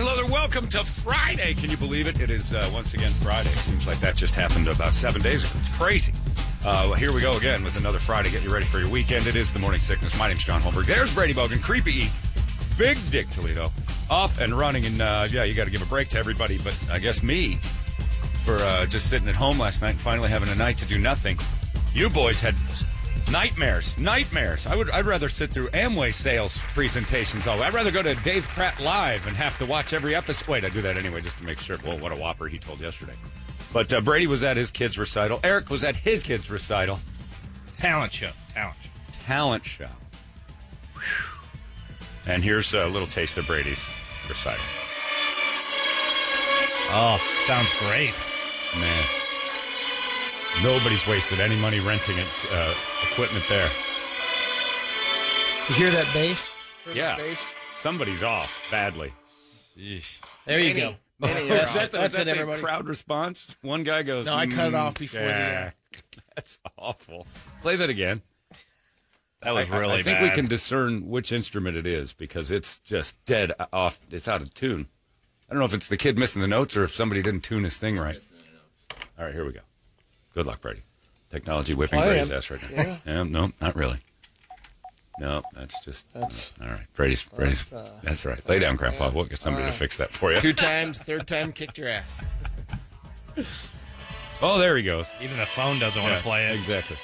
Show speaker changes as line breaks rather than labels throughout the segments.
Welcome to Friday. Can you believe it? It is uh, once again Friday. Seems like that just happened about seven days ago. It's crazy. Uh, well, here we go again with another Friday. Get you ready for your weekend. It is the morning sickness. My name's John Holmberg. There's Brady Bogan, Creepy E, Big Dick Toledo, off and running. And uh, yeah, you got to give a break to everybody, but I guess me for uh, just sitting at home last night and finally having a night to do nothing. You boys had nightmares, nightmares. I would, I'd rather sit through Amway sales presentations. All I'd rather go to Dave Pratt live and have to watch every episode. Wait, I do that anyway just to make sure. Well, what a whopper he told yesterday. But uh, Brady was at his kids' recital. Eric was at his kids' recital.
Talent show. Talent show.
Talent show. Whew. And here's a little taste of Brady's recital.
Oh, sounds great.
Man, nobody's wasted any money renting it, uh, equipment there.
You hear that bass? Hear
Yeah,
this bass?
somebody's off badly.
There you go.
Was uh, that, the, was
That's
that
it,
the
everybody.
crowd response? One guy goes,
No, I cut it
"Mm,
off before the, uh,
yeah." That's awful. Play that again.
That was
I- I-
really
I think
bad.
we can discern which instrument it is because it's just dead off. It's out of tune. I don't know if it's the kid missing the notes or if somebody didn't tune his thing right. All right, here we go. Good luck, Brady. Technology whipping
Play
Brady's
him.
ass right now. Yeah. no, not really. No, that's just
That's-
all right. Brady's Brady's.
uh,
that's uh, all right. Lay down, Grandpa. We'll get somebody to fix that for you.
Two times, third time, kicked your ass.
Oh, there he goes.
Even the phone doesn't want
Yeah,
to play it.
Exactly.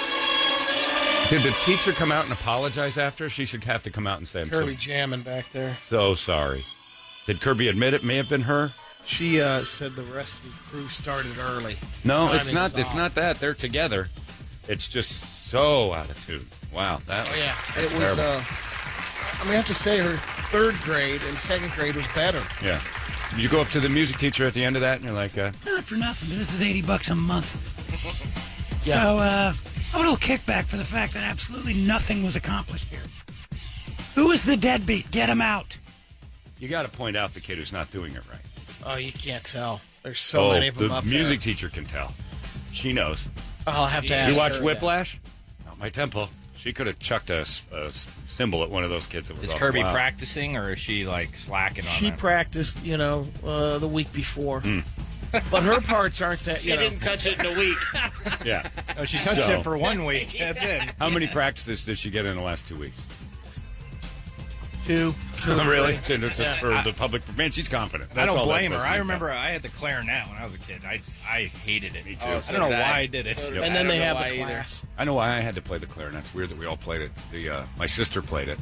Oh. Did the teacher come out and apologize after? She should have to come out and say, I'm
Kirby jamming back there.
so, so sorry. Did Kirby admit it may have been her?
She uh, said the rest of the crew started early.
No,
Timing
it's not.
was
It's
off.
not that. They're together. It's just so out of tune. Wow. That was,
Oh, Yeah,
that's
it was.
terrible.
Uh, I'm gonna have to say her third grade and second grade was better.
yeah. You go up to the music teacher at the end of that and you're like, uh,
Not for nothing, but this is 80 bucks a month.
Yeah.
So, uh, a little kickback for the fact that absolutely nothing was accomplished here. Who is the deadbeat? Get him out.
you got to point out the kid who's not doing it right.
Oh, you can't tell. There's so many of them
Oh, the
up
music teacher can tell. She knows.
there. I'll have to ask.
You watch
her
Whiplash? Not my temple. She could have chucked a, s- a s- cymbal at one of those kids. That was
Is
off.
Kirby
Wow.
practicing or is she like slacking
that.
on
She
that?
practiced, you know, uh, the week before,
Hmm.
but her parts aren't that.
She
You know,
didn't touch it in a week.
Yeah.
oh, she touched
So-
it for one week. That's it.
How many practices did she get in the last two weeks?
two, two or
really?
three.
To, to- to- for the public. Man, she's confident.
I
That's
don't
all that's
blame her.
listening
I
to.
remember I had the clarinet when I was a kid. I I hated it. Me
too. Oh,
I
so
don't know
did I.
why I did it.
So did
Yep.
I.
And
I
then
don't
they
know
have
why
the
either.
class.
I know why I had to play the clarinet. It's weird that we all played it. The uh, my sister played it,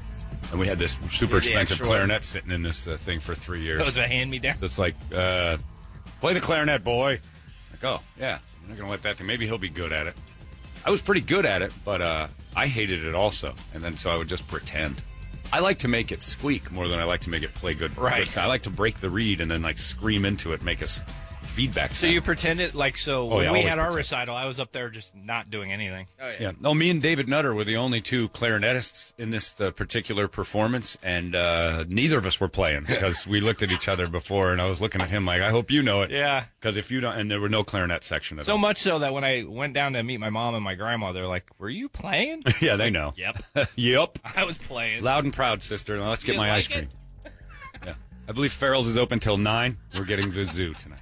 and we had this super
The
expensive
extra
clarinet sitting in this uh, thing for three years.
It was a hand me down.
So it's like, uh, play the clarinet, boy. Like, oh, yeah. I'm not going to let that thing. Maybe he'll be good at it. I was pretty good at it, but uh, I hated it also. And then so I would just pretend. I like to make it squeak more than I like to make it play good.
Right.
good sound. I like to break the reed and then like scream into it, make us feedback.
So you pretended like so when
Oh, yeah,
we
always
had our
pretend.
recital, I was up there just not doing anything.
Oh, yeah.
Yeah. No, me and David Nutter were the only two clarinetists in this uh, particular performance, and uh, neither of us were playing because we looked at each other before, and I was looking at him like, I hope you know it.
Yeah.
Because if you don't, and there were no clarinet section at
So
all.
much so that when I went down to meet my mom and my grandma, they're like, "Were you playing?"
Yeah, they know.
yep,
Yep.
I was playing.
Loud and proud, sister. Now let's get
You
my
like
ice
it?
cream. yeah. I believe Farrell's is open till 9. We're getting the zoo tonight.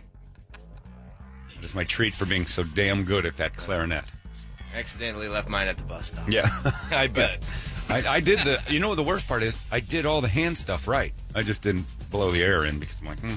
That is my treat for being so damn good at that clarinet.
Accidentally left mine at the bus stop.
Yeah.
I bet.
I, I did the, you know what the worst part is? I did all the hand stuff right. I just didn't blow the air in because I'm like, hmm.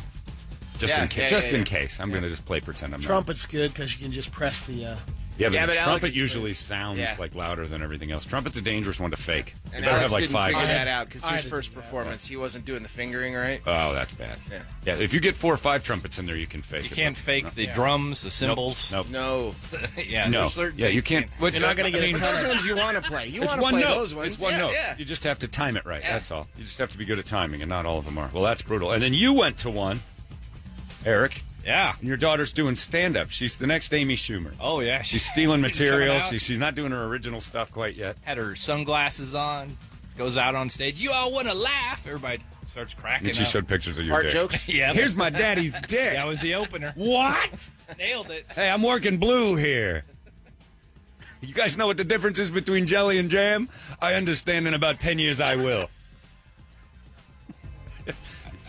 Just
Yeah,
in case.
yeah,
just
yeah,
in
yeah.
case. I'm going to just play pretend I'm not.
Trumpet's good because you can just press the. Uh,
Yeah, but,
Yeah,
the
but
trumpet
Alex-
usually sounds
Yeah.
like louder than everything else. Trumpet's a dangerous one to fake.
And
you better
Alex
have like
didn't
five.
figure
guys.
that out because
I
his
didn't
first
do that.
performance, he wasn't doing the fingering right.
Oh, that's bad.
Yeah.
If you get four or five trumpets in there, you can fake
You
it.
can't
but-
fake
no.
the drums, the cymbals.
Nope.
No,
yeah,
No.
there's certain
Yeah, you
things
can't. what-
You're not gonna get
I
a
mean,
cut.
those ones you want to play. You
It's
want to
one
play
note.
those ones.
It's one
yeah,
note.
Yeah.
You just have to time it right.
Yeah.
That's all. You just have to be good at timing, and not all of them are. Well, that's brutal. And then you went to one, Eric,
Yeah.
and your daughter's doing stand up. She's the next Amy Schumer.
Oh yeah.
She's stealing
coming
materials.
out.
She's, she's not doing her original stuff quite yet.
had her sunglasses on. Goes out on stage. You all want to laugh. Everybody starts cracking.
And she
up.
showed pictures of your
Fart
dick.
jokes.
Yeah.
Here's my daddy's dick.
that was the opener.
what?
Nailed it.
Hey, I'm working blue here. You guys know what the difference is between jelly and jam? I understand in about 10 years I will.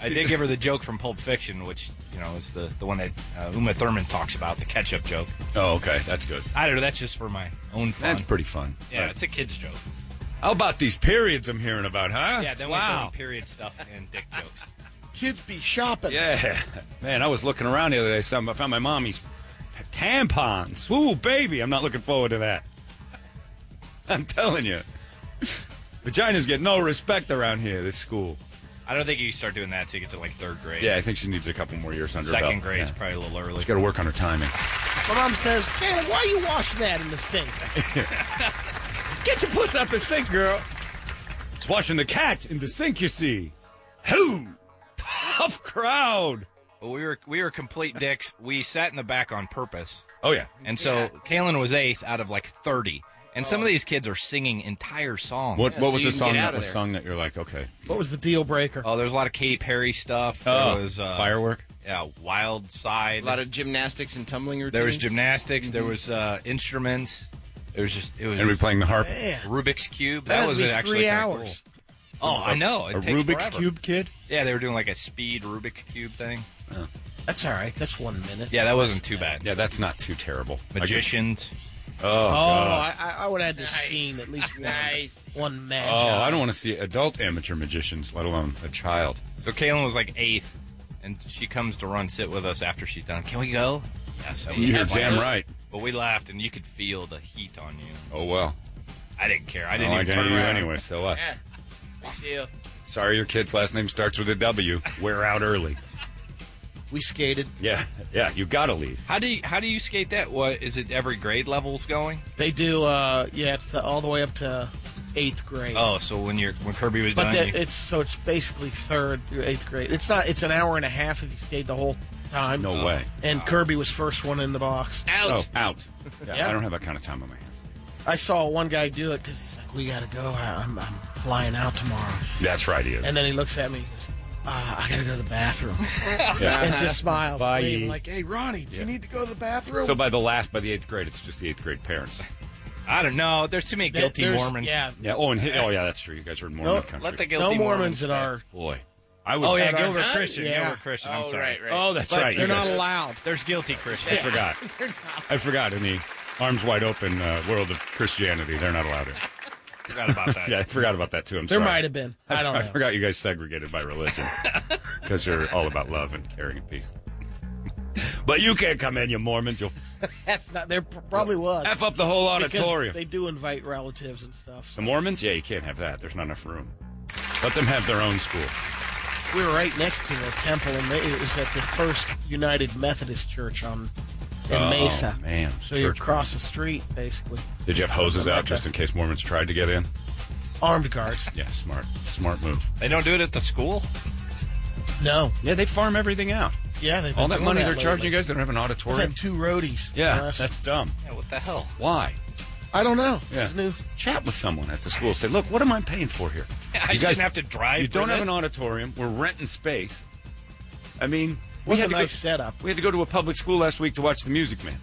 I did give her the joke from Pulp Fiction, which you know is the the one that uh, Uma Thurman talks about, the ketchup joke.
Oh, okay. That's good.
I don't know. That's just for my own fun.
That's pretty fun.
yeah,
Right.
it's a kid's joke.
How about these periods I'm hearing about, huh?
Yeah, then we
wow.
throw in period stuff and dick jokes.
Kids be shopping.
Yeah, man, I was looking around the other day. Some I found my mommy's tampons. Ooh, baby, I'm not looking forward to that. I'm telling you, vaginas get no respect around here. This school.
I don't think you start doing that till you get to like third grade.
Yeah, I think she needs a couple more years under her
second
belt.
grade is
Yeah.
probably a little early.
She's got to work on her timing.
My mom says, Ken, why you washing that in the sink?
Get your puss out the sink, girl. It's washing the cat in the sink, you see. Who? Tough crowd.
But we were we were complete dicks. We sat in the back on purpose,
Oh yeah.
and so Kalen was eighth out of like thirty. And some of these kids are singing entire songs.
What
Yeah,
What
so
was
you
the
can get
song
out
that
of
was
there.
sung that you're like, okay,
What was the deal breaker?
Oh, there's a lot of Katy Perry stuff. there was uh,
Oh, firework.
yeah, Wild Side.
A lot of gymnastics and tumbling routines. Mm-hmm.
there was gymnastics. There was uh, instruments. There was just it was
And we playing the harp.
Rubik's cube. That,
That'd
was
be
actually
three
kinda
hours.
Cool. Oh, I know. It
a
takes
Rubik's
forever.
Cube kid?
Yeah, they were doing like a speed Rubik's cube thing.
That's all right. That's one minute.
Yeah, that wasn't too bad.
Yeah, that's not too terrible.
Magicians.
Oh, I, I- I would have to
Nice.
seen at least one,
Nice.
one
I
match.
could- oh, I don't want to see adult amateur magicians, let alone a child.
So Kaylin was like eighth, and she comes to run sit with us after she's done. Can we go? Yes, I was
You're
like-
damn right.
But we laughed, and you could feel the heat on you.
Oh well,
I didn't care. I
I
didn't
don't like
even
any
turn
of you
around. uh,
anyway. So what?
Yeah. Deal.
Sorry, your kid's last name starts with a W. We're out early.
We skated
Yeah, yeah, you gotta leave.
How do you how do you skate that? What is it? Every grade level's going.
They do. Uh, yeah, it's uh, all the way up to eighth grade.
Oh, so when you're when Kirby was
but
done,
the,
you,
it's so it's basically third through eighth grade. It's not. It's an hour and a half if you stayed the whole time.
No way.
And Kirby was first one in the box.
Oh,
Out.
out. Yeah,
Yeah.
I don't have that kind of time on my hands.
I saw one guy do it because he's like, "We gotta go. I- I'm, I'm flying out tomorrow."
That's right, he is.
And then he looks at me. He goes, uh, I gotta go to the bathroom
Yeah.
and just smiles.
Bye.
wave, Like, hey, Ronnie, do
Yeah.
you need to go to the bathroom?
so by the last, by the eighth grade, it's just the eighth grade parents.
I don't know. There's too many
There-
guilty
there's-
Mormons.
Yeah,
Yeah. Oh, and oh, yeah, that's true. You guys are in Mormon
Nope.
country.
Let the
no
guilty
Mormons at
stay.
our.
boy. I was.
Oh yeah,
At our-
Gilbert
Huh?
Christian.
Yeah.
Gilbert Christian. I'm
Oh,
sorry.
right, right.
Oh, that's
But
right.
They're
you
not
guys-
allowed.
There's guilty
I
Christians.
forgot. I forgot. In the arms wide open uh, world of Christianity, they're not allowed in.
forgot about that.
Yeah, I forgot about that too. I'm
There
sorry.
might have been. I don't know.
I forgot you guys segregated by religion because you're all about love and caring and peace. But you can't come in, you Mormons. You'll
That's not. There pr- probably was.
f up the whole
Because
auditorium.
They do invite relatives and stuff.
the Mormons? Yeah, you can't have that. There's not enough room. Let them have their own school.
We were right next to a temple, and it was at the First United Methodist Church on in Mesa.
Oh, man.
So you're
Church-
across the street, basically.
Did you have hoses out just in case Mormons tried to get in?
Armed guards.
Yeah, smart. Smart move.
They don't do it at the school.
No.
Yeah, they farm everything out.
Yeah, they've been
All that
doing
money they're charging
lately.
you guys, they don't have an
I've
auditorium.
had two roadies. Oh,
Yeah,
Last-
that's dumb.
Yeah. What the hell?
Why?
I don't know.
Yeah.
It's new.
Chat with someone at the school. Say, look, what am I paying for here?
I
You guys-
shouldn't have to drive.
You
for
don't have
this?
an auditorium. We're renting space. I mean, we
Was a
had to
nice
go,
setup.
we had to go to a public school last week to watch The Music Man.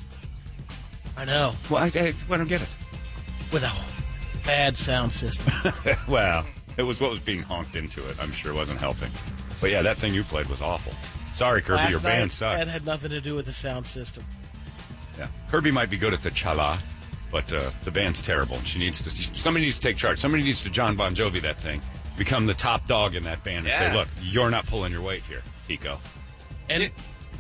I know.
Well, I, I, I don't get it.
With a bad sound system.
well, it was what was being honked into it. I'm sure wasn't helping. But yeah, that thing you played was awful. Sorry, Kirby,
Last
your
night,
band sucked.
That had nothing to do with the sound system.
Yeah. Kirby might be good at the chala, but uh, the band's terrible. She needs to. Somebody needs to take charge. Somebody needs to John Bon Jovi that thing, become the top dog in that band, and say,
Yeah.
"Look, you're not pulling your weight here, Tico."
And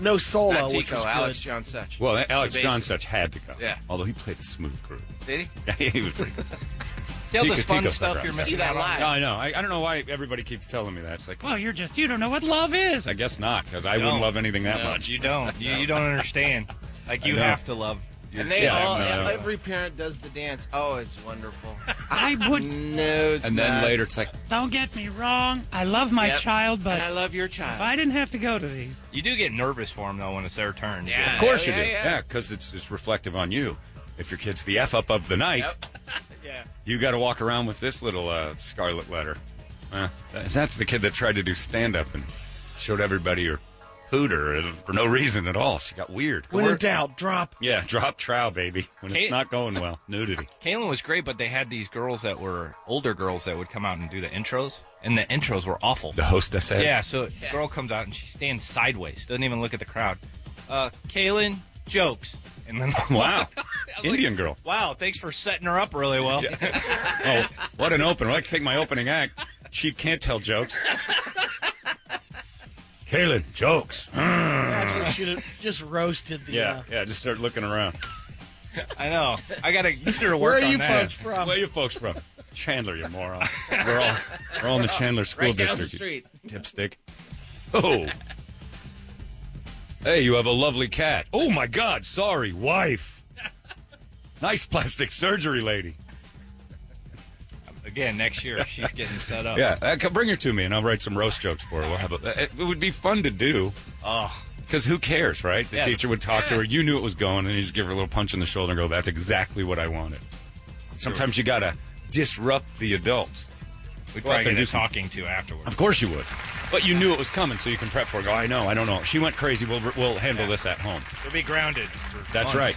no solo,
Not
which
Tico,
was
Alex
good.
John Such.
Well, Alex
The bassist.
John such had to go.
Yeah.
Although he played a smooth groove.
Did he?
Yeah, he was pretty good.
See all
Tico-
this fun
Tico's not
stuff
around.
you're
See
missing
that
out on.
live.
No, I know. I, I don't know why everybody keeps telling me that. It's like, well,
Well, Oh, you're just, you don't know what love is.
I guess not, because I
No.
wouldn't love anything that
No,
much.
You don't. You, you don't understand. Like you
know.
have to love. your-
And they
Yeah,
all,
no, no.
every parent does the dance. Oh, it's wonderful.
I would,
no, it's
And then
not.
later, it's like,
don't get me wrong. I love my
Yep.
child, but
And I
if
love your child.
I didn't have to go to these.
You do get nervous for them though when it's their turn. You
Yeah.
get-
of course
Yeah,
you do.
yeah, yeah.
Yeah, because it's it's reflective on you. If your kid's the f up of the night,
Yep.
you got to walk around with this little uh, scarlet letter. Uh, that's that's the kid that tried to do stand up and showed everybody her hooter for no reason at all. She got weird.
When in doubt, drop.
Yeah, drop trowel, baby. When it's
Hey.
not going well, nudity.
Kaylin was great, but they had these girls that were older girls that would come out and do the intros, and the intros were awful.
The hostess says.
Yeah, so the girl comes out and she stands sideways, doesn't even look at the crowd. Uh, Kaylin jokes, and then
Wow.
I was like,
Indian girl.
Wow, thanks for setting her up really well.
Oh, what an open. I like to think my opening act. Chief can't tell jokes. Kaylin, jokes.
That's what should have just roasted the.
Mm. Uh-huh. Yeah,
Uh,
yeah, just start looking around.
I
Oh.
know. I gotta get her to
where
work
are
on
you
that.
folks from?
Where you folks from? Chandler, you moron. We're all, we're all in the Chandler School
Right down
District.
the
you
street.
Dipstick. Oh. Hey, you have a lovely cat. Oh my God, sorry, wife. Nice plastic surgery lady.
Oh, Again, next year she's getting set up.
Yeah, uh, c- bring her to me, and I'll write some roast jokes for her. We'll have a, it would be fun to do.
Oh,
Because who cares, right? The
Yeah.
teacher would talk to her. You knew it was going, and you just give her a little punch in the shoulder and go, that's exactly what I wanted. Sometimes you got to disrupt the adults.
we
Go
probably
out there and
get
do
a
some-
talking to afterwards.
Of course you would. But you knew it was coming, so you can prep for it. Go, I know, I don't know. She went crazy. We'll, we'll handle this at home.
She'll be grounded. for
That's
months.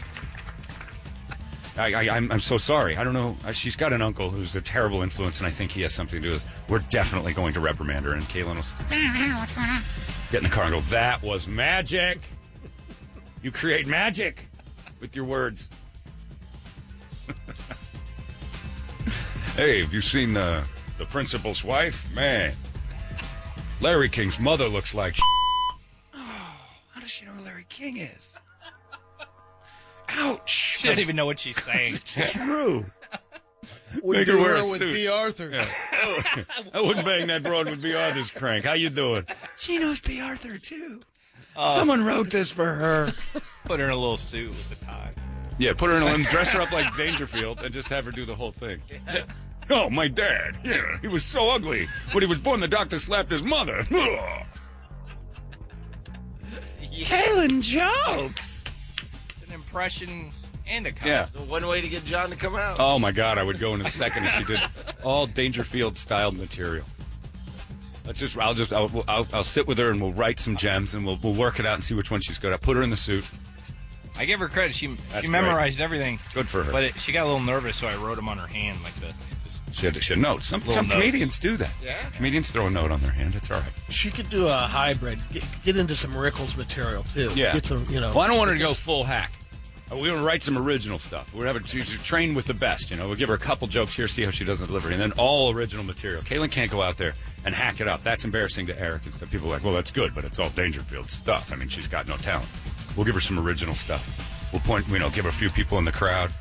right. I, I, I'm, I'm so sorry. I don't know. Uh, She's got an uncle who's a terrible influence, and I think he has something to do with this. We're definitely going to reprimand her. And Caitlin will s-
Oh,
get in the car and go, That was magic. You create magic with your words. hey, have you seen the, the principal's wife? Man, Larry King's mother looks like
How does she know who Larry King is?
ouch.
She doesn't even know what she's saying.
It's true.
Wouldn't
Make her
do
wear a
with
suit.
B. Arthur.
I wouldn't bang that broad with B. Arthur's crank. How you doing?
She knows B. Arthur too.
Uh,
Someone wrote this for her.
Put her in a little suit with the tie.
Yeah, put her in a limb, dress her up like Dangerfield, and just have her do the whole thing. Oh, my dad. Yeah, he was so ugly. When he was born, the doctor slapped his mother. Ugh.
Kaylin jokes.
An impression and a
Yeah.
comment.
The one way to get John to come out.
Oh, my God. I would go in a second if she did all Dangerfield styled material. Let's just, I'll just, I'll, I'll, I'll sit with her and we'll write some gems and we'll, we'll work it out and see which one she's good at. Put her in the suit.
I give her credit. She
That's
she memorized everything.
Good for her.
But it, she got a little nervous, so I wrote them on her hand like the. Just,
She had to, she had notes. Some,
Little
some
notes.
comedians do that.
Yeah.
Comedians throw a note on their hand. It's all right.
She could do a hybrid. Get, get into some Rickles material too.
Yeah.
Get some, you know.
Well, I don't want her to go full hack. Uh, We're going to write some original stuff. We're going to train with the best, you know. We'll give her a couple jokes here, see how she does in delivery, and then all original material. Kaylin can't go out there and hack it up. That's embarrassing to Eric and stuff. People are like, well, that's good, but it's all Dangerfield stuff. I mean, she's got no talent. We'll give her some original stuff. We'll point, you know, give her a few people in the crowd.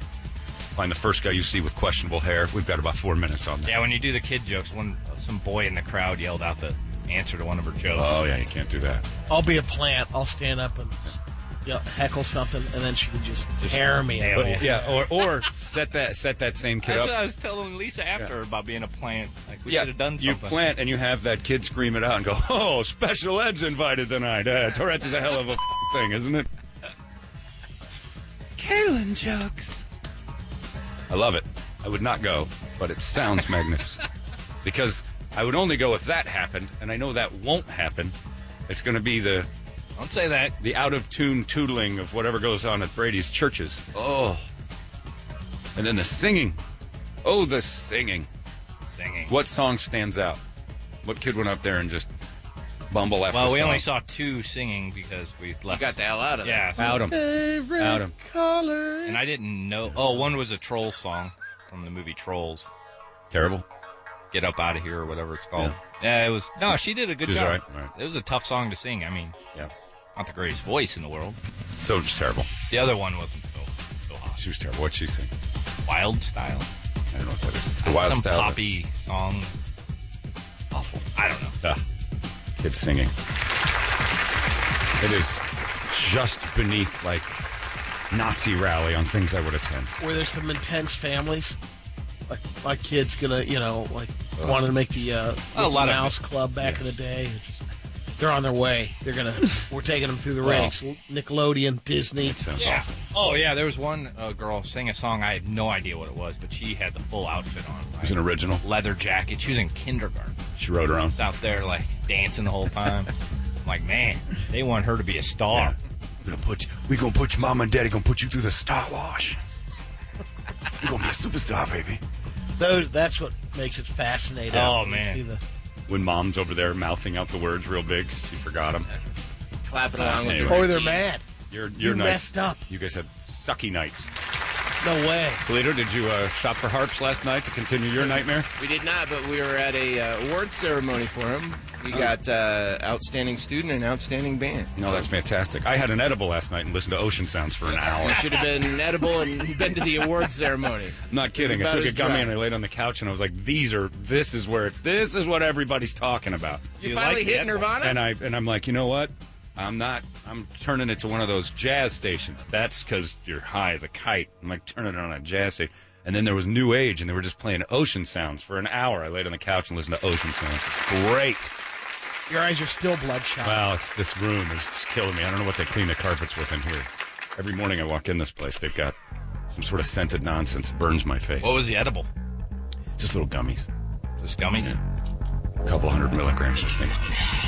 Find the first guy you see with questionable hair. We've got about four minutes on that.
yeah, when you do the kid jokes, one some boy in the crowd yelled out the answer to one of her jokes.
Oh, yeah, you can't do that.
I'll be a plant. I'll stand up and you know, heckle something, and then she can just tear me.
nail
Out.
it.
Yeah, or, or set that set that same kid
That's
up.
what I was telling Lisa after about being a plant. Like we should have done
you
something.
plant and you have that kid scream it out and go, "Oh, special ed's invited tonight." Uh, Tourette's is a hell of a thing, isn't it?
Kaylin jokes.
I love it. I would not go, but it sounds magnificent because I would only go if that happened, and I know that won't happen. It's going to be the
Don't say that.
the out of tune tootling of whatever goes on at Brady's churches. Oh, and then the singing. Oh, the singing.
Singing.
What song stands out? What kid went up there and just bumble after?
Well, we
song?
only saw two singing because we
You
left.
got the hell out of there.
yeah, so-
out 'em.
Favorite
Out 'em.
color.
and I didn't know. Oh, one was a troll song from the movie Trolls.
Terrible.
Get up out of here or whatever it's called. Oh. Yeah, it was. No, she did a good
She was
job.
all right, all right.
It was a tough song to sing. I mean,
Yeah.
not the greatest voice in the world.
So just terrible.
The other one wasn't so so hot.
She was terrible. What'd she sing?
Wild style.
I don't know what that is. The Wild
Some
Style.
poppy song. Awful. I don't know.
Ah, kids singing. It is just beneath like Nazi rally on things I would attend.
Where there's some intense families. Like my kid's gonna, you know, like wanted to make the uh,
A
Mickey
lot of-
Mouse Club back in the day. It's just- they're on their way. They're gonna. we're taking them through the
Well.
ranks. Nickelodeon, Disney.
Sounds
Yeah.
awful.
Oh yeah, there was one uh, girl sang a song. I had no idea what it was, but she had the full outfit on.
It was
Like,
an original.
leather jacket. She was in kindergarten.
She wrote her own.
She's out there like dancing the whole time. like, man, they want her to be a star.
We're gonna put you, we gonna put your mom and daddy gonna put you through the star wash. You're gonna be a superstar, baby.
Those that's what makes it fascinating.
Oh,
You
man.
see the-
When mom's over there mouthing out the words real big, 'cause she forgot them.
Clapping along with
anyway.
the
or they're
team.
mad.
Your your
You
nights-
messed up.
You guys had sucky nights.
No way.
Toledo, did you uh, shop for harps last night to continue your nightmare?
We did not, but we were at a uh, award ceremony for him. We
Oh.
got uh, outstanding student and outstanding band.
No, that's fantastic. I had an edible last night and listened to ocean sounds for an hour.
I should have been edible and been to the award ceremony.
I'm not kidding. I
about
took a
as
gummy
dry.
and I laid on the couch and I was like, "These are. This is where it's. This is what everybody's talking about."
You,
You
finally
like
hit
that
Nirvana?
And I and I'm like, you know what? I'm not. I'm turning it to one of those jazz stations. That's because you're high as a kite. I'm like turning it on a jazz station. And then there was New Age, and they were just playing Ocean Sounds for an hour. I laid on the couch and listened to Ocean Sounds. It's Great.
Your eyes are still bloodshot.
Wow, it's this room is just killing me. I don't know what they clean the carpets with in here. Every morning I walk in this place, they've got some sort of scented nonsense. It burns my face.
What was the edible?
Just little gummies,
Just gummies?
a couple hundred milligrams. I think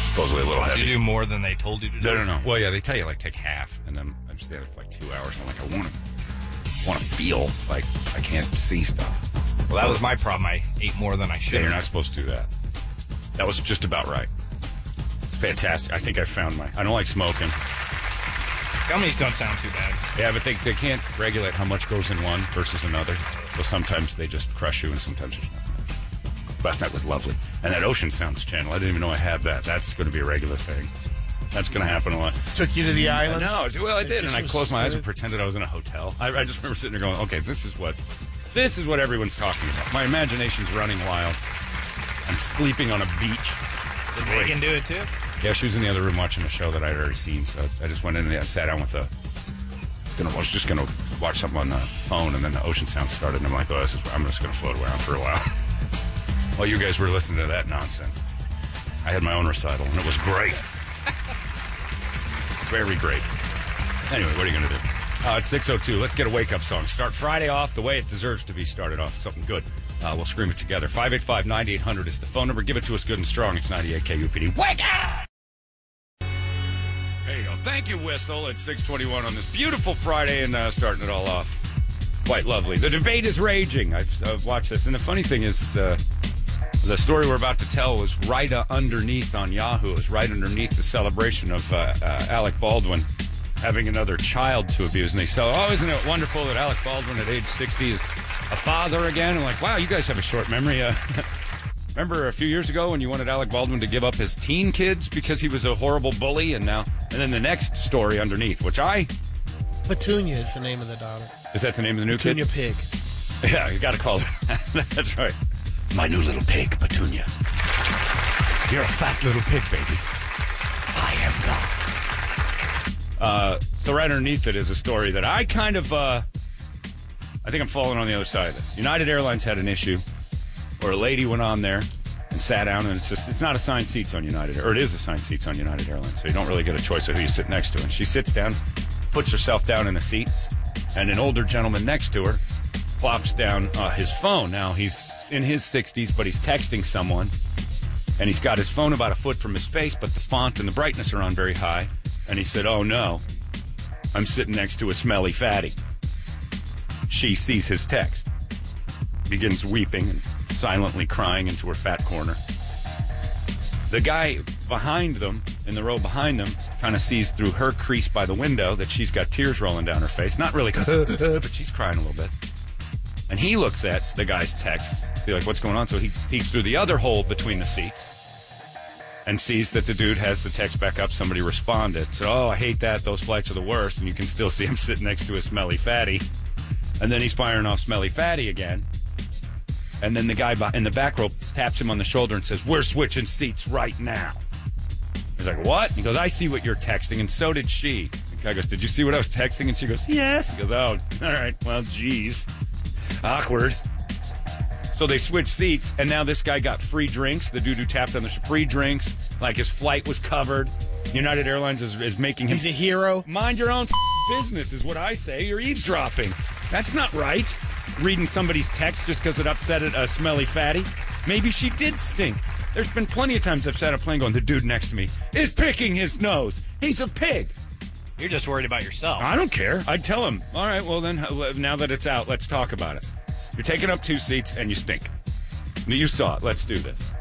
supposedly a little heavy.
You do more than they told you to do.
No, no, no. Well, yeah, they tell you like take half, and then I'm just there for like two hours. I'm like, I want to, want to feel like I can't see stuff.
Well, that was my problem. I ate more than I
Yeah,
should.
you're not supposed to do that. That was just about right. It's fantastic. I think I found my. I don't like smoking.
Gummies don't sound too bad.
Yeah, but they, they can't regulate how much goes in one versus another. So sometimes they just crush you, and sometimes there's nothing. Last night was lovely, and that Ocean Sounds channel. I didn't even know I had that. That's going to be a regular thing. That's going to happen a lot.
Took you to the islands.
No, it- well, I did,
just
and I
was
closed my eyes and
smooth.
pretended I was in a hotel. I, I just remember sitting there going, "Okay, this is what, this is what everyone's talking about." My imagination's running wild. I'm sleeping on a beach.
Did Megan do it too?
Yeah, she was in the other room watching a show that I'd already seen, so I just went in and I sat down with the. I was, gonna, I was just gonna watch something on the phone, and then the ocean sound started, and I'm like, "Oh, this is, I'm just gonna float around for a while." while you guys were listening to that nonsense, I had my own recital, and it was great. Very great. Anyway, what are you going to do? Uh, it's 6.02. Let's get a wake up song. Start Friday off the way it deserves to be started off. Something good. Uh, we'll scream it together. 585 9800 is the phone number. Give it to us good and strong. It's 98 KUPD. Wake up! There you go. Thank you, Whistle, at 621 on this beautiful Friday and uh, starting it all off. Quite lovely. The debate is raging. I've, I've watched this. And the funny thing is, uh, the story we're about to tell was right uh, underneath on Yahoo. It was right underneath the celebration of uh, uh, Alec Baldwin having another child to abuse. And they say, oh, isn't it wonderful that Alec Baldwin at age 60 is a father again? I'm like, wow, you guys have a short memory. Uh, remember a few years ago when you wanted Alec Baldwin to give up his teen kids because he was a horrible bully? And now, and then the next story underneath, which I,
Petunia is the name of the daughter.
is that the name of the new
Petunia
kid?
Pig.
Yeah, you got to call it. That's right. My new little pig, Petunia. You're a fat little pig, baby. I am God. Uh, so right underneath it is a story that I kind of, uh, I think I'm falling on the other side of this. United Airlines had an issue, or a lady went on there and sat down, and it's just, it's not assigned seats on United, or it is assigned seats on United Airlines, so you don't really get a choice of who you sit next to. And she sits down, puts herself down in a seat, and an older gentleman next to her plops down uh, his phone. Now he's in his 60s, but he's texting someone and he's got his phone about a foot from his face, but the font and the brightness are on very high. And he said, Oh no, I'm sitting next to a smelly fatty. She sees his text, begins weeping and silently crying into her fat corner. The guy behind them, in the row behind them, kind of sees through her crease by the window that she's got tears rolling down her face. Not really, but she's crying a little bit. And he looks at the guy's text, see like what's going on. So he peeks through the other hole between the seats and sees that the dude has the text back up. Somebody responded. So, oh, I hate that. Those flights are the worst. And you can still see him sitting next to a smelly fatty. And then he's firing off smelly fatty again. And then the guy beh- in the back row taps him on the shoulder and says, We're switching seats right now. He's like, What? He goes, I see what you're texting, and so did she. The guy goes, Did you see what I was texting? And she goes, Yes. He goes, Oh, all right. Well, geez. Awkward. So they switched seats, and now this guy got free drinks. The dude who tapped on the sh- free drinks, like his flight was covered. United Airlines is, is making him
He's a hero.
Mind your own business is what I say. You're eavesdropping. That's not right. Reading somebody's text just because it upset a a smelly fatty. Maybe she did stink. There's been plenty of times I've sat on a plane going, the dude next to me is picking his nose. He's a pig.
You're just worried about yourself.
I don't care. I'd tell him, all right, well, then uh, now that it's out, let's talk about it. You're taking up two seats and you stink. You saw it. Let's do this.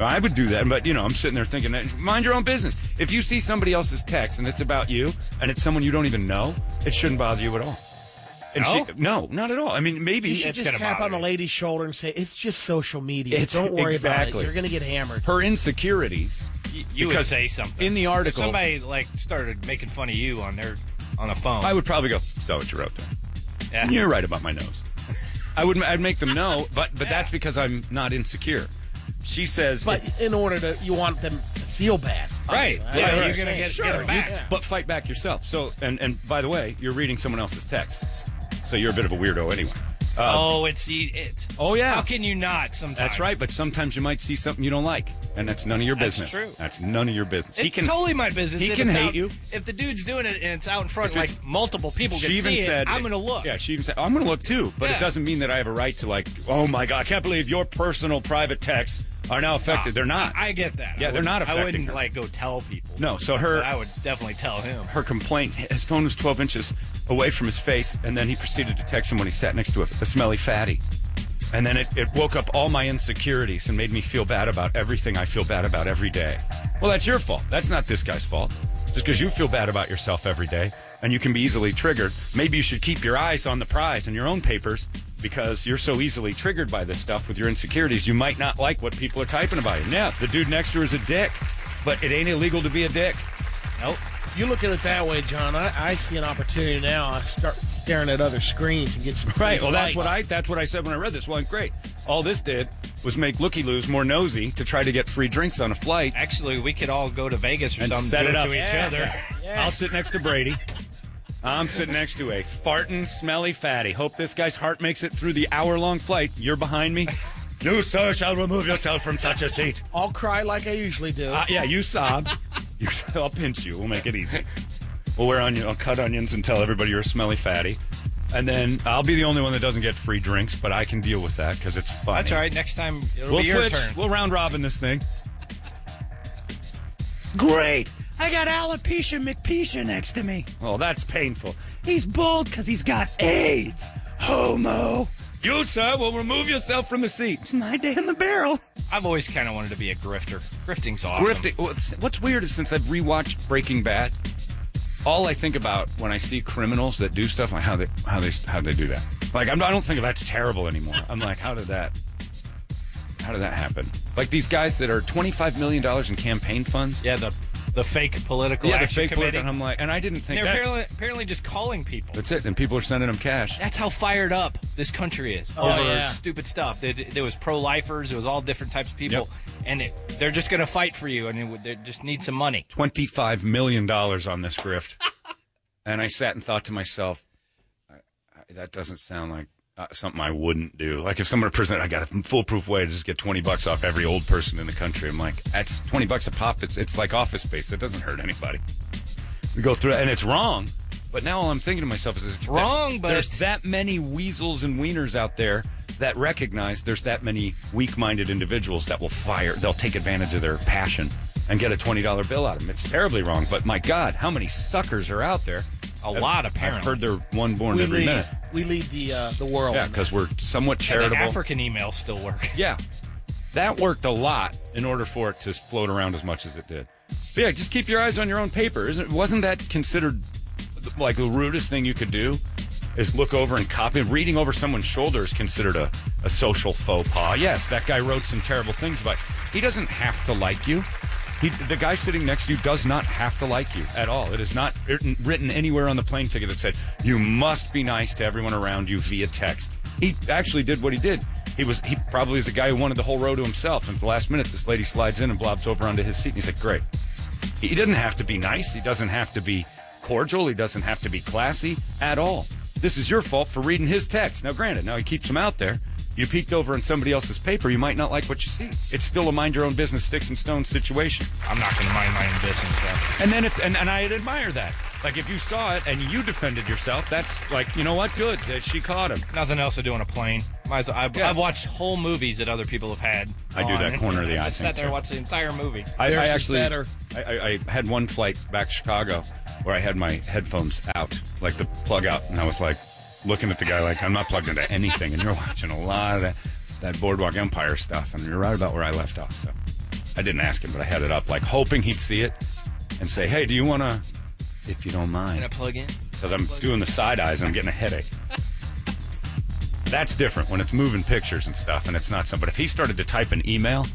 I would do that, but you know, I'm sitting there thinking, that- mind your own business. If you see somebody else's text and it's about you and it's someone you don't even know, it shouldn't bother you at all. And
No?
she, no, not at all. I mean, maybe
You should
It's
just
gonna
tap
bother
on the
me.
lady's shoulder and say, "It's just social media.
It's-
Don't worry about
exactly.
it. You're going to get hammered."
her insecurities.
You, you would
Because
say something
in the
If
article-
somebody like started making fun of you on their on a phone.
I would probably go. So what you wrote there?
Yeah.
You're right about my nose. I would. I'd make them know, but but that's because I'm not insecure. She says,
But in order to, you want them to feel bad,
Right.
obviously. I
Yeah,
know what
you're
I'm
gonna
saying.
get-
Sure.
get 'em back.
You-
but fight back yourself. So and and by the way, you're reading someone else's text, so you're a bit of a weirdo anyway. Uh,
oh, it's the it.
Oh, yeah.
How can you not? Sometimes
That's right, but sometimes you might see something you don't like, and that's none of your
That's
business.
true.
That's none of your business.
It's totally my business.
he
if
can
it's
hate
out-
you.
if the dude's doing it and it's out in front,
If it's-
like multiple people can
She even
see
said,
it. I'm gonna look.
Yeah, she even said, I'm gonna look too. But it
Yeah.
doesn't mean that I have a right to like. Oh my god, I can't believe your personal private texts are now affected. They're not.
I, I get that.
Yeah,
I
they're not
wouldn't- I
affecting
wouldn't
her.
like go tell people.
No, so her-
But I would definitely tell him.
her complaint. His phone was 12 inches away from his face, and then he proceeded to text him when he sat next to a, a smelly fatty. And then it, it woke up all my insecurities and made me feel bad about everything I feel bad about every day. Well, that's your fault. That's not this guy's fault. Just because you feel bad about yourself every day and you can be easily triggered, maybe you should keep your eyes on the prize and your own papers because you're so easily triggered by this stuff with your insecurities. You might not like what people are typing about you. Yeah, the dude next to her is a dick, but it ain't illegal to be a dick.
Nope.
You look at it that way, John. I, I see an opportunity now. I start staring at other screens and get some free
Right. Well, that's what I
flights.
that's what I said when I read this. Well, great. All this did was make looky loos more nosy to try to get free drinks on a flight
Actually, we could all go to Vegas or
and
something.
set
do
it up
to each
Yeah.
other.
I'll sit next to Brady. I'm sitting next to a farting, smelly fatty. Hope this guy's heart makes it through the hour-long flight. You're behind me. You, sir, shall remove yourself from such a seat.
I'll cry like I usually do.
Uh, yeah, you sob. You, I'll pinch you. We'll make it easy. We'll wear onion. I'll cut onions and tell everybody you're a smelly fatty. And then I'll be the only one that doesn't get free drinks, but I can deal with that because it's fun.
That's all right. Next time it'll
We'll
be your
switch.
turn.
We'll round robin this thing.
Great. I got alopecia McPecia next to me.
Oh, that's painful.
He's bald because he's got AIDS. Homo.
You, sir, will remove yourself from the seat.
It's my day in the barrel.
I've always kind of wanted to be a grifter. Grifting's awesome.
Grifting. What's, what's weird is since I've rewatched Breaking Bad, all I think about when I see criminals that do stuff, I'm like how they how they how they do that. Like I'm, I don't think that's terrible anymore. I'm like, how did that? How did that happen? Like these guys that are 25 million dollars in campaign funds.
Yeah, the the fake political
yeah the
action
fake
committee.
political- And I'm like, and I didn't think
They're
that's
apparently, apparently just calling people.
that's it. And people are sending them cash.
That's how fired up this country is
Oh,
over
yeah.
stupid stuff. There, there was pro-lifers. It was all different types of people, and it, they're just going to fight for you, and it, would- they just need some money.
25 million dollars on this grift and i sat and thought to myself I, I, that doesn't sound like uh, something i wouldn't do like if someone presented i got a foolproof way to just get 20 bucks off every old person in the country i'm like that's 20 bucks a pop it's, it's like office space that doesn't hurt anybody we go through that and it's wrong but now all i'm thinking to myself is it's
Wrong, but
there's
it's-
that many weasels and wieners out there that recognize there's that many weak-minded individuals that will fire they'll take advantage of their passion and get a $20 bill out of them it's terribly wrong but my god how many suckers are out there
A lot,
i've
apparently.
heard they're one born
we
every
lead.
minute
We lead the uh, the world.
yeah because we're somewhat
And the
charitable
African emails still work.
yeah that worked a lot in order for it to float around as much as it did but yeah just keep your eyes on your own paper Isn't, wasn't that considered like the rudest thing you could do is look over and copy reading over someone's shoulder is considered a, a social faux pas yes that guy wrote some terrible things about he doesn't have to like you he, the guy sitting next to you does not have to like you at all. It is not written, written anywhere on the plane ticket that said you must be nice to everyone around you via text. He actually did what he did. He was he probably is a guy who wanted the whole row to himself. And at the last minute, this lady slides in and blobs over onto his seat. And he's like, "Great." He, he doesn't have to be nice. He doesn't have to be cordial. He doesn't have to be classy at all. This is your fault for reading his text. Now, granted, now he keeps them out there. You peeked over in somebody else's paper. You might not like what you see. It's still a mind your own business, sticks and stones situation.
I'm not going to mind my own business. Though.
And then if and, and I'd admire that. Like if you saw it and you defended yourself, that's like you know what, good that she caught him.
Nothing else to do on a plane. Might as well- I've,
Yeah.
I've watched whole movies that other people have had.
I do
on.
that corner of the eye
I
thing,
sat there
too.
and watched the entire movie.
I, I
Theirs is
actually,
better.
I, I, I had one flight back to Chicago where I had my headphones out, like the plug out, and I was like looking at the guy like I'm not plugged into anything, and you're watching a lot of that, that Boardwalk Empire stuff, and you're right about where I left off. So I didn't ask him, but I had it up, like hoping he'd see it and say, "Hey, do you want to?" If you don't
Can I
mind,
plug in?
because I'm doing the side eyes and I'm getting a headache. That's different when it's moving pictures and stuff, and it's not some. But if he started to type an email,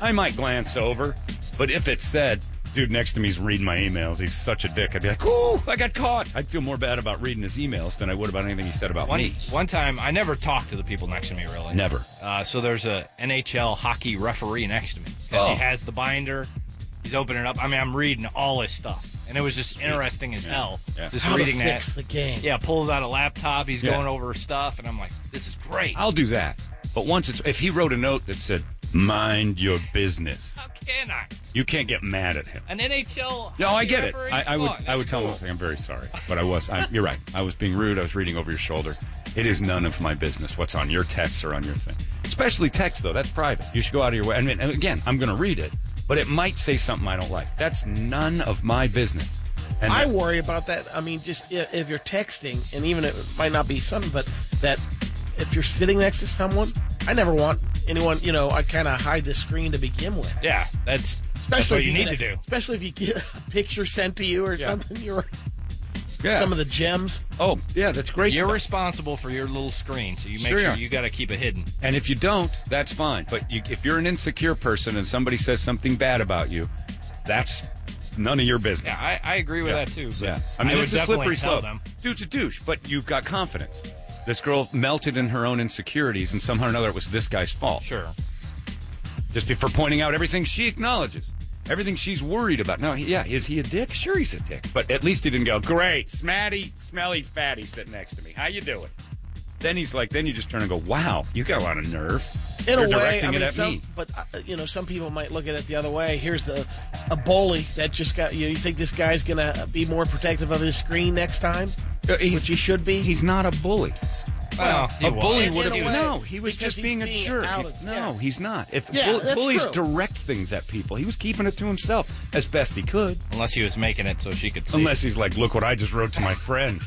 I might glance over. But if it said, dude next to me's reading my emails, he's such a dick, I'd be like, ooh, I got caught. I'd feel more bad about reading his emails than I would about anything he said about
One,
me.
one time, I never talked to the people next to me, really.
Never.
Uh, so there's a NHL hockey referee next to me. 'Cause
Oh.
he has the binder. He's opening it up. I mean, I'm reading all his stuff. And it was just interesting as hell.
Yeah.
Just
How to
reading that.
fix the game.
Yeah, pulls out a laptop. He's
Yeah.
going over stuff. And I'm like, this is great.
I'll do that. But once it's, if he wrote a note that said, mind your business,
How can I?
you can't get mad at him.
An NHL.
No, I
hockey
get it.
referee?
I, I
Come
would,
on,
I
that's
would tell him
cool.
I was like, I'm very sorry, but I was. I, you're right. I was being rude. I was reading over your shoulder. It is none of my business what's on your text or on your thing. Especially text though. That's private. You should go out of your way. I mean, and again, I'm going to read it, but it might say something I don't like. That's none of my business. And
I
that-
worry about that. I mean, just i- if you're texting, and even it might not be something, but that if you're sitting next to someone, I never want anyone. You know, I kind of hide the screen to begin with.
Yeah, that's, that's
Especially
what
if
you need
get
to
a-
do.
Especially if you get a picture sent to you or
Yeah.
something. You're
yeah.
some of the gems.
oh yeah, that's great.
You're
stuff.
responsible for your little screen, so you make
Sure you
sure
are.
you got to keep it hidden.
And if you don't, that's fine. But you, if you're an insecure person and somebody says something bad about you, that's none of your business.
Yeah, I, I agree with
Yeah.
that too. but
Yeah. I mean,
would
it's a
definitely
slippery
tell
slope. Dude's a douche, but you've got confidence. This girl melted in her own insecurities, and somehow or another, it was this guy's fault.
Sure.
Just be- for pointing out everything she acknowledges, everything she's worried about. Now, yeah, is he a dick? Sure, he's a dick. But at least he didn't go, great, smatty, smelly fatty sitting next to me. How you doing? Then he's like, then you just turn and go, wow, you got a lot of nerve.
In
You're
a way,
directing
I
it
mean,
at
some,
me.
but uh, you know, some people might look at it the other way. Here's the a bully that just got. You, know, you think this guy's gonna be more protective of his screen next time,
Uh, he's-
which he should be.
He's not a bully.
Well,
a bully
was.
would have
In a way,
no. He was
because
just
he's
being a
being
jerk.
out
He's-
of-
no,
yeah.
he's not. If
Yeah,
bull-
that's
bullies
true.
direct things at people, he was keeping it to himself as best he could.
Unless he was making it so she could see.
Unless he's like, look what I just wrote to my friend.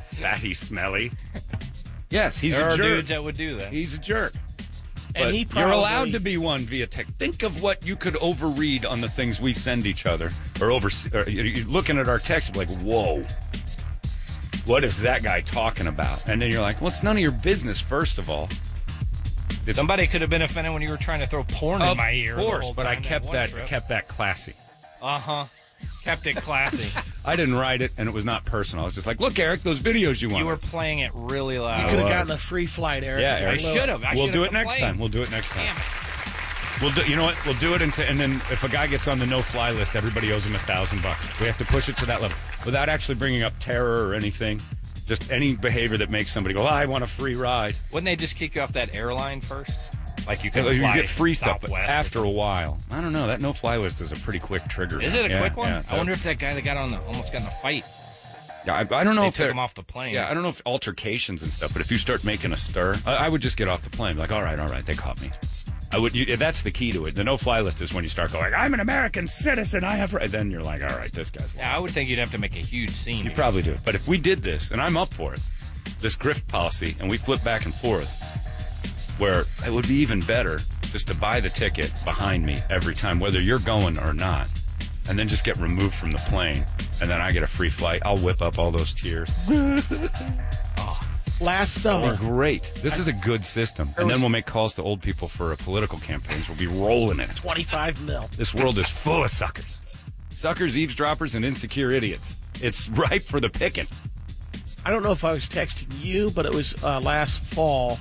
Fatty, smelly. Yes, he's
there
a
are
jerk.
dudes that would do that.
He's a jerk.
And
But
he
you're
probably-
allowed to be one via text. Think of what you could overread on the things we send each other, or over or you- you're looking at our text like, whoa, what is that guy talking about? And then you're like, well, it's none of your business. First of all, It's-
Somebody could have been offended when you were trying to throw porn in
of
my ear. the
course,
whole
but I
time
kept
one
that
trip.
kept that classy.
uh-huh. Kept it classy.
I didn't write it, and it was not personal. I was just like, look, Eric, those videos you want.
you were playing it really
You
loud.
could have
was.
gotten a free flight, Eric.
yeah, Eric.
I should've. I
we'll
should've
do it next
complained.
time. We'll do it next time.
Damn it.
We'll do, you know what? We'll do it until, and then if a guy gets on the no-fly list, everybody owes him a thousand bucks. We have to push it to that level without actually bringing up terror or anything. Just any behavior that makes somebody go, "Oh, "I want a free ride."
Wouldn't they just kick you off that airline first? Like you could
You
fly
get free stuff but
Southwest.
after a while. I don't know. That no-fly list is a pretty quick trigger.
Is
now.
it a
Yeah,
quick one?
yeah.
I wonder if that guy that got on the almost got in a fight.
Yeah, I, I don't know
They
if
took
they're-
him off the plane.
Yeah, I don't know if altercations and stuff, but if you start making a stir, I, I would just get off the plane. Like, all right, all right, they caught me. I would. You, that's the key to it. The no-fly list is when you start going, "I'm an American citizen. I have." Right. Then you're like, all right, this guy's.
Yeah, I would think you'd have to make a huge scene.
You probably do. But if we did this, and I'm up for it, this grift policy, and we flip back and forth, where it would be even better just to buy the ticket behind me every time, whether you're going or not, and then just get removed from the plane, and then I get a free flight. I'll whip up all those tears.
Ah.
Last summer,
It'd be great. This is a good system. And then we'll make calls to old people for uh, political campaigns. We'll be rolling in it.
25 mil.
This world is full of suckers. Suckers, eavesdroppers, and insecure idiots. It's ripe for the picking.
I don't know if I was texting you, but it was uh, last fall.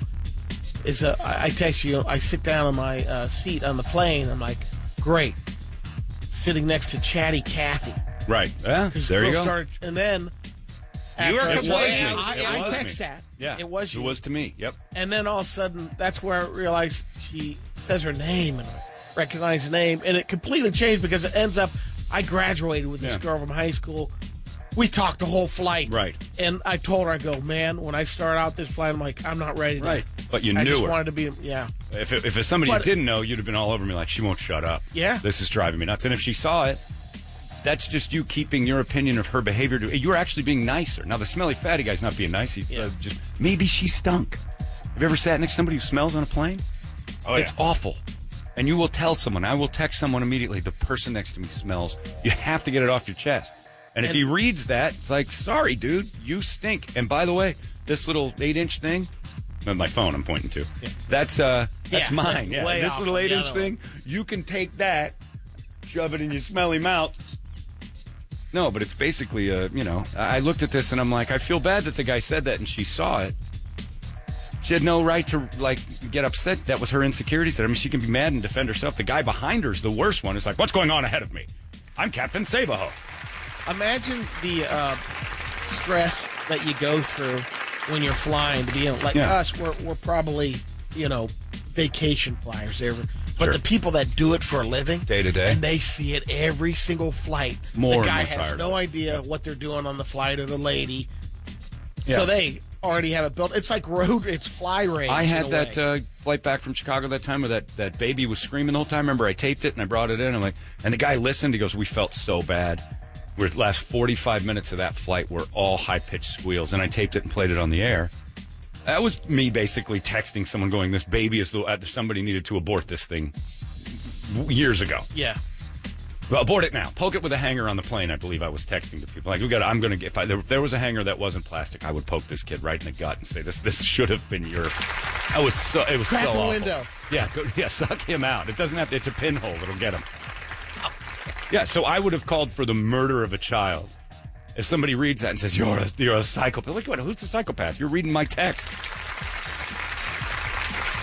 Is uh, I I text you. I sit down on my uh, seat on the plane. I'm like, great, sitting next to Chatty Cathy.
Right. Yeah,
'Cause
there you
girl
go.
started- and then
You were
after-
It was
complaining.
you.
I,
It
I
was
text
me.
that.
Yeah.
it was you.
It was to me. Yep.
And then all of a sudden, that's where I realized she says her name and I recognize the name, and it completely changed because it ends up I graduated with this
Yeah.
girl from high school. We talked the whole flight,
Right.
And I told her, I go, man, when I start out this flight, I'm like, I'm not ready, to,
Right. but you
I
knew
just
her.
wanted to be, yeah.
if, it, if it's somebody
But-
you didn't know, you'd have been all over me like, she won't shut up.
Yeah.
This is driving me nuts. And if she saw it, that's just you keeping your opinion of her behavior. To, you're actually being nicer. Now, the smelly fatty guy's not being nice. He,
Yeah.
uh, just Maybe she stunk. Have you ever sat next to somebody who smells on a plane?
Oh,
it's
yeah.
awful. And you will tell someone. I will text someone immediately. The person next to me smells. You have to get it off your chest. And, if
And-
he reads that, it's like, sorry, dude, you stink. And by the way, this little eight inch thing, no, my phone I'm pointing to, that's uh, that's
Yeah,
mine. Yeah,
way
this
off
little
of the
eight inch
other
thing, you can take that, shove it in your smelly mouth. No, but it's basically a you know. I I looked at this and I'm like, I feel bad that the guy said that and she saw it. She had no right to like get upset. That was her insecurities. I mean, she can be mad and defend herself. The guy behind her is the worst one. It's like, what's going on ahead of me? I'm Captain Sabaho.
Imagine the uh, stress that you go through when you're flying to be able, like
Yeah.
us, we're, we're probably, you know, vacation flyers. Ever. But
Sure.
the people that do it for a living,
Day to day.
and they see it every single flight.
More and
the guy
more
has
tired.
no idea what they're doing on the flight or the lady,
Yeah.
so they already have it built. It's like road, it's fly range.
I had
in a
that
way.
uh, flight back from Chicago that time where that, that baby was screaming the whole time. remember, I taped it and I brought it in. I'm like, and the guy listened. He goes, "We felt so bad. We're the last 45 minutes of that flight were all high pitched squeals." And I taped it and played it on the air. That was me basically texting someone going, "This baby is the uh, somebody needed to abort this thing years ago."
yeah.
Well, abort it now. Poke it with a hanger on the plane. I believe I was texting to people like, "We got. I'm going to get. If, I, if there was a hanger that wasn't plastic, I would poke this kid right in the gut and say, this this should have been your.' I was so. It was
Crack
so
the
awful.
window.
Yeah, go, yeah. Suck him out. It doesn't have. to. It's a pinhole that'll get him. Yeah. So I would have called for the murder of a child. If somebody reads that and says, "You're a, you're a psychopath," like what? Who's a psychopath? You're reading my text.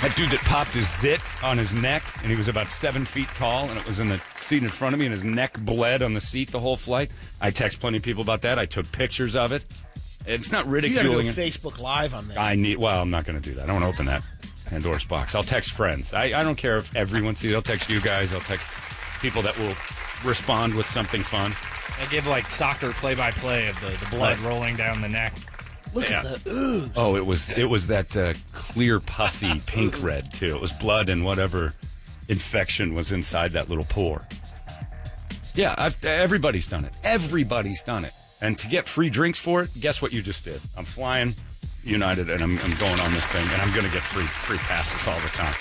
That dude that popped his zit on his neck, and he was about seven feet tall, and it was in the seat in front of me, and his neck bled on the seat the whole flight. I text plenty of people about that. I took pictures of it. It's not
You got to go
ridiculing. it.
Facebook Live on that.
I need. Well, I'm not going to do that. I don't want to open that Pandora's box. I'll text friends. I, I don't care if everyone sees. it. I'll text you guys. I'll text people that will respond with something fun.
I give like soccer play by play of the, the blood
Right.
rolling down the neck.
Look
yeah.
at the ooh.
Oh, it was it was that uh, clear pussy pink red too. It was blood and whatever infection was inside that little pore. Yeah, I've, everybody's done it. Everybody's done it. And to get free drinks for it, guess what you just did? I'm flying United, and I'm, I'm going on this thing, and I'm going to get free free passes all the time.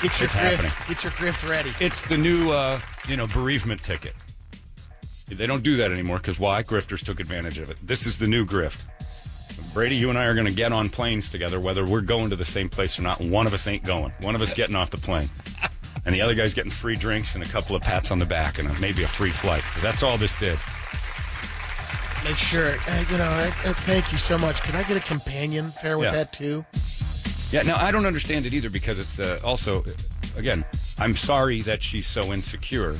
Get your grift.
It's happening.
Get your grift ready.
It's the new, uh, you know, bereavement ticket. They don't do that anymore because why? Grifters took advantage of it. This is the new grift. Brady, you and I are going to get on planes together, whether we're going to the same place or not. One of us ain't going. One of us getting off the plane, and the other guy's getting free drinks and a couple of pats on the back and a, maybe a free flight. 'Cause That's all this did.
Make sure. Uh, you know. Uh, uh, thank you so much. Can I get a companion fare with
Yeah.
that too?
Yeah, now I don't understand it either because it's uh, also, uh, again, I'm sorry that she's so insecure,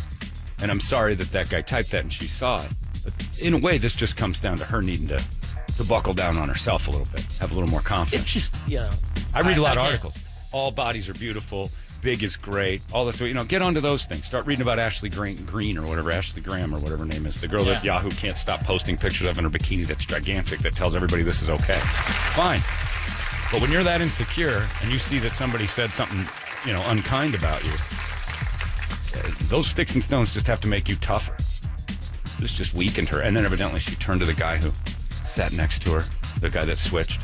and I'm sorry that that guy typed that and she saw it. But in a way, this just comes down to her needing to, to buckle down on herself a little bit, have a little more
It
confidence.
just you know.
I read a lot of
I- I-
articles. All bodies are beautiful. Big is great. All this, you know, get onto those things. Start reading about Ashley Green, Green or whatever Ashley Graham or whatever her name is, the girl that
Yeah.
Yahoo can't stop posting pictures of in her bikini that's gigantic that tells everybody this is okay. Fine, but when you're that insecure and you see that somebody said something, you know, unkind about you, uh, those sticks and stones just have to make you tougher. This just weakened her, and then evidently she turned to the guy who sat next to her, the guy that switched.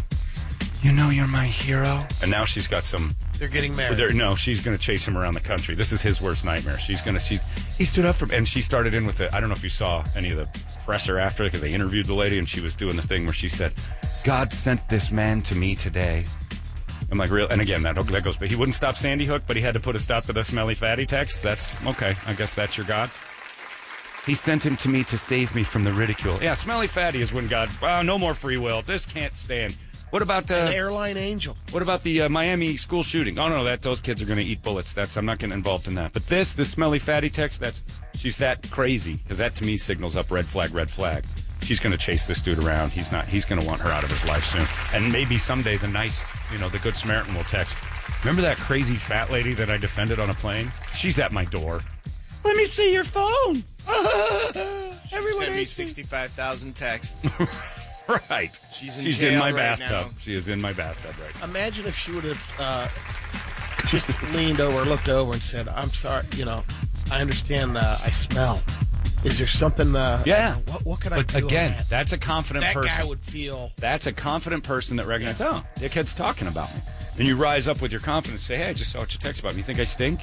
You know, you're my hero. And now she's got some.
They're getting married.
There, no, she's going to chase him around the country. This is his worst nightmare. She's going to. She's he stood up from and she started in with the. I don't know if you saw any of the presser after because they interviewed the lady and she was doing the thing where she said, "God sent this man to me today." I'm like, real, and again that that goes. But he wouldn't stop Sandy Hook, but he had to put a stop to the smelly fatty text. That's okay. I guess that's your God. He sent him to me to save me from the ridicule. Yeah, smelly fatty is when God. Wow, no more free will. This can't stand. What about uh,
An airline angel.
what about the uh, Miami school shooting? Oh no, that those kids are going to eat bullets. That's I'm not getting involved in that. But this, this smelly fatty text, that's she's that crazy because that to me signals up red flag, red flag. She's going to chase this dude around. He's not. He's going to want her out of his life soon. And maybe someday the nice, you know, the good Samaritan will text. Remember that crazy fat lady that I defended on a plane? She's at my door. Let me see your phone.
Everyone sent me 65,000 texts.
right.
She's in
She's
jail
in my
right
bathtub.
now.
She is in my bathtub right now.
Imagine if she would have uh, just leaned over, looked over, and said, "I'm sorry. You know, I understand. Uh, I smell. Is there something? Uh,
Yeah.
What, what could I
But
do on
again,
that?"
that's a confident
that
person.
guy would feel.
That's a confident person that recognizes, oh, dickhead's talking about me. And you rise up with your confidence, say, hey, I just saw what you text about me. You think I stink?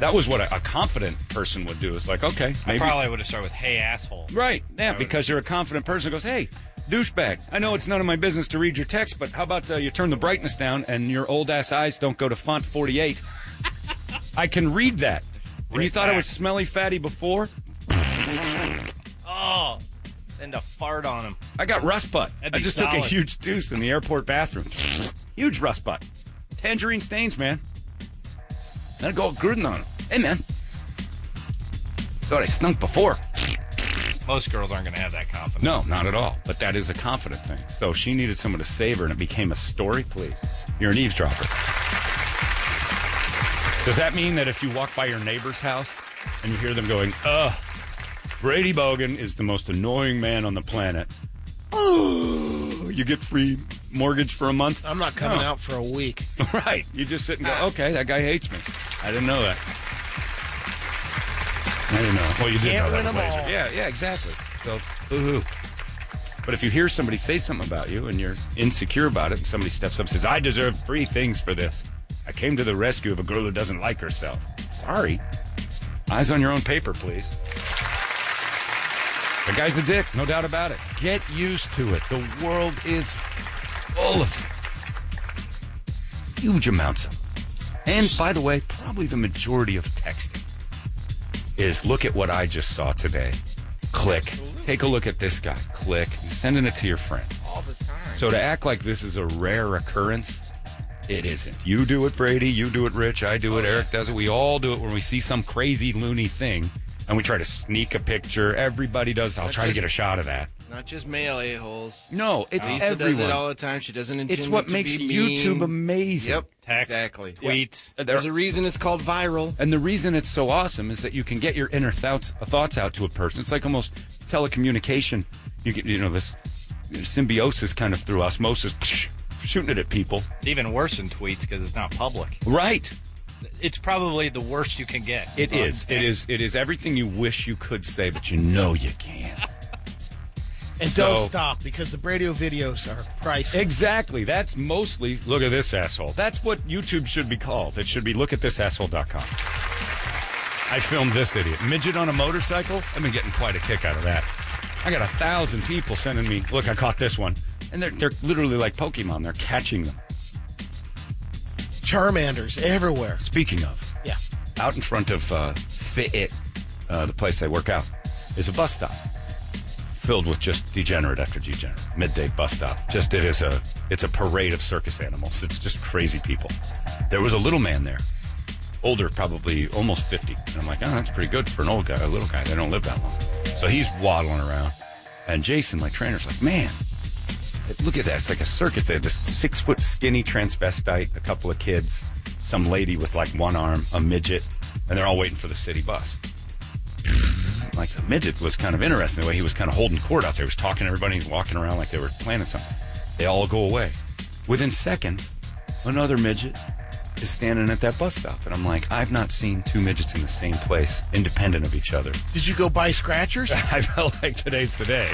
That was what a, a confident person would do. It's like, okay,
I
maybe.
probably would have started with "Hey, asshole."
right. Yeah, because you're a confident person who goes, hey, douchebag, I know it's none of my business to read your text, but how about uh, you turn the brightness down and your old ass eyes don't go to font 48? I can read that. And you
Right
thought I
back.
was smelly fatty before?
Oh, and a fart on him.
I got rust butt.
That'd
I
be
just took a
solid.
huge deuce in the airport bathroom. huge rust butt. Tangerine stains, man. Then I go all Gruden on him. Hey, man. Thought I stunk before.
Most girls aren't going to have that confidence.
No, not at all. But that is a confident thing. So she needed someone to save her, and it became a story, please. You're an eavesdropper. Does that mean that if you walk by your neighbor's house and you hear them going, ugh, Brady Bogan is the most annoying man on the planet, oh, you get free mortgage for a month?
I'm not coming
No.
out for a week.
Right. You just sit and go, okay, that guy hates me. I didn't know that. I didn't know. Well, you did
Can't
know
win
that.
'em
with Blazer.
all.
Yeah, yeah, exactly. So, boo-hoo. But if you hear somebody say something about you and you're insecure about it, and somebody steps up and says, I deserve three things for this. I came to the rescue of a girl who doesn't like herself. Sorry. Eyes on your own paper, please. The guy's a dick, no doubt about it. Get used to it. The world is full of huge amounts of. And by the way, probably the majority of texting is look at what I just saw today. Click. Take a look at this guy. Click. Sending it to your friend.
all the time.
So to act like this is a rare occurrence, it isn't. You do it, Brady. You do it, Rich. I do it. Eric does it. We all do it when we see some crazy loony thing and we try to sneak a picture. Everybody does. I'll try to
just-
get a shot of that.
Not just male a holes.
No, it's
Lisa does it
everyone.
all the time. She doesn't. Intend
it's what
to
makes
be
YouTube
mean.
amazing.
Yep.
Text,
Exactly.
Tweet.
Uh, There-
There's a reason it's called viral.
And the reason it's so awesome is that you can get your inner thoughts uh, thoughts out to a person. It's like almost telecommunication. You get you know this symbiosis kind of through osmosis, psh, shooting it at people.
It's even worse than tweets because it's not public.
Right.
It's probably the worst you can get.
It
on
is. It
text.
is. It is everything you wish you could say, but you know you can't.
And
So-
don't stop because the radio videos are priceless.
Exactly. That's mostly look at this asshole. That's what YouTube should be called. It should be look at this asshole.com. I filmed this idiot. Midget on a motorcycle? I've been getting quite a kick out of that. I got a thousand people sending me, look, I caught this one. And they're, they're literally like Pokemon. They're catching them.
Charmanders everywhere.
Speaking of,
Yeah.
out in front of uh, Fit It, uh, the place I work out, is a bus stop filled with just degenerate after degenerate. Midday bus stop. Just it is a it's a parade of circus animals. It's just crazy people. There was a little man there, older, probably almost fifty, and I'm like, oh, that's pretty good for an old guy, a little guy. They don't live that long. So he's waddling around, and Jason, my trainer's like, man. Look at that. It's like a circus. They had this six foot skinny transvestite, a couple of kids, some lady with like one arm, a midget, and they're all waiting for the city bus. Like the midget was kind of interesting the way he was kind of holding court out there. He was talking to everybody. He's walking around like they were planning something. They all go away. Within seconds, another midget is standing at that bus stop. And I'm like, I've not seen two midgets in the same place, independent of each other.
Did you go buy scratchers?
I felt like today's the day.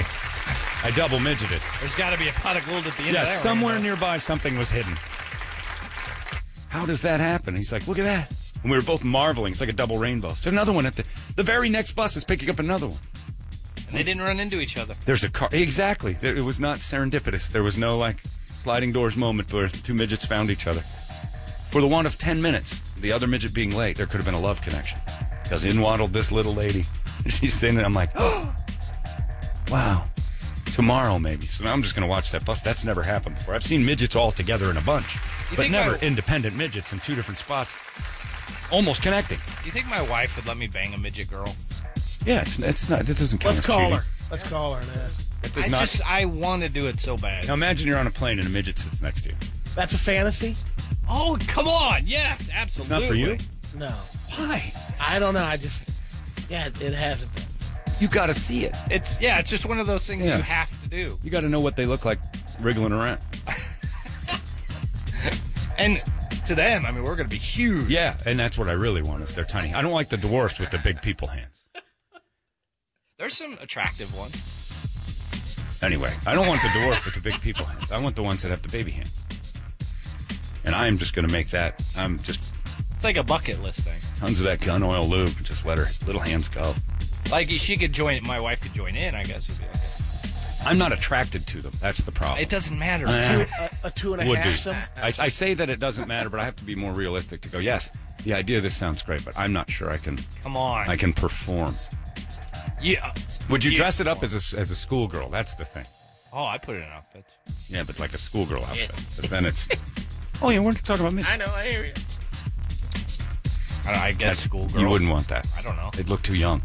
I double midgeted.
There's got to be a pot of gold at the end.
Yeah,
of that
somewhere
rainbow.
nearby something was hidden. How does that happen? He's like, look at that. And we were both marveling. It's like a double rainbow. There's another one at the the very next bus is picking up another one.
And they didn't run into each other.
There's a car. Exactly. There- It was not serendipitous. There was no like sliding doors moment where two midgets found each other. For the want of 10 minutes, the other midget being late, there could have been a love connection. Because in waddled this little lady. And she's sitting there. I'm like, oh, wow. Tomorrow, maybe. So now I'm just going to watch that bus. That's never happened before. I've seen midgets all together in a bunch, but
think
never
I-
independent midgets in two different spots, almost connecting.
Do you think my wife would let me bang a midget girl?
Yeah, it's, it's not, it doesn't count.
Let's
as
call
cheating.
her. Let's call her and ask.
It does
I
not-
just I want to do it so bad.
now imagine you're on a plane and a midget sits next to you.
That's a fantasy?
Oh come on! Yes,
It's not for
absolutely.
you.
No.
Why?
I don't know. I just, yeah, it hasn't been.
You got to see it.
It's yeah, it's just one of those things
Yeah.
you have to do.
You got to know what they look like wriggling around.
And to them, I mean, we're going to be huge.
Yeah, and that's what I really want is they're tiny. I don't like the dwarfs with the big people hands.
There's some attractive ones.
Anyway, I don't want the dwarf with the big people hands. I want the ones that have the baby hands. And I am just going to make that. I'm just
It's like a bucket list thing.
tons of that gun oil lube. and Just let her little hands go.
Like she could join, my wife could join in. I guess would be like
I'm not attracted to them. That's the problem.
it doesn't matter.
Eh,
A, a two and a
would be.
half. Some,
I, I say that it doesn't matter, but I have to be more realistic to go. Yes, the idea of this sounds great, but I'm not sure I can.
Come on,
I can perform.
yeah.
Would you
Yeah.
dress it up as a, as a schoolgirl? That's the thing.
Oh, I put it in outfits.
Yeah, but like a schoolgirl outfit. Because then it's. oh, yeah, we're talking about me.
I know. I hear you.
I, don't- I guess schoolgirl.
You wouldn't want that.
I don't know.
They'd look too young.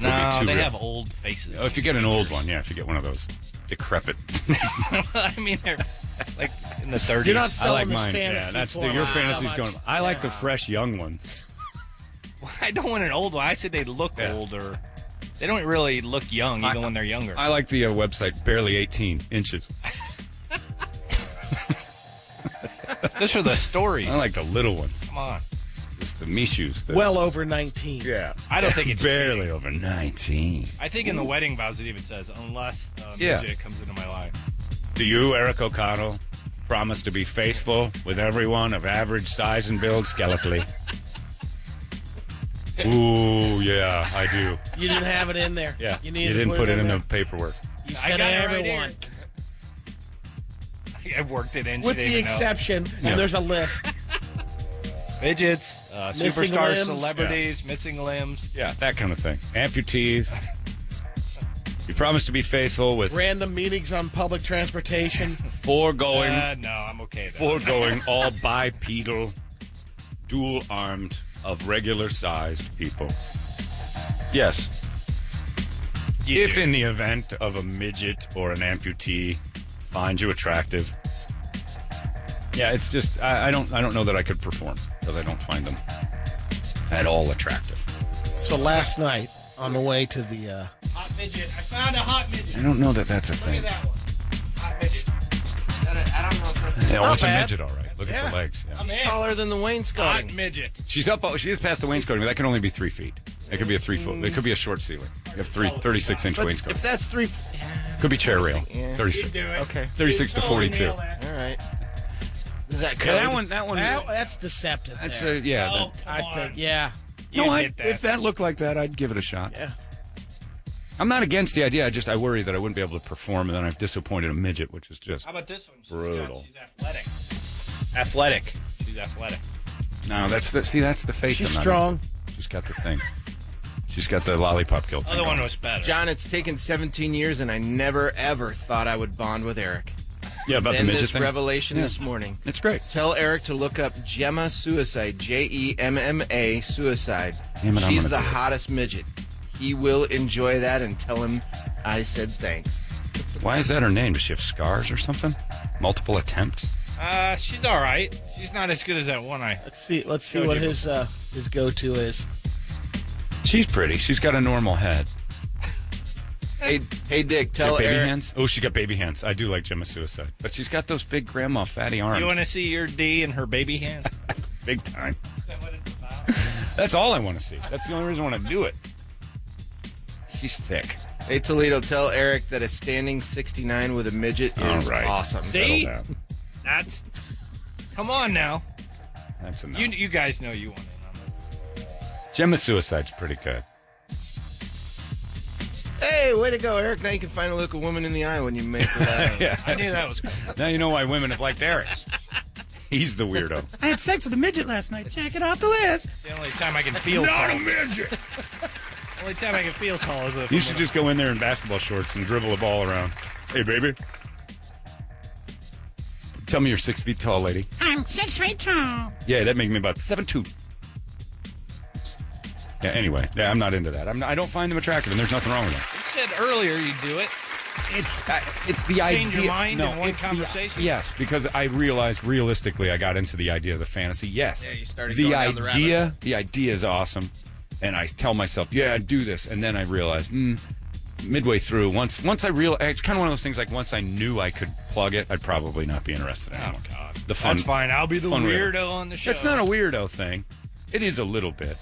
No,
too
they
real.
have old faces.
Oh, if you get an old one, yeah, if you get one of those decrepit.
I mean, they're like in the 30s.
you're not
I
selling
like
this
mine.
fantasy
Yeah, that's the,
for
your
me so
fantasy's
much.
going. I like the fresh young ones.
I don't want an old one. I said they look
Yeah.
older. They don't really look young, even when they're younger.
I like the uh, website barely 18 inches.
Those are the stories.
I like the little ones,
Come on.
just the Mishus. The,
Well over 19.
yeah,
I don't think it's
barely over 19.
I think in the wedding vows it even says, unless uh,
Yeah.
midget comes into my life.
Do you, Eric O'Connell, promise to be faithful with everyone of average size and build skeletally? Ooh, yeah, I do.
You didn't have it in there.
Yeah,
You, needed
you
to
didn't put it in
there.
the paperwork.
You said
got it right
everyone.
I worked it in. she
With
didn't
the
even know.
exception,
Yeah.
and there's a list.
midgets, uh,
Missing limbs.
superstars, celebrities, missing limbs.
Yeah, that kind of thing. Amputees. you promise to be faithful with
Random meetings on public transportation.
foregoing,
Uh, no, I'm okay. Then.
foregoing all bipedal, dual-armed, of regular-sized people. Yes,
You
if
do.
in the event of a midget or an amputee finds you attractive yeah it's just i, I don't i don't know that i could perform because i don't find them at all attractive
So last night, on the way to the, uh,
Hot midget. I found a hot midget.
i don't know that that's a
Look at
thing
that one. Hot midget. That- I don't know if that's
yeah well, it's a
bad.
midget all right look at the
Yeah.
legs yeah.
Man,
Taller than the wainscoting.
hot midget.
she's up oh, she's past the wainscoting but that can only be three feet it could be a three foot it could be a short ceiling you have three 36 inch
But
wainscoting
if that's three,
could be chair rail
Yeah.
36
okay,
36 to 42
Nail that.
all right. Is that code?
yeah, that one that one
that, that's deceptive.
that's
there.
a yeah that-
Oh,
I
come
think,
on.
yeah.
No, I,
hit that.
if that looked like that, I'd give it a shot.
Yeah.
I'm not against the idea. I just I worry that I wouldn't be able to perform, and then I've disappointed a midget, which is just
How about this one? She's got-
Brutal.
she's athletic.
athletic. She's athletic.
no. That's the, see, that's the face.
She's
I'm not
strong.
into. She's got the thing. She's got the lollipop guilt.
Other
thing
one
going.
was better.
John, it's taken 17 years, and I never ever thought I would bond with Eric.
yeah, about the
Then
midget
this
thing.
revelation this morning.
it's great.
Tell Eric to look up Gemma Suicide, J E M M A Suicide.
Damn it, I'm
She's
gonna
the
do it.
hottest midget. He will enjoy that and tell him I said thanks.
Why is that her name? Does she have scars or something? Multiple attempts.
Uh, she's all right. She's not as good as that one I.
Let's see. Let's see what his uh, his go-to is.
She's pretty. She's got a normal head.
Hey, hey, Dick, tell
Got baby
Eric.
hands. Oh, she got baby hands. I do like Gemma Suicide, but she's got those big grandma fatty arms.
You want to see your D and her baby hand?
big time. That's all I want to see. That's the only reason I want to do it. She's thick.
Hey, Toledo, tell Eric that a standing 69 with a midget
All
is
right.
awesome.
See? That's. Come on now.
That's enough.
You you guys know you want in on it.
Gemma Suicide's pretty good.
Hey, way to go, Eric. Now you can finally look a woman in the eye when you make her laugh.
I knew that was.
Now you know why women have liked Eric. He's the weirdo.
I had sex with a midget last night. Check it off the list.
The only time I can feel tall.
midget.
only time I can feel tall is if
You
I'm
should
gonna-
just go in there in basketball shorts and dribble a ball around. Hey, baby. Tell me you're six feet tall, lady.
I'm six feet tall.
Yeah, that makes me about seven two. Yeah. Anyway, yeah, I'm not into that. I'm not, I don't find them attractive, and there's nothing wrong with that.
You said earlier you do it.
It's uh, it's the
Change
idea.
your mind
no,
in one
it's the-
conversation?
yes, because I realized realistically, I got into the idea of the fantasy. Yes,
Yeah, you started
the
going down the rabbit
idea. The idea is awesome. and I tell myself, yeah, do this, and then I realize, mm, midway through, once once I real, it's kind of one of those things. Like once I knew I could plug it, I'd probably not be interested anymore.
Oh, God.
The fun-
That's fine. I'll be the
fun
weirdo
river.
on the show.
That's not a weirdo thing. It is a little bit.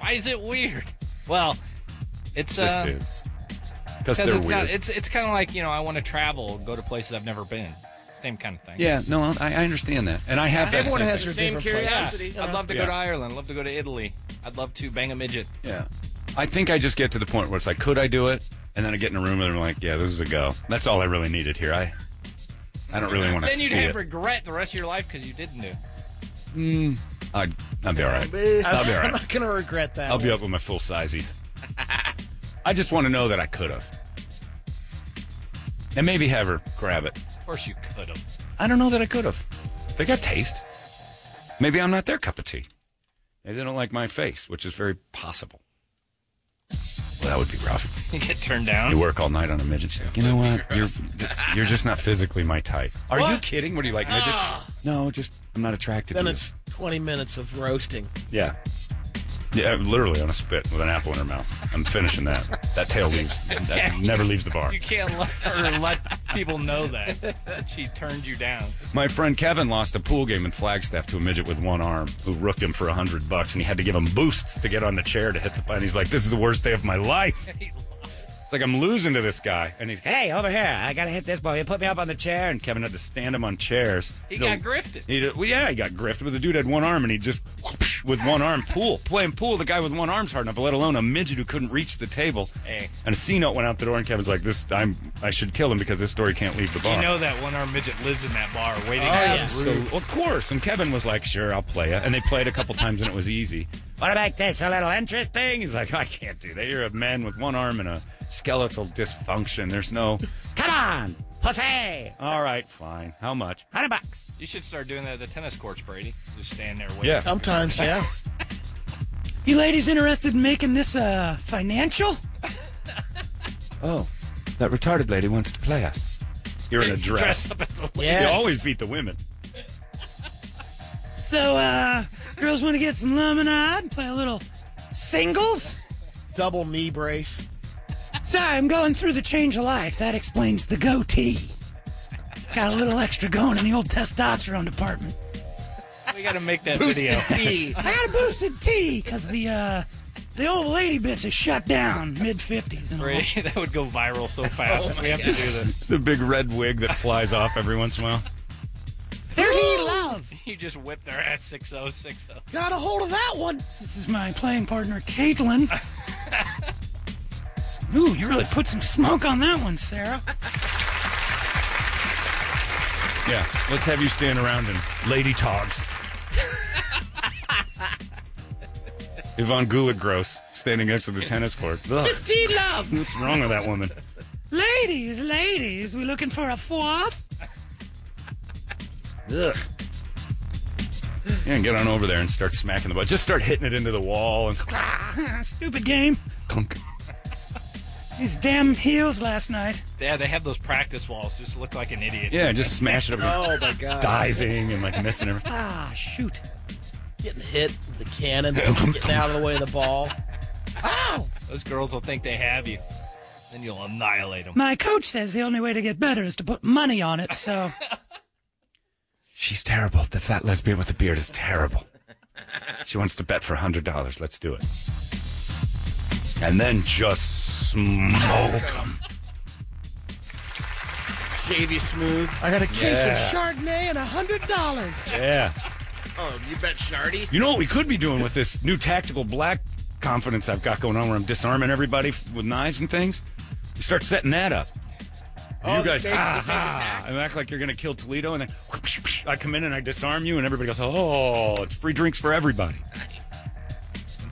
Why is it weird? Well, it's
Just
uh,
is. Because
Because
they're
it's
weird.
not. It's it's kind of like you know I want to travel, go to places I've never been. Same kind of thing.
yeah, no, I, I understand that, and I have that.
Everyone
same
has their
thing.
Same
different
curiosity.
places.
I'd love to
Yeah.
go to Ireland. I'd love to go to Italy. I'd love to bang a midget.
Yeah. I think I just get to the point where it's like, could I do it? And then I get in a room and I'm like, yeah, this is a go. That's all I really needed here. I I don't really want to
Then you'd
see
have
it.
regret the rest of your life because you didn't do.
Mm, I'd, I'd be all right. I'll
I'm,
be all
I'm
right.
not going to regret that.
I'll be
one.
up with my full sizes. I just want to know that I could have. And maybe have her grab it.
Of course you could have.
I don't know that I could have. They got taste. Maybe I'm not their cup of tea. Maybe they don't like my face, which is very possible. Well, that would be rough.
You get turned
You
down.
work all night on a midget. She's like, you know what? You're you're just not physically my type. Are you kidding? What do you like midgets? No, just I'm not attracted
Ah! Then
to
it's 20 minutes of roasting.
you. Yeah. Yeah, literally on a spit with an apple in her mouth. I'm finishing that. That tail leaves. That never leaves the bar.
You can't let her let people know that that she turned you down.
My friend Kevin lost a pool game in Flagstaff to a midget with one arm who rooked him for a hundred bucks, and he had to give him boosts to get on the chair to hit the. And he's like, "This is the worst day of my life." It's like I'm losing to this guy, and he's, "Hey, over here! I gotta hit this ball. You put me up on the chair." And Kevin had to stand him on chairs.
He
He'll-
got grifted.
He did- well, yeah, he got grifted, but the dude had one arm and he just whoosh, with one arm pool playing pool. The guy with one arm's hard enough, let alone a midget who couldn't reach the table.
Hey.
And a C note went out the door, and Kevin's like, "This, I'm, I should kill him because this story can't leave the bar."
You know that one armed midget lives in that bar
Oh,
Oh,
waiting.
So, of course. And Kevin was like, "Sure, I'll play it." And they played a couple times, and it was easy. What about this? A little interesting? He's like, "Oh, "I can't do that. You're a man with one arm and a skeletal dysfunction. There's no." Come on, pussy. All right, fine. How much? Hundred bucks.
You should start doing that at the tennis courts, Brady. Just stand there waiting.
Yeah.
Sometimes, yeah.
You ladies interested in making this uh, financial?
Oh, that retarded lady wants to play us. You're in a dress.
Dress up as a lady.
You
yes.
always beat the women.
So, uh, girls want to get some lemonade and play a little singles?
Double knee brace.
Sorry, I'm going through the change of life. That explains the goatee. Got a little extra going in the old testosterone department.
We got to make that video.
I got a boosted T because the uh, the old lady bitch is shut down mid fifties and all.
Brady, that would go viral so fast.
Oh,
we have to do this.
It's a big red wig that flies off every once in a while.
Thirty love.
You just whip their ass oh, 6060.
Got a hold of that one.
This is my playing partner, Caitlin. Ooh, you really put some smoke on that one, Sarah.
Yeah. Let's have you stand around and lady togs. Yvonne Gula Gross standing next to the tennis court. Ugh,
Fifteen love.
what's wrong with that woman?
Ladies, ladies, we looking for a fourth?
Ugh. Yeah, and get on over there and start smacking the butt. Just start hitting it into the wall and
Ah, Stupid game.
clunk.
These damn heels last night.
Yeah, they have those practice walls. Just look like an idiot.
Yeah, just smash it up.
Oh, my God.
Diving and like missing everything.
Ah, shoot.
Getting hit, with the cannon, getting out of the way of the ball.
Those girls will think they have you. Then you'll annihilate them.
My coach says the only way to get better is to put money on it, so.
She's terrible. The fat lesbian with the beard is terrible. She wants to bet for $100. Let's do it. And then just smoke them.
Shady smooth.
I got a case
Yeah.
of Chardonnay and $100.
Yeah.
Oh, you bet Shardy.
You know what we could be doing with this new tactical black confidence I've got going on where I'm disarming everybody f- with knives and things? We start setting that up.
Oh,
you
the
guys,
fake- the fake
ah,
attack.
and act like you're going to kill Toledo, and then whoosh, whoosh, I come in and I disarm you, and everybody goes, oh, it's free drinks for everybody.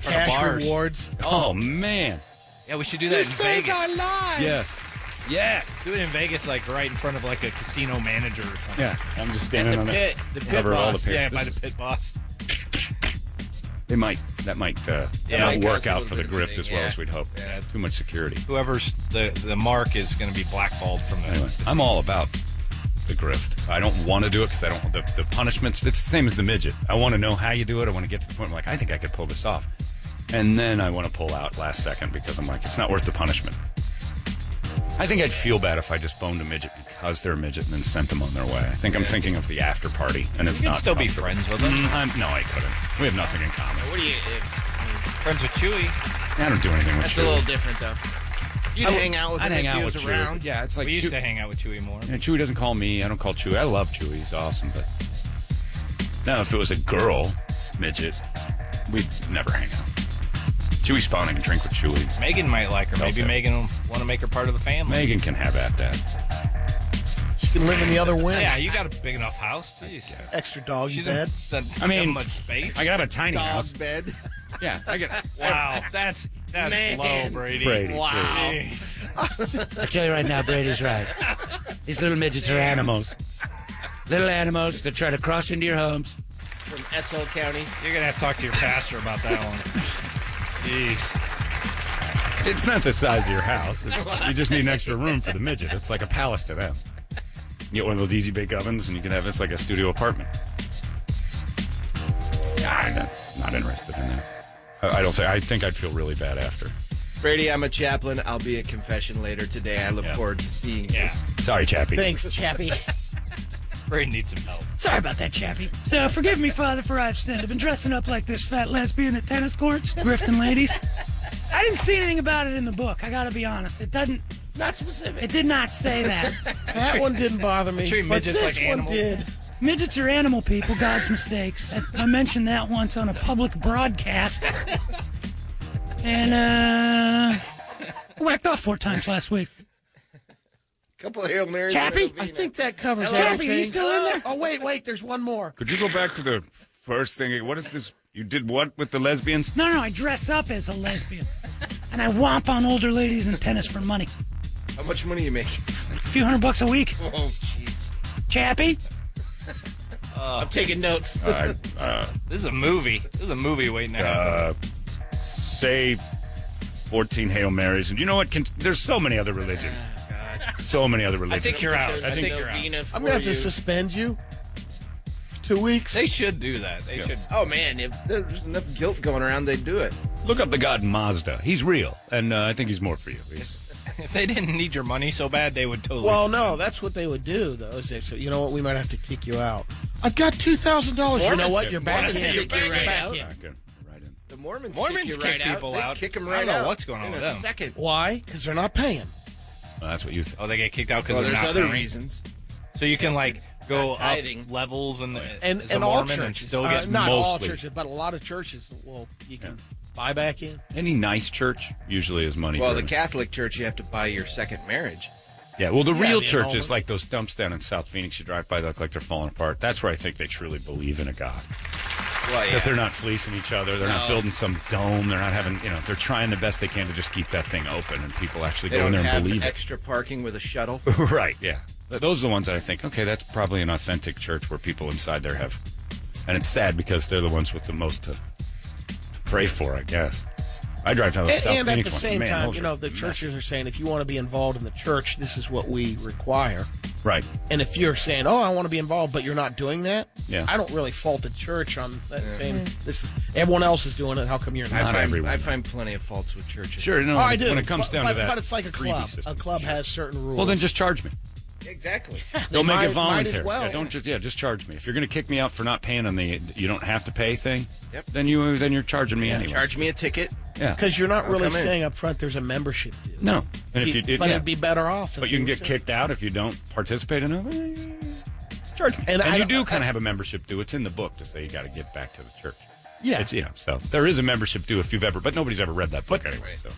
Cash
bars.
rewards.
Oh, man.
Yeah, we should do that in Vegas.
lives.
Yes. Yes.
Do it in Vegas, like right in front of like a casino manager or something.
Yeah, I'm just
At
standing
the
on
pit.
it.
The pit
Cover all the
boss.
pits.
Yeah,
This
by
is-
the pit boss.
They might. That might. Uh,
Yeah,
that
it
might
might
work
cause a
out
little
for the
bit of a
grift
thing,
as well
yeah.
as we'd hope.
Yeah.
Too much security.
Whoever's the, the mark is going to be blackballed from the.
Anyway, I'm all about the grift. I don't want to do it because I don't. The, the punishments. It's the same as the midget. I want to know how you do it. I want to get to the point where like I think I could pull this off. and then I want to pull out last second because I'm like, it's not worth the punishment. I think I'd feel bad if I just boned a midget because they're a midget and then sent them on their way. I think I'm thinking of the after party, and it's
You can
not.
still be
comfortable.
friends with them.
Mm, I'm- no, I couldn't. We have nothing in common.
What do you? If,
Friends with Chewy.
I don't do anything with
that's
you.
a little different though. You'd hang out with
I'd
him
hang
if
out
he
with
was
Chewy.
around.
Yeah, it's like
We used
Chew-
to hang out with Chewy more.
you know, Chewy doesn't call me. I don't call Chewy. I love Chewy. He's awesome. But now, if it was a girl midget, we'd never hang out. Chewy's fun. I can drink with Chewy.
Megan might like her. Maybe
Okay.
Megan will want to make her part of the family.
Megan can have at that.
She can live in the other wing.
Yeah, you got a big enough house. Jeez.
Extra dog
She
bed.
doesn't, doesn't
I mean,
have much space.
I can have a tiny
Dog
house.
bed.
Yeah, I can.
wow, that's that's
Man.
low, Brady.
Brady.
Wow.
Jeez.
I tell you right now, Brady's right. These little midgets are animals. Little animals that try to cross into your homes.
From Esol counties.
You're gonna have to talk to your pastor about that one. Jeez.
It's not the size of your house. It's, you just need an extra room for the midget. It's like a palace to them. You get one of those easy bake ovens, and you can have it's like a studio apartment. Ah, I'm not, not interested in that. I, I don't think. I think I'd feel really bad after.
Brady, I'm a chaplain. I'll be at confession later today. I look
Yeah.
forward to seeing you.
Yeah.
Sorry, Chappie.
Thanks, Chappie.
Brady needs some help.
Sorry about that, Chappie.
So forgive me, Father, for I've sinned. I've been dressing up like this fat lesbian at tennis courts, grifting ladies. I didn't see anything about it in the book. I gotta be honest. It doesn't.
Not specific.
It did not say that.
That one didn't bother me.
Treat
but
midgets
this
like
one
animals.
did.
Midgets are animal people. God's mistakes. I, I mentioned that once on a public broadcast, and uh, I whacked off four times last week.
couple of Hail Marys.
Chappie?
and a
I
Vina.
think that covers
Chappie,
everything.
he's still in there?
Oh wait, wait. There's one more.
Could you go back to the first thing? What is this? You did what with the lesbians?
No, no, I dress up as a lesbian, and I womp on older ladies in tennis for money.
How much money you make?
A few hundred bucks a week.
Oh, jeez.
Chappie,
I'm taking notes.
Uh, uh,
This is a movie. This is a movie waiting to happen.
uh, say 14 Hail Marys. And you know what? Can, there's so many other religions. So many other religions.
think you're out. I
There's a
think you're out.
novena for
I'm gonna have to
you.
suspend you. Two weeks.
They should do that. They should.
Oh man, if there's enough guilt going around, they'd do it.
Look up the god Mazda. He's real, and uh, I think he's more for you. He's,
If they didn't need your money so bad, they would totally.
well, no, that's what they would do, though. Is they say, you know what? We might have to kick you out. I've got two thousand dollars. You know
Mormons
what?
do.
You're back
Mormons
in.
do. You're
You're
back
back in.
not good. Right in.
The Mormons, kick,
Mormons
you right
kick people
out. They
out.
kick them
I
right
don't know
out
what's going on
in
with
a
them.
second.
Why? Because they're not paying.
Well, that's what you think.
Oh, they get kicked out because
Well,
they're
there's
not
other
married.
reasons.
So you can like go
Not tithing.
up levels and
And
as a
and all
Mormon
churches,
and still
uh,
get
not all
mostly.
churches, but a lot of churches. Well, you can buy back in.
Any nice church usually is money.
Well, the
driven.
Catholic Church, you have to buy your second marriage.
yeah. Well, the
Yeah,
real
the
church
annulment.
is like those dumps down in South Phoenix. You drive by, they look like they're falling apart. That's where I think they truly believe in a god
Well, yeah.
because they're not fleecing each other. They're not
No.
building some dome. They're not having you know. They're trying the best they can to just keep that thing open, and people actually
They
go in
don't
there and
have
believe it.
extra parking with a shuttle.
Right. Yeah. Th- Those are the ones that I think, okay, that's probably an authentic church where people inside there have. And it's sad because they're the ones with the most to, to pray for, I guess. I drive down the
And,
South
and at
Phoenix
the
one,
same
man,
time,
those
you
are
know, the
messy.
churches are saying if you want to be involved in the church, this is what we require.
Right.
And if you're saying, "Oh, I want to be involved," but you're not doing that,
Yeah.
I don't really fault the church on that same. This everyone else is doing it. How come you're
I
not?
Not
find
everyone.
I find plenty of faults with churches.
Sure. No,
oh, I do.
When it comes
but,
down
but,
to that.
but it's like a
freebie
club.
system.
A club has certain rules.
Well, then just charge me.
Exactly.
Don't make
might- might
it
as
voluntary.
well.
Yeah, don't just yeah, just charge me. If you're going to kick me out for not paying on the you don't have to pay thing,
Yep.
then you then you're charging me anyway.
Charge me a ticket.
yeah.
because you're not really
come in.
saying up front there's a membership due.
No. And if you did,
but
yeah.
it'd be better off. if
but you can
they
get
said-
kicked out if you don't participate enough.
Church, and,
and
I
you
don't-
do kind of have a membership due. It's in the book to say you got to give back to the church.
Yeah.
it's you know so there is a membership due if you've ever, but nobody's ever read that book anyway. So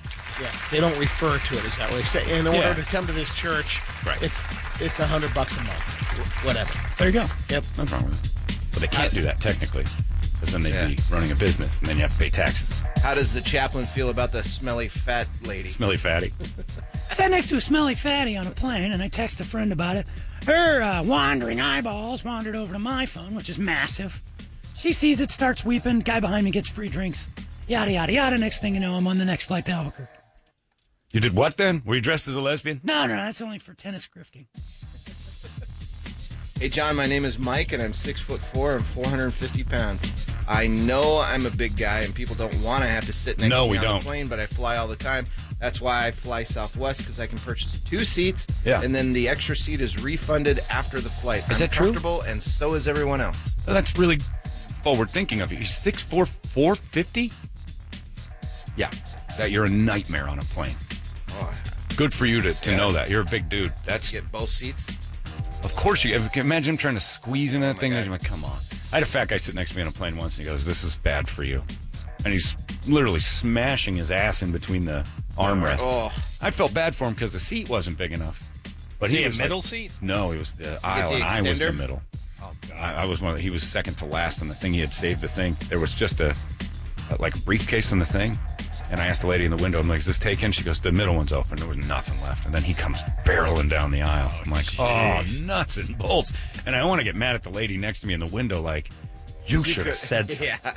Yeah, they don't refer to it as that way. Say, in order
Yeah.
to come to this church,
Right.
it's it's a hundred bucks a month, wh- whatever.
there you go.
Yep.
Nothing wrong with it. But they can't do that technically, because then they'd be running a business and then you have to pay taxes.
How does the chaplain feel about the smelly fat lady?
Smelly fatty.
sat next to a smelly fatty on a plane, and I text a friend about it. Her uh, wandering eyeballs wandered over to my phone, which is massive. She sees it, starts weeping. Guy behind me gets free drinks. Yada yada yada. Next thing you know, I'm on the next flight to Albuquerque.
You did what then? Were you dressed as a lesbian?
No, no, that's only for tennis grifting.
Hey John, my name is Mike, and I'm six foot four and 450 pounds. I know I'm a big guy, and people don't want to have to sit next to
No,
me
we
on
don't.
the plane, but I fly all the time. That's why I fly Southwest because I can purchase two seats,
Yeah.
and then the extra seat is refunded after the flight.
Is
I'm
that true?
Comfortable, and so is everyone else.
Well, that's really forward thinking of you. You're 6'4", 450? Yeah. That you're a nightmare on a plane.
Oh,
Good for you to, to know that. You're a big dude. That's
Get both seats. Oh
Of course you imagine him trying to squeeze in that thing. I'm like, come on. I had a fat guy sit next to me on a plane once and he goes, This is bad for you. And he's literally smashing his ass in between the armrests.
Oh.
I felt bad for him because the seat wasn't big enough. But
he a
was like-
middle seat?
No, he was the aisle,
the
and I was the
extender?
middle. I, I was one. Of the, he was second to last on the thing. He had saved the thing. There was just a, a like a briefcase on the thing, and I asked the lady in the window, "I'm like, is this taken?" She goes, "The middle one's open. There was nothing left." And then he comes barreling down the aisle. I'm like, "Oh, nuts and bolts!" And I want to get mad at the lady next to me in the window, like, "You should have said something.
Yeah.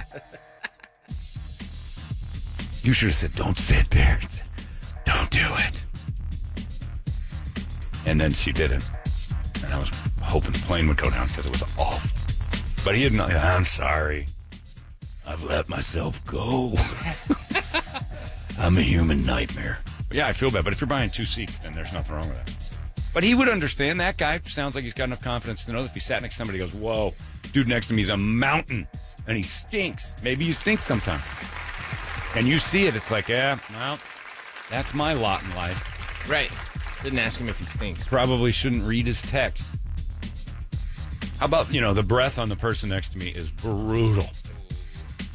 You should have said, don't sit there. Don't do it." And then she did it, and I was hoping the plane would go down because it was awful. But he didn't. I'm sorry. I've let myself go. I'm a human nightmare. Yeah, I feel bad. But if you're buying two seats, then there's nothing wrong with that. But he would understand. That guy sounds like he's got enough confidence to know that if he sat next to somebody, he goes, "Whoa, dude next to me is a mountain, and he stinks. Maybe you stink sometime." And you see it. It's like, yeah, well, that's my lot in life.
Right. Didn't ask him if he stinks.
Probably shouldn't read his text. How about you know the breath on the person next to me is brutal.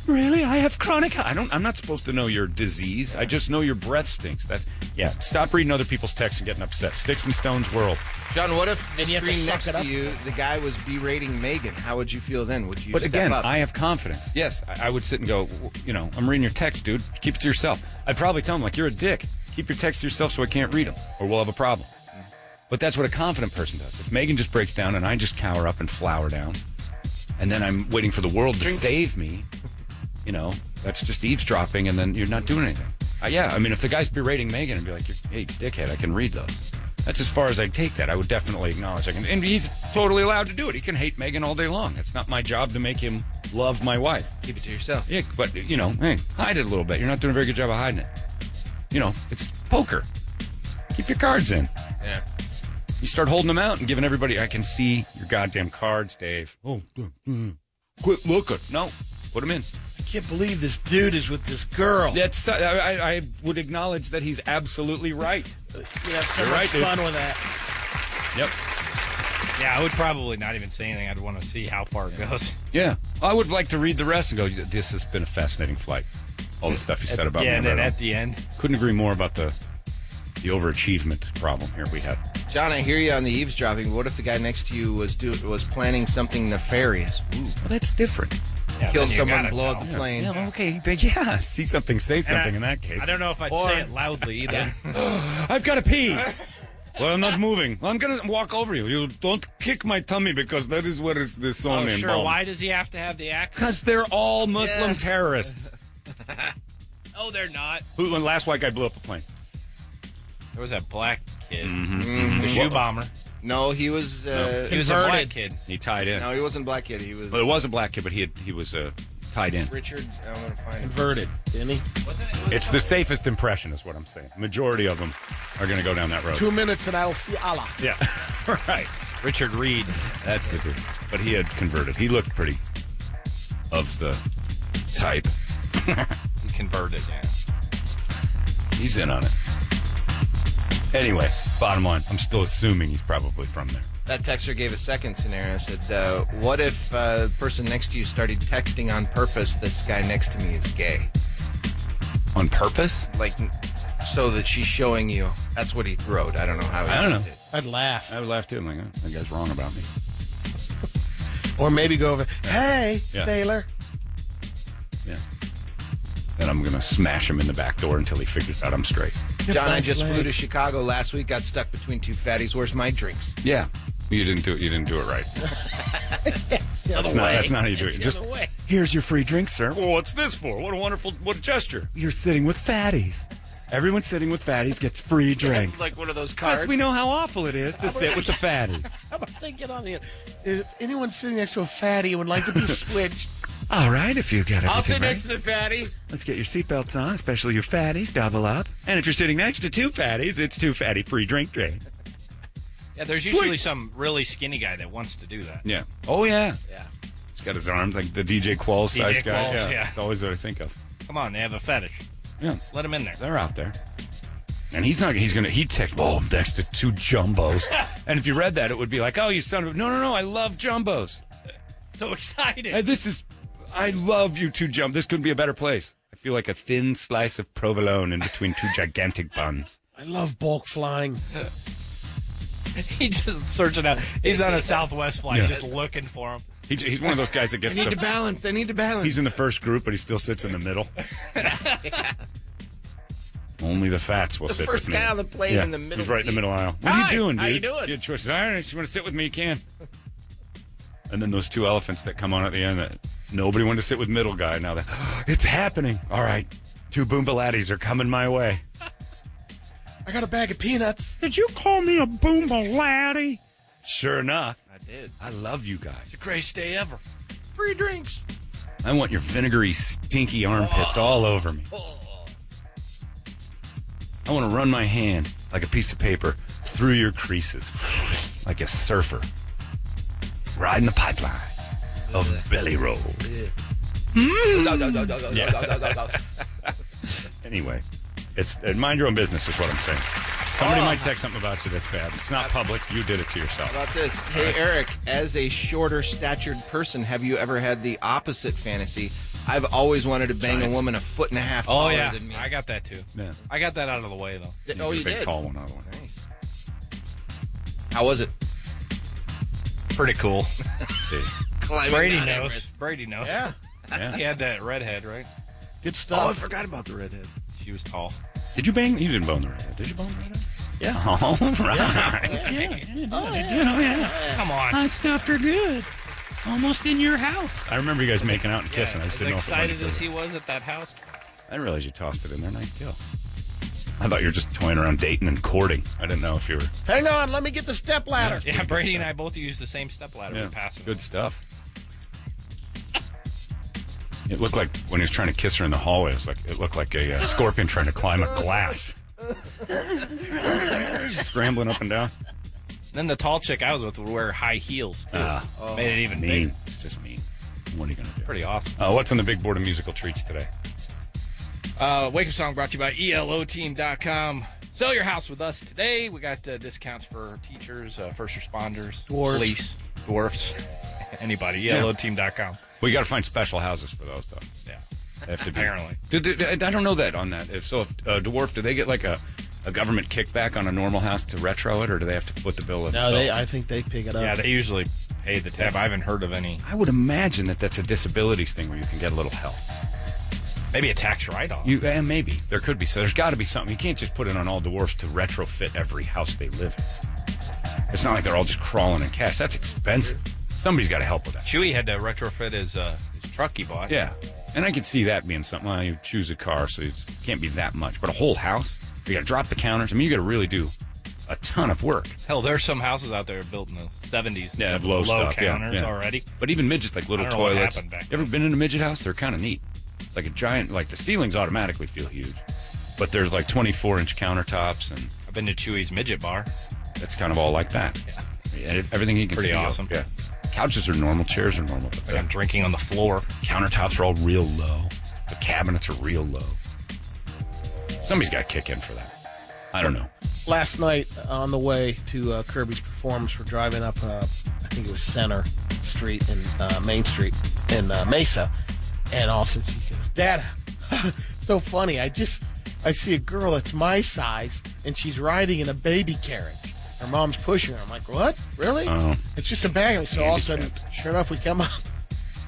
Really? I have chronic. I don't. I'm not supposed to know your disease. I just know your breath stinks. That's yeah. Stop reading other people's texts and getting upset. Sticks and stones world.
John, what if the
And you have to
screen
suck
next
it
to
up.
you, the guy was berating Megan? How would you feel then? Would you
But
step
again,
up?
I have confidence. Yes, I, I would sit and go. "W- You know, I'm reading your text, dude. Keep it to yourself. I'd probably tell him like you're a dick. Keep your text to yourself so I can't read them, or we'll have a problem. But that's what a confident person does. If Megan just breaks down and I just cower up and flower down, and then I'm waiting for the world to save me, you know, that's just eavesdropping, and then you're not doing anything. Uh, yeah, I mean, if the guy's berating Megan and be like, "Hey, dickhead, I can read those." That's as far as I'd take that. I would definitely acknowledge. I can, and he's totally allowed to do it. He can hate Megan all day long. It's not my job to make him love my wife.
Keep it to yourself.
Yeah, but you know, hey, hide it a little bit. You're not doing a very good job of hiding it. You know, it's poker. Keep your cards in.
Yeah.
You start holding them out and giving everybody, I can see your goddamn cards, Dave. Oh, quit looking. No, put them in.
I can't believe this dude is with this girl.
That's I, I, I would acknowledge that he's absolutely right.
You have so
You're
much
right, dude.
fun with that.
Yep.
Yeah, I would probably not even say anything. I'd want to see how far it goes.
Yeah. I would like to read the rest and go. This has been a fascinating flight. All the stuff you said about
yeah, and
me. right
then
on.
at the end,
Couldn't agree more about the the overachievement problem here we had.
John, I hear you on the eavesdropping. What if the guy next to you was do- was planning something nefarious? Ooh,
Well, that's different.
yeah,
kill
then you
someone,
gotta
blow up
tell.
the plane.
Yeah, okay. Yeah, see something, say
And I-
something. in that case,
I don't know if I'd
Or-
say it loudly either.
I've got to pee. Well, I'm not moving. Well, I'm gonna walk over you. You don't kick my tummy because that is where is the
Oh,
song
sure.
embalmed.
Why does he have to have the accent?
Because they're all Muslim terrorists.
Oh, they're not.
Who? When last white guy blew up a plane?
There was that black kid, the shoe bomber.
Mm-hmm. No, he was. Uh,
He was a black kid.
He tied in.
no, he wasn't black kid. He was
Well, it was a black kid, but he had, he was uh, tied in.
Richard. I'm gonna find him.
Inverted, didn't he?
It's the safest impression, is what I'm saying. Majority of them are going to go down that road.
Two minutes and I will see Allah.
Yeah, right.
Richard Reed.
That's the dude. But he had converted. He looked pretty of the type.
He converted. Yeah.
He's in on it. Anyway, bottom line, I'm still assuming he's probably from there.
That texter gave a second scenario. Said, uh, "What if uh, the person next to you started texting on purpose? This guy next to me is gay,
On purpose?
like, so that she's showing you." That's what he wrote. I don't know
Oh,
how he
I don't
wrote
know.
it.
I'd laugh.
I would laugh too. I'm like, oh, that guy's wrong about me.
Or maybe go over, hey,
Yeah.
sailor.
Yeah. And I'm going to smash him in the back door until he figures out I'm straight.
John, I
Nice
just flew
leg.
to Chicago last week. Got stuck between two fatties. Where's my drinks?
Yeah. You didn't do it. You didn't do it right. that's not. That's not how you do it. Just here's your free drink, sir. Well, what's this for? What a wonderful. What a gesture. You're sitting with fatties. Everyone sitting with fatties gets free drinks.
Like one of those
Because we know how awful it is to sit with the fatties.
How about they get on the If anyone sitting next to a fatty would like to be switched,
All right, if you got everything
I'll sit
right.
next to the fatty.
Let's get your seatbelts on, especially your fatties. Double up. And if you're sitting next to two fatties, it's two fatty free drink day.
Yeah, there's usually some really skinny guy that wants to do that.
Yeah. Oh, yeah.
Yeah.
He's got his arms like the DJ Qualls size
DJ
guy.
Qualls, yeah.
It's always what I think of.
Come on, they have a fetish.
Yeah.
Let him in there.
They're out there. And he's not, he's going to, he text, oh, I'm next to two jumbos. and if you read that, it would be like, oh, you son of a, no, no, no, I love jumbos.
So
Uh,
excited.
This is, I love you two jump. This couldn't be a better place. I feel like a thin slice of provolone in between two gigantic buns.
I love bulk flying.
He just searching out. He's on a Southwest flight, just looking for him.
He, j- he's one of those guys that
I
gets
need to
the,
balance. I need to balance.
he's in the first group, but he still sits in the middle. Only the fats will
The
sit
first
with me.
guy on the plane
Yeah,
in the middle
He's right in the
seat.
middle aisle. What are
Hi,
you doing, dude?
how you doing?
You had choices. All right, if you want to sit with me, you can. And then those two elephants that come on at the end that nobody wanted to sit with middle guy. Now that it's happening. All right, two boombaladdies are coming my way.
I got a bag of peanuts.
Did you call me a boombaladdy? Sure enough.
I did.
I love you guys.
Greatest day ever.
Free drinks.
I want your vinegary, stinky armpits all over me. I want to run my hand like a piece of paper through your creases, like a surfer riding the pipeline of belly rolls. Hmm.
Go, go, go, go, go, go, go, go, go, go.
Anyway, it's and mind your own business is what I'm saying. Somebody
Oh.
might text something about you that's bad. It's not public. You did it to yourself.
How about this? Hey, Eric, as a shorter statured person, have you ever had the opposite fantasy? I've always wanted to bang
Giants.
a woman a foot and a half
Oh,
taller
yeah.
than me.
I got that too.
Yeah.
I got that out of the way, though.
Th- oh,
did a
you
big
did.
tall one, other one.
Nice. How was it?
Pretty cool.
See,
Climbing
Brady
Mount
knows.
Everest.
Brady knows.
Yeah.
yeah.
He had that redhead, right?
Good
Oh, I
stuff.
forgot about the redhead.
She was tall.
Did you bang? You didn't bone the redhead. Did you bone the redhead? Yeah. All right.
Yeah, I did. I did. Oh, yeah.
Come on.
I stuffed her good. Almost in your house.
I remember you guys making out and
Yeah,
kissing. I just
as
didn't know if it went
excited as
further.
he was at that house.
I didn't realize you tossed it in there. Nice kill. I thought you were just toying around dating and courting. I didn't know if you were.
Hang on, let me get the step ladder.
Yeah, Brady and I both used the same stepladder yeah, passing.
Good stuff. It looked like when he was trying to kiss her in the hallway. It was like it looked like a uh, scorpion trying to climb a glass, scrambling up and down.
Then the tall chick I was with would wear high heels too. Oh.
Ah.
Uh, Made it even
Mean.
bigger.
It's just mean. What are you gonna do?
Pretty awesome.
Uh, what's on the big board of musical treats today?
Uh,
Wake Up Song brought to you by
E
ELOteam.com. Sell your house with us today. We got uh, discounts for teachers, uh, first responders,
Dwarfs.
police.
dwarfs. Anybody. Yellowteam.com.
We got to find special houses for those though.
Yeah.
They have to be.
Apparently.
Do- do- I don't know that on that. If so, if uh, dwarf, do they get like a, a government kickback on a normal house to retro it, or do they have to foot the bill?
No, they.
themselves?
I think they pick it up.
Yeah, they usually pay the tab. I haven't heard of any.
I would imagine that that's a disabilities thing where you can get a little help.
Maybe a tax write off.
You and maybe there could be. So there's got to be something. You can't just put it on all dwarfs to retrofit every house they live in. It's not like they're all just crawling in cash. That's expensive. Somebody's got to help with that.
Chewy had to retrofit his, uh, his truck he bought.
Yeah, and I could see that being something. Well, you choose a car, so it can't be that much. But a whole house, you got to drop the counters. I mean, you got to really do a ton of work.
Hell, there's some houses out there built in the 70s.
Yeah,
Some
low stuff, yeah,
counters
yeah.
already.
But even midgets, like little
I don't know what
toilets.
happened back
You ever been in a midget house? They're kind of neat. It's like a giant. Like the ceilings automatically feel huge, but there's like 24 inch countertops, and
I've been to Chewy's midget bar.
it's kind of all like that. Yeah. Everything you can
Pretty
see.
awesome.
Yeah. Couches are normal. Chairs are normal. But
Like I'm drinking on the floor.
countertops are all real low. The cabinets are real low. Somebody's got to kick in for that. I don't know.
Last night on the way to uh, Kirby's performance, we're driving up. Uh, I think it was Center Street and uh, Main Street in uh, Mesa, and also she goes, "Dad, so funny. I just I see a girl that's my size, and she's riding in a baby carriage." Her mom's pushing her. I'm like, what? Really?
Oh.
It's just a bag. So all of a sudden, sure enough, we come up,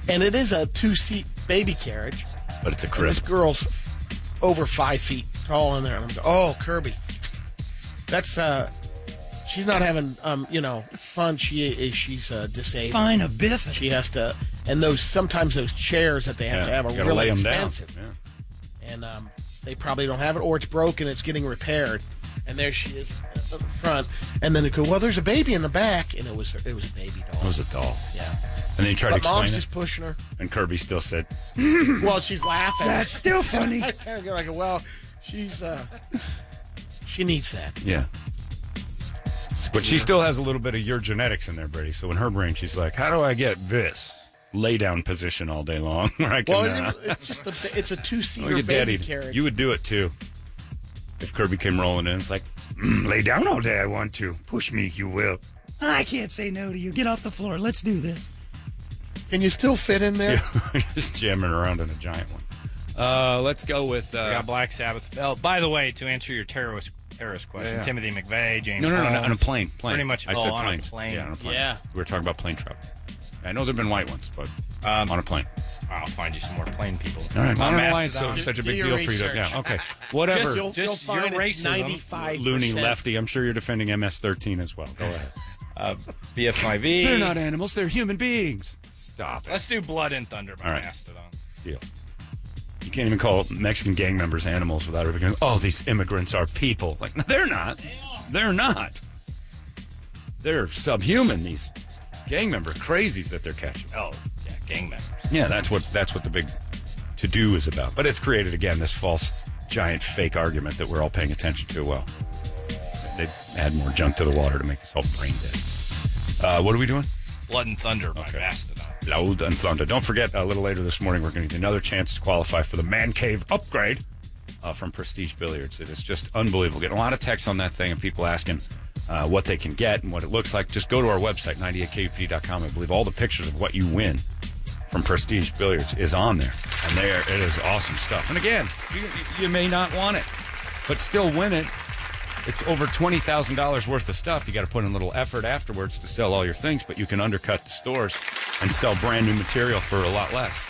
and it is a two-seat baby carriage.
But it's a
And This
crisp.
girl's over five feet tall in there. And I'm going, oh, Kirby. That's, uh, she's not having, um, you know, fun. She is, she's, uh, disabled.
Fine, a biff.
She has to, and those, sometimes those chairs that they have to have
you
are
gotta
really
lay 'em
expensive.
Down. Yeah.
And, um, they probably don't have it or it's broken. It's getting repaired. And there she is. uh, the front, and then they go, "Well, there's a baby in the back," and it was it was a baby doll.
It was a doll.
Yeah,
And then he tried to
but
explain
mom's
it,
just pushing her.
and Kirby still said,
Well, she's laughing.
That's still funny.
I kind of go like, "Well, she's uh, she needs that."
yeah. But she still has a little bit of your genetics in there, Brady. So in her brain, she's like, how do I get this lay down position all day long where I can
Well,
uh,
it- it's just a, it's a two
Oh,
seater
your
baby
daddy.
carriage.
You would do it too. If Kirby came rolling in, it's like, "Mm, lay down all day. I want to push me. You will.
I can't say no to you. Get off the floor. Let's do this.
Can you still fit in there?
Just jamming around in a giant one. Uh, let's go with.
We
Uh,
got Black Sabbath. Well, by the way, to answer your terrorist terrorist question, Timothy McVeigh, James.
no, no, no, no,
Holmes,
on a plane. Plane.
Pretty much.
I
oh,
said
on
planes.
a plane.
Yeah, on a plane.
Yeah.
We were talking about plane travel. I know there've been white ones, but
Um,
on a plane.
I'll find you some more plane people.
All right. I don't know why
Mastodon.
it's so, such a
Do
big
your
deal for you. To,
research.
yeah. Okay. Whatever.
Just-
You'll, you'll
your
find it's
racism.
ninety five
Loony lefty. I'm sure you're defending MS-13 as well. Go ahead.
Uh, BFMIV.
they're not animals. They're human beings. Stop it.
Let's do Blood and Thunder by
All right.
Mastodon.
deal. You can't even call Mexican gang members animals without it going, oh, these immigrants are people. Like, no, they're not. They're not. They're subhuman, these gang member crazies that they're catching.
Oh, yeah, gang members.
Yeah, that's what that's what the big to do is about. But it's created again this false giant fake argument that we're all paying attention to. Well, if they add more junk to the water to make us all brain dead. Uh, what are we doing?
Blood and Thunder by Mastodon.
Loud and Thunder. Don't forget, a little later this morning, we're going to get another chance to qualify for the Man Cave upgrade uh, from Prestige Billiards. It is just unbelievable. Getting a lot of texts on that thing and people asking uh, what they can get and what it looks like. Just go to our website, 98kp.com. I believe all the pictures of what you win from Prestige Billiards is on there. And there, it is awesome stuff. And again, you, you may not want it, but still win it. It's over twenty thousand dollars worth of stuff. You got to put in a little effort afterwards to sell all your things, but you can undercut the stores and sell brand new material for a lot less.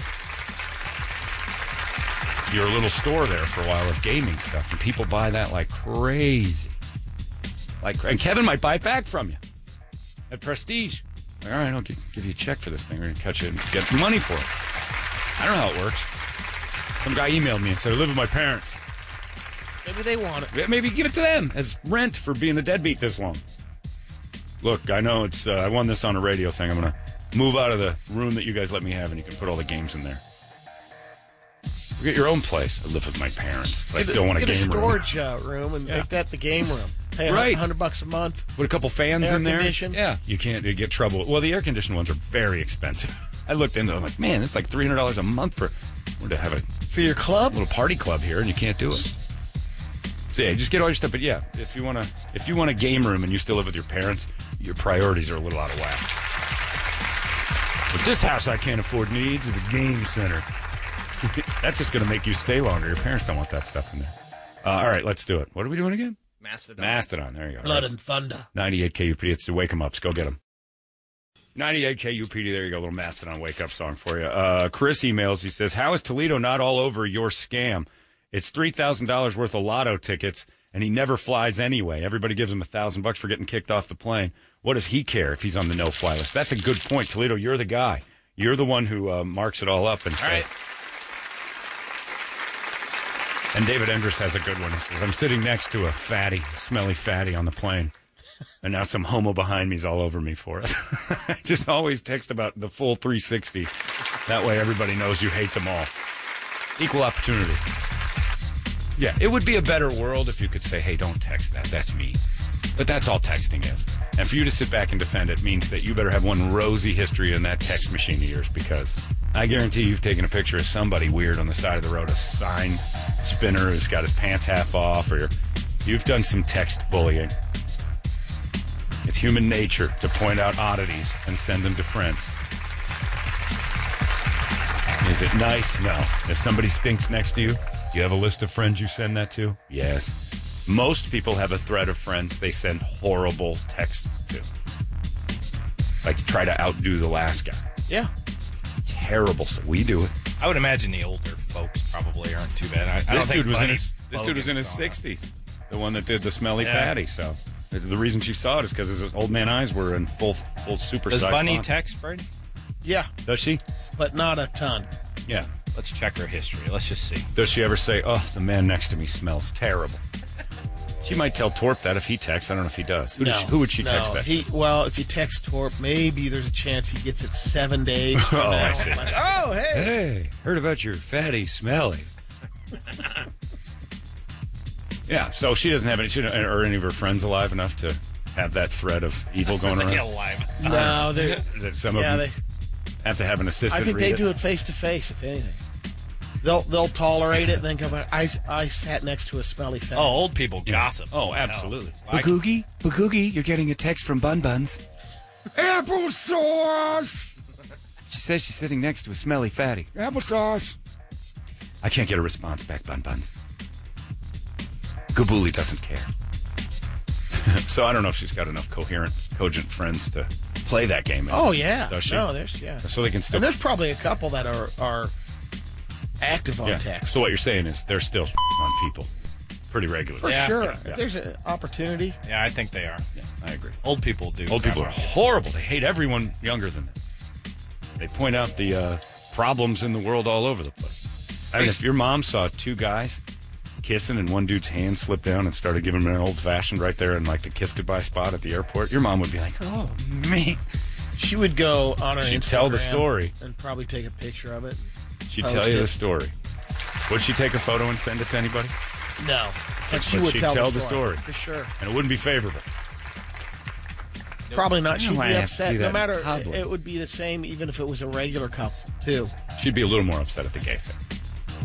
You're a little store there for a while of gaming stuff, and people buy that like crazy. Like, and Kevin might buy it back from you at Prestige. Like, all right, I'll give, give you a check for this thing. We're gonna cut you and get money for it. I don't know how it works. Some guy emailed me and said, "I live with my parents."
Maybe they want it.
Yeah, Maybe give it to them as rent for being a deadbeat this long. Look, I know it's. Uh, I won this on a radio thing. I'm gonna move out of the room that you guys let me have, and you can put all the games in there. You get your own place. I live with my parents. but I
Get
still want a
get
game room.
storage uh, room and make that the game room. Pay
Right.
right. hundred bucks a month.
Put a couple fans
Air
in there.
conditioned.
Yeah, you can't you get trouble. Well, the air conditioned ones are very expensive. I looked into. Them, I'm like, man, it's like three hundred dollars a month for. We're to have a
for your club.
little party club here, and you can't do it. So yeah, just get all your stuff. But yeah, if you want to, if you want a game room and you still live with your parents, your priorities are a little out of whack. But this house I can't afford needs is a game center. That's just going to make you stay longer. Your parents don't want that stuff in there. Uh, all right, let's do it. What are we doing again?
Mastodon.
Mastodon. There you go.
Blood and thunder.
98 KUPD. It's to wake 'em ups. Go get 'em. 98 KUPD. There you go. Little Mastodon wake up song for you. Uh, Chris emails. He says, How is Toledo not all over your scam? It's $3,000 worth of lotto tickets, and he never flies anyway. Everybody gives him a thousand bucks for getting kicked off the plane. What does he care if he's on the no fly list? That's a good point. Toledo, you're the guy. You're the one who uh, marks it all up and says,
right.
and David Endress has a good one. He says, I'm sitting next to a fatty, smelly fatty on the plane. And now some homo behind me's all over me for it. I just always text about the full 360. That way everybody knows you hate them all. Equal opportunity. Yeah, it would be a better world if you could say, hey, don't text that. That's me. But that's all texting is. And for you to sit back and defend it means that you better have one rosy history in that text machine of yours because I guarantee you've taken a picture of somebody weird on the side of the road, a sign spinner who's got his pants half off, or you've done some text bullying. It's human nature to point out oddities and send them to friends. Is it nice? No. If somebody stinks next to you, do you have a list of friends you send that to? Yes. Most people have a thread of friends they send horrible texts to. Like try to outdo the last guy.
Yeah.
Terrible. So we do it.
I would imagine the older folks probably aren't too bad. I, I
This
don't
dude
think
was in
Buddy
his this dude was in his
Logan's on.
sixties. The one that did the smelly
Yeah.
fatty. So the- the reason she saw it is because his old man eyes were in full full super.
Does
size
Bunny
font.
text Brady?
Yeah.
Does she?
But not a ton.
Yeah.
Let's check her history. Let's just see.
Does she ever say, "Oh, the man next to me smells terrible"? She might tell Torp that if he texts. I don't know if he does. Who,
no,
does she, who would she text
no,
that?
He, well, if you text Torp, maybe there's a chance he gets it seven days. from
Oh, I
now.
see.
Like,
Oh, hey.
Hey, heard about your fatty smelly. yeah, so she doesn't have any, she don't, or any of her friends alive enough to have that thread of evil going around.
no, they're,
That some
yeah,
of
they,
them have to have an assistant.
I think
read
they
it.
do it face to face, if anything. They'll they'll tolerate it, then come back. I, I sat next to a smelly fat.
Oh, old people gossip.
Oh, absolutely.
Bagoogie, Bagoogie, you're getting a text from Bun Buns.
Applesauce.
She says she's sitting next to a smelly fatty.
Applesauce. I can't get a response back, Bun Buns. Gabuli doesn't care. so I don't know if she's got enough coherent, cogent friends to play that game.
Oh, yeah.
Does she?
No, there's yeah.
So they can still
And there's probably a couple that are are active on text
So what you're saying is they're still on people pretty regularly.
for
Yeah,
sure.
yeah,
yeah.
If there's an opportunity,
Yeah, I think they are.
Yeah, I agree.
Old people do.
Old people are
gossip.
horrible. They hate everyone younger than them. They point out the uh, problems in the world all over the place. I mean, if your mom saw two guys kissing and one dude's hand slipped down and started giving him an old fashioned right there in like the kiss goodbye spot at the airport, your mom would be like, "Oh man."
she would go on her
She'd tell the
Instagram
story.
and probably take a picture of it.
She'd
Post
tell you
it.
the story. Would she take a photo and send it to anybody?
No, but she
But
would
she'd
tell,
tell
the,
the
story,
story.
for sure.
And it wouldn't be favorable.
Probably not. She'd
why I
be
have to
upset.
do that
No
in
matter,
public.
it, it would be the same even if it was a regular couple too.
She'd be a little more upset at the gay thing.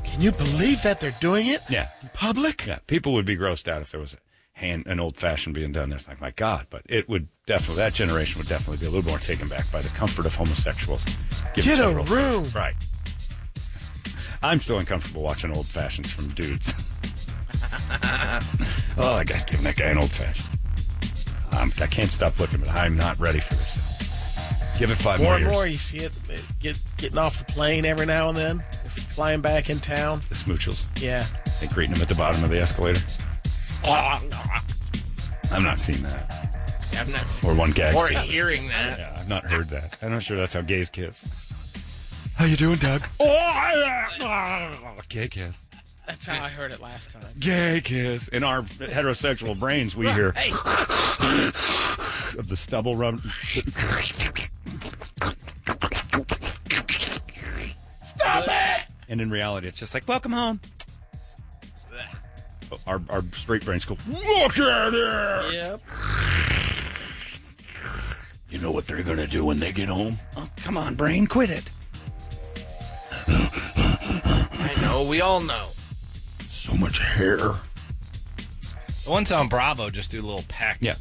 Can you believe that they're doing it?
Yeah.
in public.
Yeah, people would be grossed out if there was a hand, an old fashioned being done there. It's like, my God, but it would definitely, that generation would definitely be a little more taken back by the comfort of homosexuals. giving
Get a
several-
room.
Right. I'm still uncomfortable watching old fashions from dudes. oh, that guy's giving that guy an old fashioned. I'm, I can't stop looking, but I'm not ready for this. Give it five
More and
years.
more, you see it it get getting off the plane every now and then, flying back in town.
The smoochels.
Yeah,
They greeting him at the bottom of the escalator. I'm not seeing that.
I'm not
Or one gag.
or
standing.
hearing that.
Yeah, I've not heard that. I'm not sure that's how gays kiss.
How you doing, Doug?
Gay kiss.
Oh, uh, that's how I heard it last time.
Gay kiss. In our heterosexual brains, we hear of the stubble rub. Stop it! And in reality, it's just like, welcome home. Our, our straight brains go, look at it!
Yep.
You know what they're going to do when they get home?
Oh, come on, brain, quit it.
I know. We all know.
So much hair.
The ones on Bravo just do little pecks.
Yeah.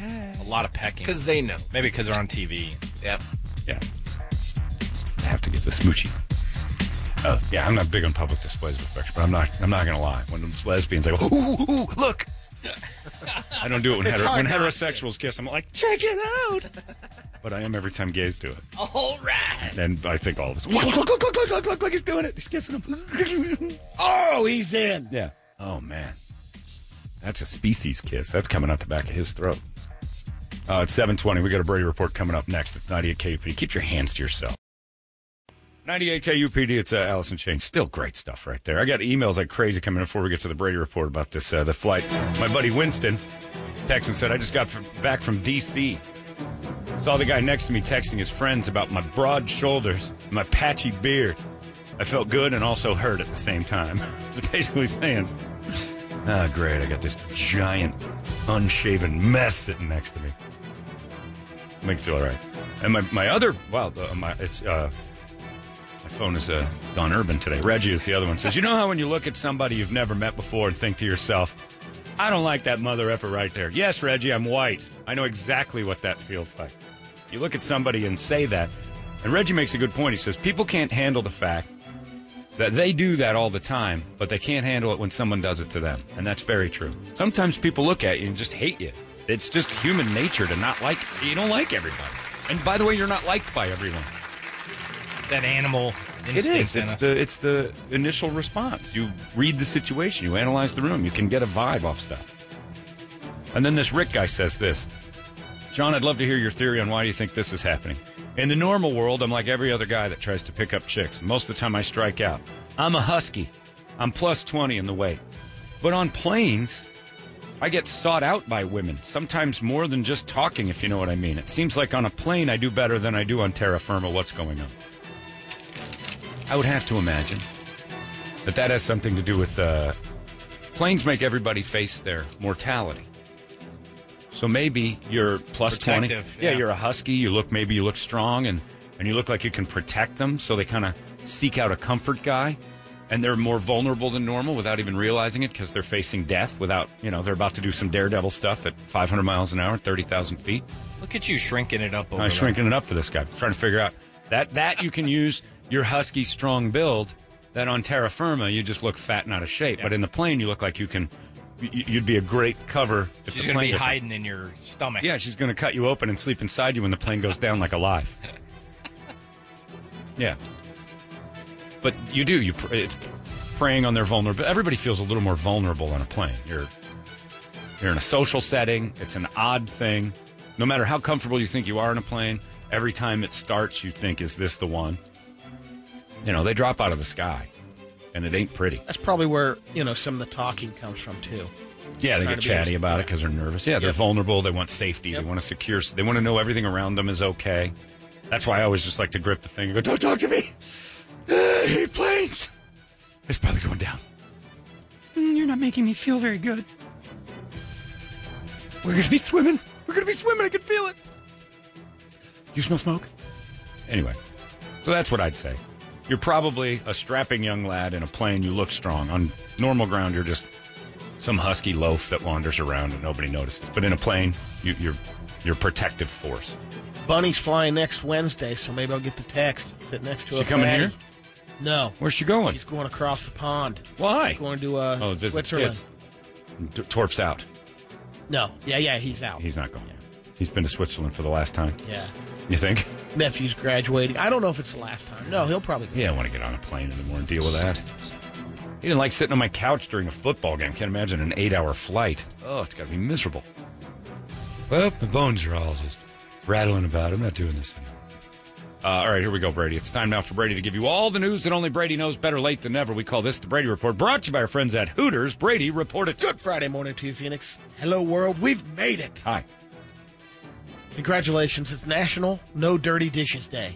A lot of pecking.
Because they know.
Maybe because they're on TV.
Yep.
Yeah. I have to get the smoochie. Uh, yeah, I'm not big on public displays of affection, but I'm not. I'm not gonna lie. When it's lesbians, I go, ooh, ooh, ooh, look. I don't do it when, hetero, when heterosexuals kiss. I'm like, check it out. But I am every time gays do it,
All right.
and I think all of us. Look, look, look, look, look, look, look, look he's doing it. He's kissing him.
Oh, he's in.
yeah. Oh man, that's a species kiss. That's coming out the back of his throat. Uh, it's 7:20. We got a Brady report coming up next. It's 98 KUPD. Keep your hands to yourself. 98 KUPD. It's uh, Allison Chain. Still great stuff right there. I got emails like crazy coming in before we get to the Brady report about this uh, the flight. My buddy Winston texted and said I just got from, back from DC. Saw the guy next to me texting his friends about my broad shoulders, and my patchy beard. I felt good and also hurt at the same time. so basically saying, Ah, great. I got this giant, unshaven mess sitting next to me. Make me feel all right. And my, my other, wow, the, my, it's, uh, my phone is uh, Don Urban today. Reggie is the other one. Says, you know how when you look at somebody you've never met before and think to yourself, I don't like that mother effer right there. Yes, Reggie, I'm white. I know exactly what that feels like. You look at somebody and say that. And Reggie makes a good point. He says, people can't handle the fact that they do that all the time, but they can't handle it when someone does it to them. And that's very true. Sometimes people look at you and just hate you. It's just human nature to not like, you don't like everybody. And by the way, you're not liked by everyone.
That animal instinct. in
It's
us.
the, it's the initial response. You read the situation, you analyze the room, you can get a vibe off stuff. And then this Rick guy says this John, I'd love to hear your theory on why you think this is happening. In the normal world, I'm like every other guy that tries to pick up chicks. Most of the time, I strike out. I'm a husky. I'm plus 20 in the weight. But on planes, I get sought out by women, sometimes more than just talking, if you know what I mean. It seems like on a plane, I do better than I do on terra firma. What's going on? I would have to imagine that that has something to do with uh, planes make everybody face their mortality. So maybe you're plus
Protective,
20. Yeah.
yeah.
you're a husky. You look maybe you look strong and and you look like you can protect them. So they kind of seek out a comfort guy, and they're more vulnerable than normal without even realizing it because they're facing death. Without you know they're about to do some daredevil stuff at 500 miles an hour, 30,000 feet.
Look at you shrinking it up over
I'm
there.
shrinking it up for this guy. trying to figure out that that you can use your husky strong build. That on terra firma you just look fat and out of shape, but in the plane you look like you can. you- You'd be a great cover. if
She's
the
going to
plane
be
goes down.
hiding in your stomach.
Yeah, she's going to cut you open and sleep inside you when the plane goes down like alive. Yeah. But you do. You pr- it's preying on their vulnerability. Everybody feels a little more vulnerable on a plane. You're you're in a social setting. It's an odd thing. No matter how comfortable you think you are in a plane, every time it starts, you think, "Is this the one?" You know, they drop out of the sky, and it ain't pretty.
That's probably where you know some of the talking comes from too.
Yeah, they
Trying
get
to be
chatty
as-
about it because they're nervous. Yeah, they're
Yep.
vulnerable. They want safety. They want to secure. They want to know everything around them is okay. That's why I always just like to grip the thing and go, "Don't talk to me." I hate planes. It's probably going down.
Mm, You're not making me feel very good.
We're gonna be swimming. We're gonna be swimming. I can feel it. You smell smoke? Anyway, so that's what I'd say. You're probably a strapping young lad in a plane. You look strong. On normal ground, you're just some husky loaf that wanders around and nobody notices. But in a plane, you, you're you're protective force.
Bunny's flying next Wednesday, so maybe I'll get the text. Sit next to
She
a
coming
fatty.
here?
No,
Where's she going?
she's going across the pond.
Why?
She's going to uh,
Oh, this
Switzerland.
is D- Torp's out.
No, yeah, yeah, he's out.
He's not going. He's been to Switzerland for the last time.
yeah,
You think?
nephew's graduating. I don't know if it's the last time. No, he'll probably go.
He didn't want to get on a plane anymore and deal with that. He didn't like sitting on my couch during a football game. Can't imagine an eight-hour flight. Oh, it's got to be miserable. Well, my bones are all just rattling about. I'm not doing this anymore. Uh, all right, here we go, Brady. It's time now for Brady to give you all the news that only Brady knows. Better late than never. We call this the Brady Report, brought to you by our friends at Hooters. Brady, report it.
Good Friday morning to you, Phoenix. Hello, world. We've made it.
Hi.
Congratulations. It's National No Dirty Dishes Day.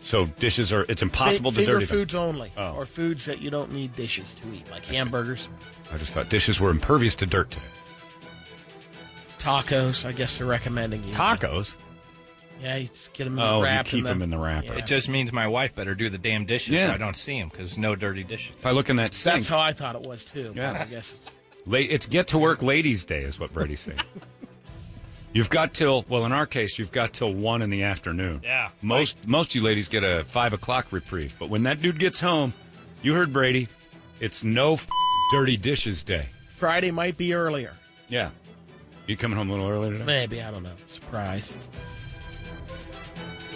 So dishes are. It's impossible
Fi-
to
finger
dirty them.
foods only,
Oh.
or foods that you don't need dishes to eat, like hamburgers,
I just thought dishes were impervious to dirt today.
tacos. I guess they're recommending you.
Tacos?
yeah, you just get them in
Oh,
the
you
wrap.
keep
and the-
them in the wrapper.
Yeah.
It just means my wife better do the damn dishes
Yeah.
so I don't see them because no dirty dishes.
If I look in that sink,
That's how I thought it was too.
Yeah.
but I guess it's,
la- it's get to work ladies' day, is what Brady's saying. you've got till well, in our case, you've got till one in the afternoon.
Yeah.
most most of you ladies get a five o'clock reprieve, but when that dude gets home, you heard Brady, it's no f- dirty dishes day.
Friday might be earlier.
Yeah, you coming home a little earlier today?
Maybe I don't know. Surprise,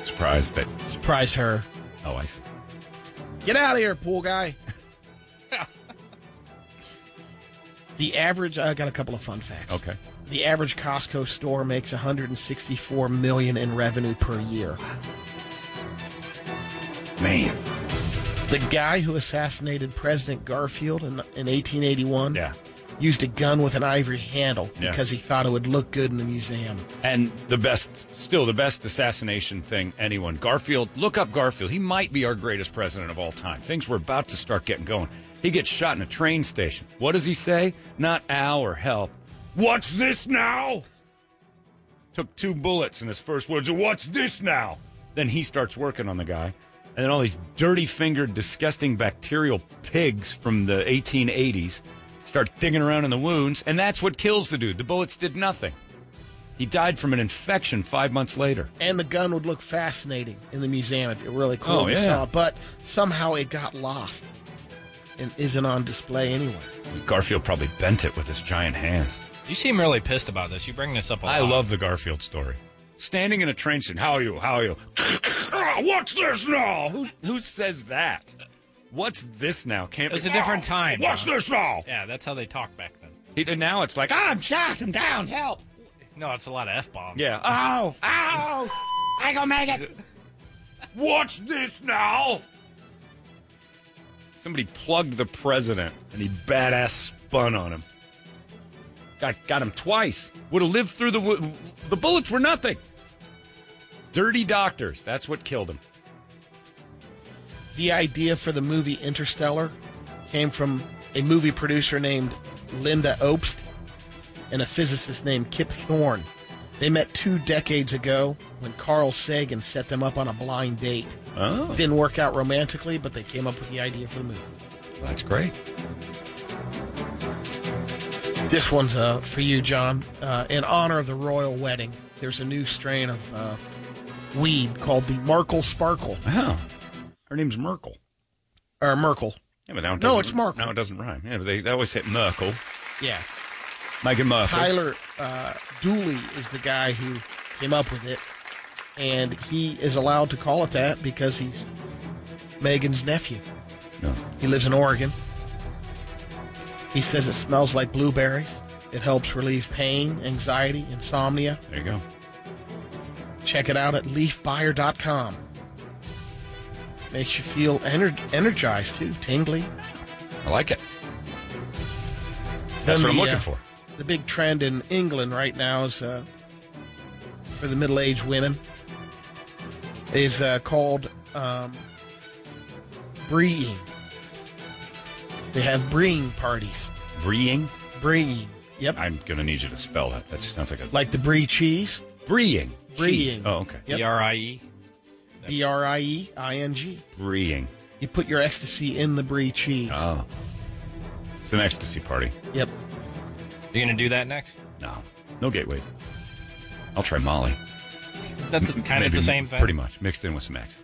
Surprised that?
surprise her.
Oh, I see.
Get out of here, pool guy. the average. I got a couple of fun facts.
Okay.
The average Costco store makes 164 million in revenue per year.
Man.
The guy who assassinated President Garfield in, in 1881
Yeah.
used a gun with an ivory handle
Yeah.
because he thought it would look good in the museum.
And the best, still the best assassination thing anyone. Garfield, look up Garfield. He might be our greatest president of all time. Things were about to start getting going. He gets shot in a train station. What does he say? Not ow or help. What's this now? Took two bullets in his first words. What's this now? Then he starts working on the guy. And then all these dirty fingered, disgusting bacterial pigs from the 1880s start digging around in the wounds. And that's what kills the dude. The bullets did nothing. He died from an infection five months later.
And the gun would look fascinating in the museum if it were really cool
Oh,
if you
yeah.
saw it. But somehow it got lost and isn't on display anywhere.
Garfield probably bent it with his giant hands.
You seem really pissed about this. You bring this up a lot.
I love the Garfield story. Standing in a train station, how are you? How are you? "Ah, What's this now? Who, who says that? What's this now? Can't
It was
be-
a different
"Ah,
time,
What's
huh?"
this now?
Yeah, that's how they talk back then.
He, and now it's like, "Ah, I'm shocked. I'm down. Help. Oh,
No, it's a lot of f bombs.
Yeah. Ow. Ow. I gonna make it. What's this now? Somebody plugged the president, and he badass spun on him. Got got him twice. Would have lived through the wo- the bullets were nothing. Dirty doctors. That's what killed him.
The idea for the movie Interstellar came from a movie producer named Linda Obst and a physicist named Kip Thorne. They met two decades ago when Carl Sagan set them up on a blind date.
Oh.
Didn't work out romantically, but they came up with the idea for the movie.
That's great.
This one's uh, for you, John. Uh, in honor of the royal wedding, there's a new strain of uh, weed called the Merkel Sparkle.
Oh. Her name's Merkel.
Or Merkel.
Yeah, but now it
No,
doesn't-
it's Merkel.
Now it doesn't rhyme. Yeah, but they, they always hit Merkel.
Yeah.
Megan Merkel.
Tyler uh, Dooley is the guy who came up with it, and he is allowed to call it that because he's Megan's nephew.
No.
He lives in Oregon. He says it smells like blueberries. It helps relieve pain, anxiety, insomnia.
There you go.
Check it out at leafbuyer.com. Makes you feel ener- energized too, tingly.
I like it.
Then
That's what I'm
the,
looking
uh,
for.
The big trend in England right now is uh, for the middle aged women is uh, called um, breeing. They have breeing parties.
Breeing.
Breeing. Yep.
I'm going to need you to spell that. That just sounds like a.
like the brie cheese.
Breeing.
Breeing.
Oh, okay.
Yep.
E R I E.
B R I E I N G.
Breeing.
You put your ecstasy in the brie cheese.
Oh. It's an ecstasy party.
Yep.
You gonna do that next?
No. No gateways. I'll try Molly.
That's kind of
Maybe
the same thing.
Pretty much. Mixed in with some X.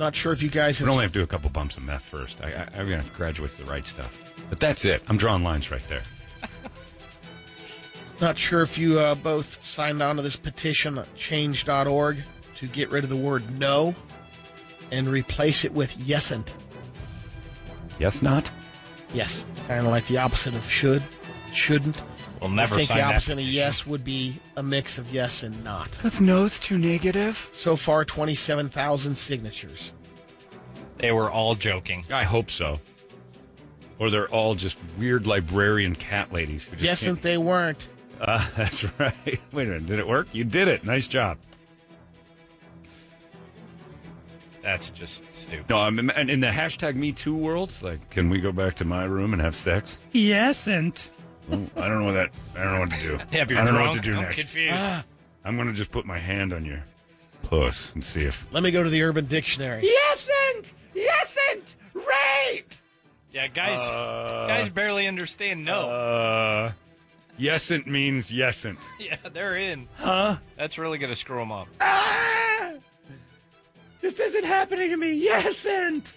Not sure if you guys
We
have
only have to do a couple bumps of meth first. I, I, I'm going to have to graduate to the right stuff. But that's it. I'm drawing lines right there.
Not sure if you uh, both signed on to this petition uh, at change.org to get rid of the word no and replace it with yesn't.
Yes, not?
Yes. It's kind of like the opposite of should, shouldn't.
We'll never
I think
sign
the
that
opposite of
petition.
yes would be a mix of yes and not.
That's no's too negative.
So far, 27,000 signatures.
They were all joking.
I hope so. Or they're all just weird librarian cat ladies. Who just
Yesn't
can't-
they weren't.
Uh, that's right. Wait a minute. Did it work? You did it. Nice job.
That's just stupid.
No, I'm, and in the hashtag Me Too worlds, like, can we go back to my room and have sex?
Yesn't.
I don't know what that. I don't know what to do.
Have your
I don't
drunk.
know what to do
I'm
next. Ah!
confused.
I'm gonna just put my hand on your puss and see if
Let me go to the Urban Dictionary.
Yesn't. Yesn't. Rape.
yeah, guys, guys barely understand. No,
uh, yesn't means yesn't.
yeah, they're in. Huh? That's really gonna screw them up.
This isn't happening to me. Yesn't.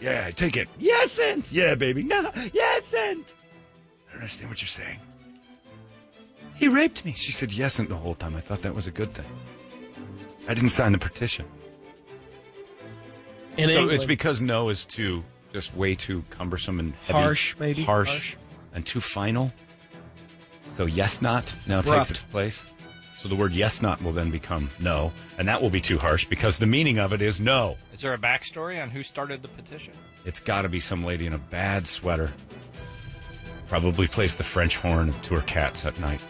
Yeah, take it.
Yesn't.
Yeah, baby. No,
Yesn't.
I don't understand what you're saying.
He raped me.
She said yesn't the whole time. I thought that was a good thing. I didn't sign the petition.
In
so
England,
it's because no is too just way too cumbersome and heavy.
Harsh, maybe?
harsh,
Harsh.
and too final. So yes, not now
Abrupt.
takes its place. So the word yes, not will then become no, and that will be too harsh because the meaning of it is no.
Is there a backstory on who started the petition?
It's got to be some lady in a bad sweater. Probably plays the French horn to her cats at night.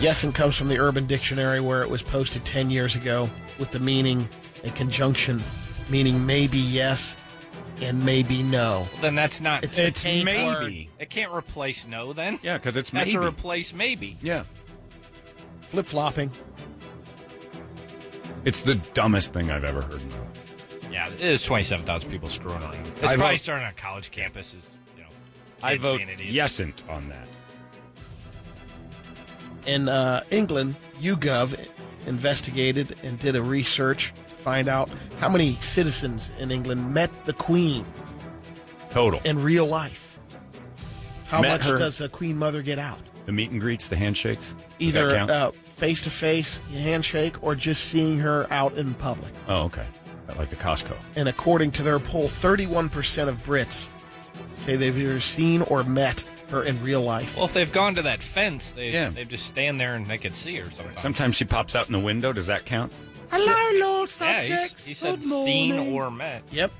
Yesn't comes from the Urban Dictionary where it was posted 10 years ago with the meaning a conjunction meaning maybe yes and maybe no.
Then that's not.
It's, the
It's
taint
maybe.
word.
it can't replace no. Then
Yeah, because it's
that's
maybe.
a replace maybe.
yeah,
flip-flopping.
it's the dumbest thing I've ever heard. About.
Yeah, it is twenty seven thousand people screwing around. It's
I
probably
vote-
starting on college campuses. You know,
I
kids
vote
being idiots.
yesn't on that.
In uh, England, YouGov investigated and did a research to find out how many citizens in England met the Queen
Total.
in real life. How
Met
much
her.
does the Queen Mother get out?
The meet and greets, the handshakes. Does that
Either
count?
uh, face-to-face handshake or just seeing her out in public.
oh, okay. Like the Costco.
Oh.
And according to their poll, 31% of Brits say they've either seen or met her in real life.
Well, if they've gone to that fence, they
Yeah.
they just stand there and they can see her sometimes.
Sometimes she pops out in the window. Does that count?
Hello, Lord
yeah, he's-
subjects.
he said
Good morning.
seen or met.
yep.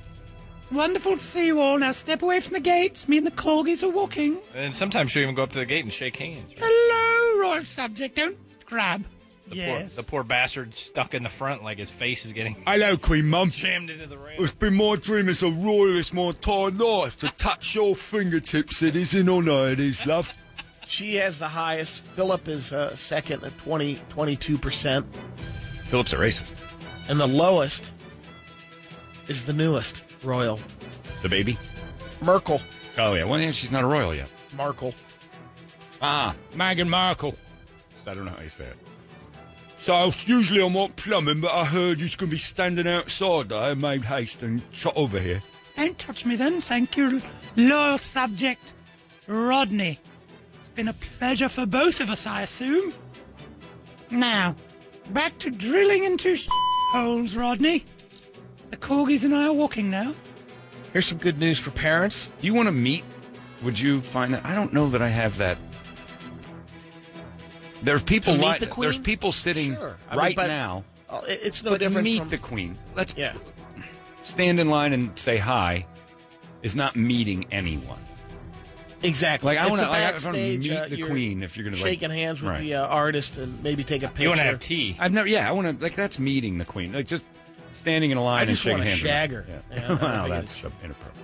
Wonderful to see you all. Now step away from the gates. Me and the corgis are walking.
And sometimes she'll even go up to the gate and shake hands. right?
Hello, royal subject. Don't grab.
The,
yes.
poor, the poor bastard stuck in the front like his face is getting
Hello, Queen Mum.
jammed into the rail.
It's been my dream as a royalist my entire life to touch your fingertips. It is an honour, it is, love.
She has the highest. Philip is uh, second at 20, 22%.
Philip's a racist.
And the lowest is the newest royal,
The baby?
Merkel.
Oh, yeah. Well, yeah, she's not a royal yet.
Markle.
Ah, Meghan Markle. I don't know how you say it. So usually I'm not plumbing, but I heard you're going to be standing outside there and made haste and shot over here.
Don't touch me then. Thank you, loyal subject Rodney. It's been a pleasure for both of us, I assume. Now, back to drilling into holes, Rodney. The corgis and I are walking now.
Here's some good news for parents.
Do you want to meet? Would you find that? I don't know that I have that. There's people
To meet
li-
the queen?
There's people sitting
Sure. I mean,
right
but-
now.
Uh, it- it's no
but
different.
meet
from-
the queen. Let's
yeah.
stand in line and say hi. Is not meeting anyone.
Exactly.
Like, I
It's
wanna-
a
like, I wanna
backstage,
meet
uh,
the
you're
queen if you're gonna, like-
shaking hands with
right.
the uh, artist and maybe take a picture.
You want to have tea?
I've never. Yeah, I want to. Like that's meeting the queen. Like just standing in a line
I just
and shaking
wanna
hands.
shag her.
Yeah.
Yeah, I don't
wow,
think
that's inappropriate.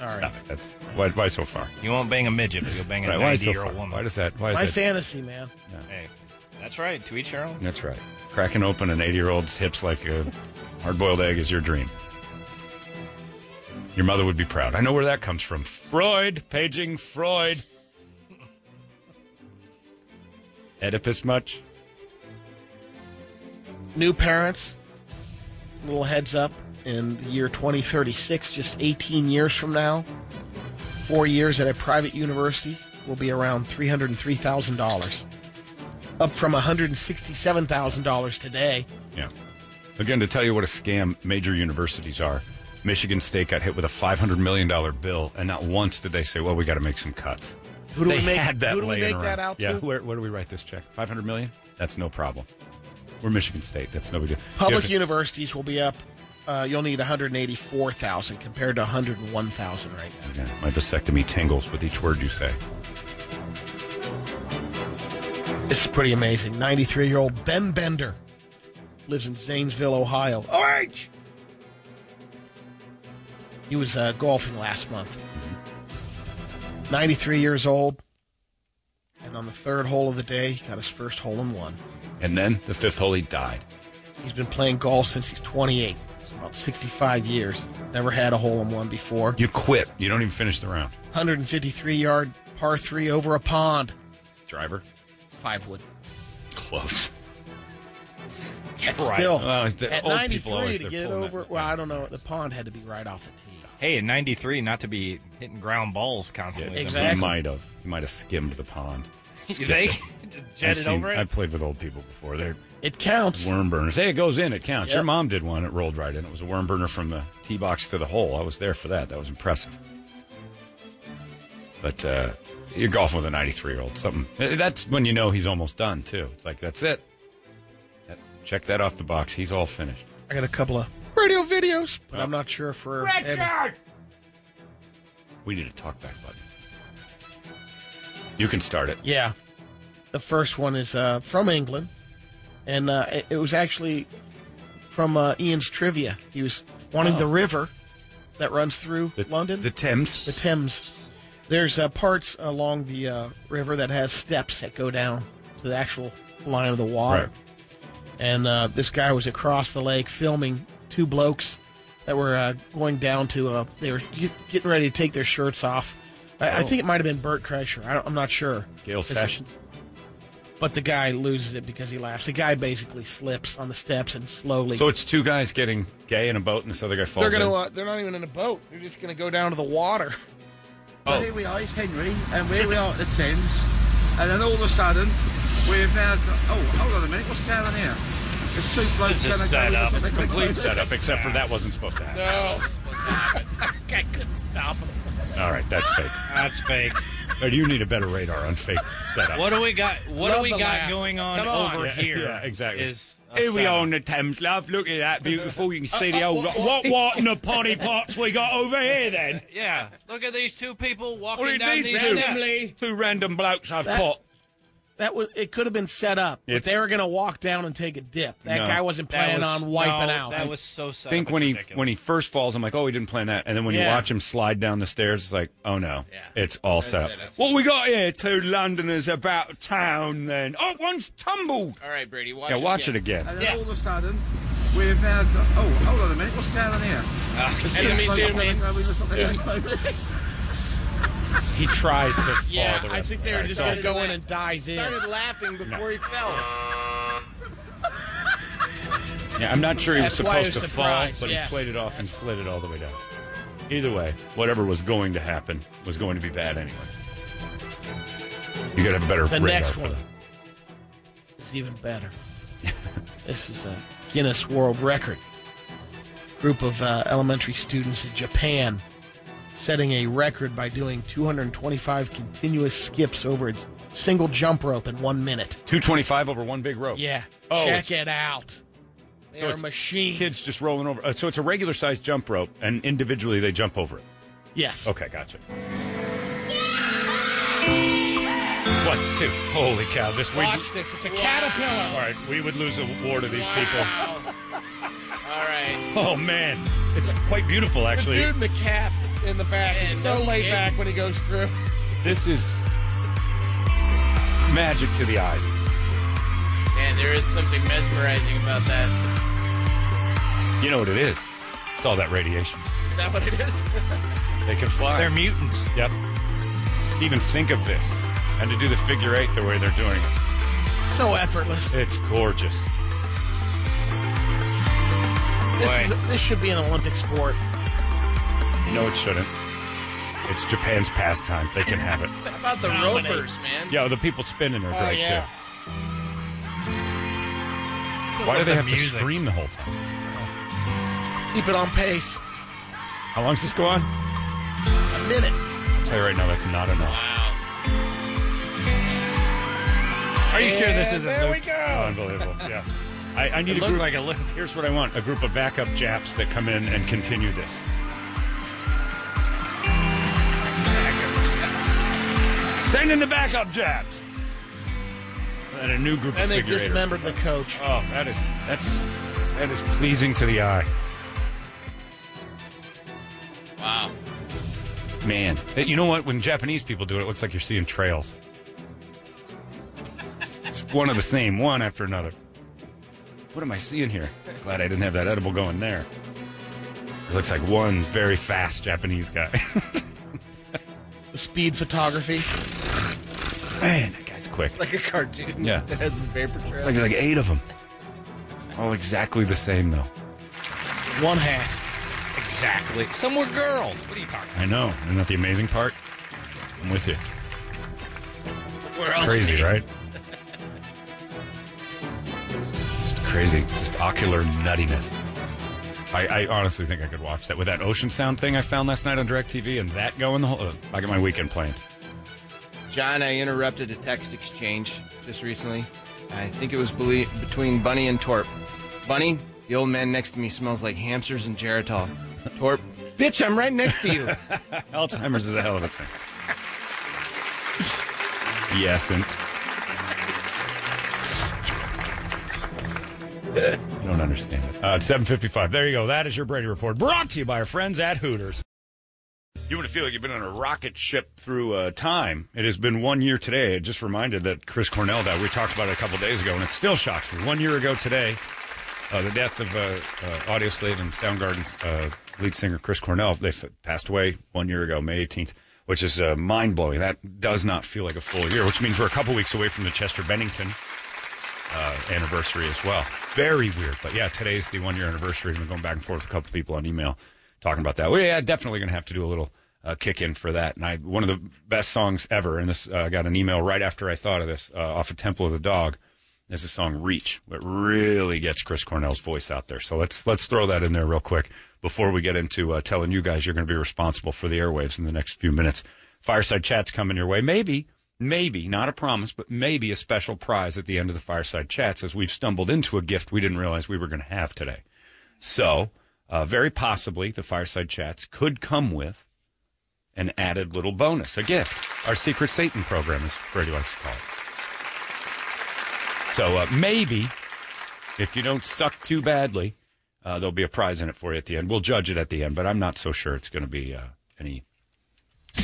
All right.
Stop it. That's why, why so far.
You won't bang a midget, but you'll bang a
Right, why
90
so
year
far?
old woman.
Why does that? Why is
My
that?
fantasy, man.
hey, that's right. To each your own.
That's right. Cracking open an 80 year old's hips like a hard boiled egg is your dream. Your mother would be proud. I know where that comes from. Freud, paging Freud. Oedipus much?
New parents, little heads up. In the year 2036, just 18 years from now, four years at a private university will be around $303,000, up from $167,000 today.
Yeah. Again, to tell you what a scam major universities are, Michigan State got hit with a $500 million bill, and not once did they say, well, we got to make some cuts.
Who do
they
we make,
had that
who do we
laying
make that
around.
out
yeah.
to?
Where, where do we write this check? 500 million? That's no problem. We're Michigan State. That's no big deal. You have
Public
to-
universities will be up. Uh, you'll need 184,000 compared to 101,000 right now.
Yeah, my vasectomy tingles with each word you say.
This is pretty amazing. 93 year old Ben Bender lives in Zanesville, Ohio. OH! He was uh, golfing last month. 93 years old. And on the third hole of the day, he got his first hole in one.
And then the fifth hole, he died.
He's been playing golf since he's 28. It's about 65 years. Never had a hole in one before.
You quit. You don't even finish the round.
153 yard par three over a pond.
Driver,
Five wood.
close. Uh,
That's still
Well, it's the
at
old
93
people always,
to
they're
get
pulling that-
over. Well, I don't know. The pond had to be right off the tee.
Hey, in 93, not to be hitting ground balls constantly.
Yeah,
He
Exactly.
might have. He might have skimmed the pond.
You think? Just
I've,
Jetted
seen-
over it?
I've played with old people before. They're
It counts.
worm burners. Hey, it goes in. It counts. Your
Yep.
mom did one. It rolled right in. It was a worm burner from the tee box to the hole. I was there for that. That was impressive. But uh, you're golfing with a 93 year old. Something eh, that's when you know he's almost done too. It's like that's it. That- Check that off the box. He's all finished.
I got a couple of radio videos, but I'm not sure for.
We need a talk back button. You can start it.
yeah, the first one is uh, from England, and uh, it, it was actually from uh, Ian's trivia. He was wanting the river that runs through London,
Oh. The Thames.
the Thames. There's uh, parts along the uh, river that has steps that go down to the actual line of the water.
Right.
and uh, this guy was across the lake filming two blokes that were uh, going down to uh, they were get, getting ready to take their shirts off. I,
Oh.
I think it might have been Bert Kreischer. I don't, I'm not sure.
Gale
It's a-
Fashions.
But the guy loses it because he laughs. The guy basically slips on the steps and slowly.
So it's two guys getting gay in a boat, and this other guy falls.
they're gonna.
in.
Uh, they're not even in a boat. They're just gonna go down to the water.
Oh,
Well, Here we are, it's Henry, and where we are at the Thames, and then all of a sudden, we've now got. Oh, hold on a minute, what's going on here? It's two blokes
This is
gonna
set
go-
up.
It's a complete setup, except for that wasn't supposed to happen.
I couldn't stop him.
All right, that's fake.
That's fake.
Or do you need a better radar on fake setups?
What do we got? What
Love
do we
the
got
laugh.
going on,
Come on.
over
Yeah,
here?
yeah, exactly.
Is a
Here we
setup.
are on the Thames, love. Look at that beautiful. You can
Uh,
see the old what what in the potty pots we got over here. Then
Yeah, look at these two people walking
Well, it
down
needs
these
to.
steps.
Randomly.
two random blokes I've
That-
caught.
That was it. Could have been set up, but
It's-
they were going to walk down and take a dip. That
No.
guy wasn't
That
planning
was-
on wiping
no,
out.
That was so
I
sad.
think when he when he first falls, I'm like, oh, he didn't plan that. And then when you
Yeah.
watch him slide down the stairs, it's like, oh no,
Yeah.
it's all set up.
it, that's
what we
Oh,
got here? Two Londoners about town. Then oh, one's tumbled.
All right, Brady, watch
Yeah,
it.
watch it again.
And then all of a sudden, we've now got, oh, hold on a minute, what's going on here?
Ah,
enemy zoom in.
He tries to fall.
yeah,
the
I
rest
think
of the
they were
way.
just
Don't-
going to go in and dive in.
started laughing before he fell.
Yeah, I'm not sure he was
That's why
supposed to
you're
fall,
surprised,
but
yes.
he played it off and slid it all the way down. Either way, whatever was going to happen was going to be bad anyway. You gotta have a better uh,
The
radar
next
for
one
that.
is even better. this is a Guinness World Record. Group of uh, elementary students in Japan setting a record by doing 225 continuous skips over a single jump rope in one minute.
225 over one big rope.
Yeah,
Oh,
check
it's-
it out. They
So
are
it's
machines.
Kids just rolling over. Uh, so it's a regular sized jump rope, and individually they jump over it.
Yes.
Okay, gotcha. One, two. Holy cow! This we
Watch this. It's a caterpillar.
all right. We would lose a war to these people.
All right.
Oh man, it's quite beautiful actually.
in the cap in the back is so laid back when he goes through.
This is magic to the eyes.
Man, there is something mesmerizing about that.
You know what it is? It's all that radiation.
Is that what it is?
They can fly.
they're mutants.
yep. To even think of this and to do the figure eight the way they're doing it,
So effortless.
it's gorgeous.
This, is, this should be an Olympic sport.
No, it shouldn't. It's Japan's pastime. They can have it.
How about the
Dominate.
ropers, man?
Yeah, the people spinning are great
Oh, yeah.
too. Why do they
the
have to
music.
scream the whole time?
Keep it on pace.
How long's this go on?
A minute.
I'll tell you right now, that's not enough.
Are you sure this isn't?
There we go. Unbelievable. Yeah. I, I need
It
a
looked
group.
like a lip.
Here's what I want: a group of backup Japs that come in and continue this. Send in the backup Japs. And a new group
And
of
they
figure eighters.
dismembered the coach.
Oh, that is that's that is pleasing to the eye.
Wow.
Man, you know what? When Japanese people do it, it looks like you're seeing trails. It's one of the same, one after another. What am I seeing here? Glad I didn't have that edible going there. It looks like one very fast Japanese guy.
The speed photography.
Man, that guy's quick. It's
Like a cartoon.
Yeah.
That has the vapor trail.
like, like eight of them. All exactly the same, though.
One hat.
Exactly. Some were girls. What are you talking?
I know. Isn't that the amazing part? I'm with you.
We're
Oh,
all
Crazy, right? Just crazy. Just ocular nuttiness. I, I honestly think I could watch that with that ocean sound thing I found last night on DirecTV and that going the whole. Uh, I got my weekend planned.
John, I interrupted a text exchange just recently. I think it was belie- between Bunny and Torp. Bunny, the old man next to me smells like hamsters and geritol. Torp, bitch, I'm right next to you.
Alzheimer's is a hell of a thing. yes, and I don't understand it. Uh, it's seven fifty-five. There you go. That is your Brady report, brought to you by our friends at Hooters. You want to feel like you've been on a rocket ship through uh, time. It has been one year today. I just reminded that Chris Cornell that we talked about it a couple days ago, and it still shocks me. One year ago today, uh, the death of uh, uh, Audioslave and Soundgarden's uh, lead singer Chris Cornell. They f- passed away one year ago, May 18th, which is uh, mind blowing. That does not feel like a full year, which means we're a couple weeks away from the Chester Bennington uh, anniversary as well. Very weird, but yeah, today's the one year anniversary. I've been going back and forth with a couple people on email talking about that. Well, yeah, definitely going to have to do a little uh, kick in for that. And I one of the best songs ever. And this uh, I got an email right after I thought of this uh, off of Temple of the Dog. This is the song "Reach," that really gets Chris Cornell's voice out there. So let's let's throw that in there real quick before we get into uh, telling you guys you're going to be responsible for the airwaves in the next few minutes Fireside chat's coming your way. Maybe, maybe, not a promise, but maybe a special prize at the end of the fireside chats as we've stumbled into a gift we didn't realize we were going to have today. So, uh, very possibly, the fireside chats could come with an added little bonus, a gift. Our secret Satan program, as Brady likes to call it. So uh, maybe, if you don't suck too badly, uh, there'll be a prize in it for you at the end. We'll judge it at the end, but I'm not so sure it's going to be uh, any.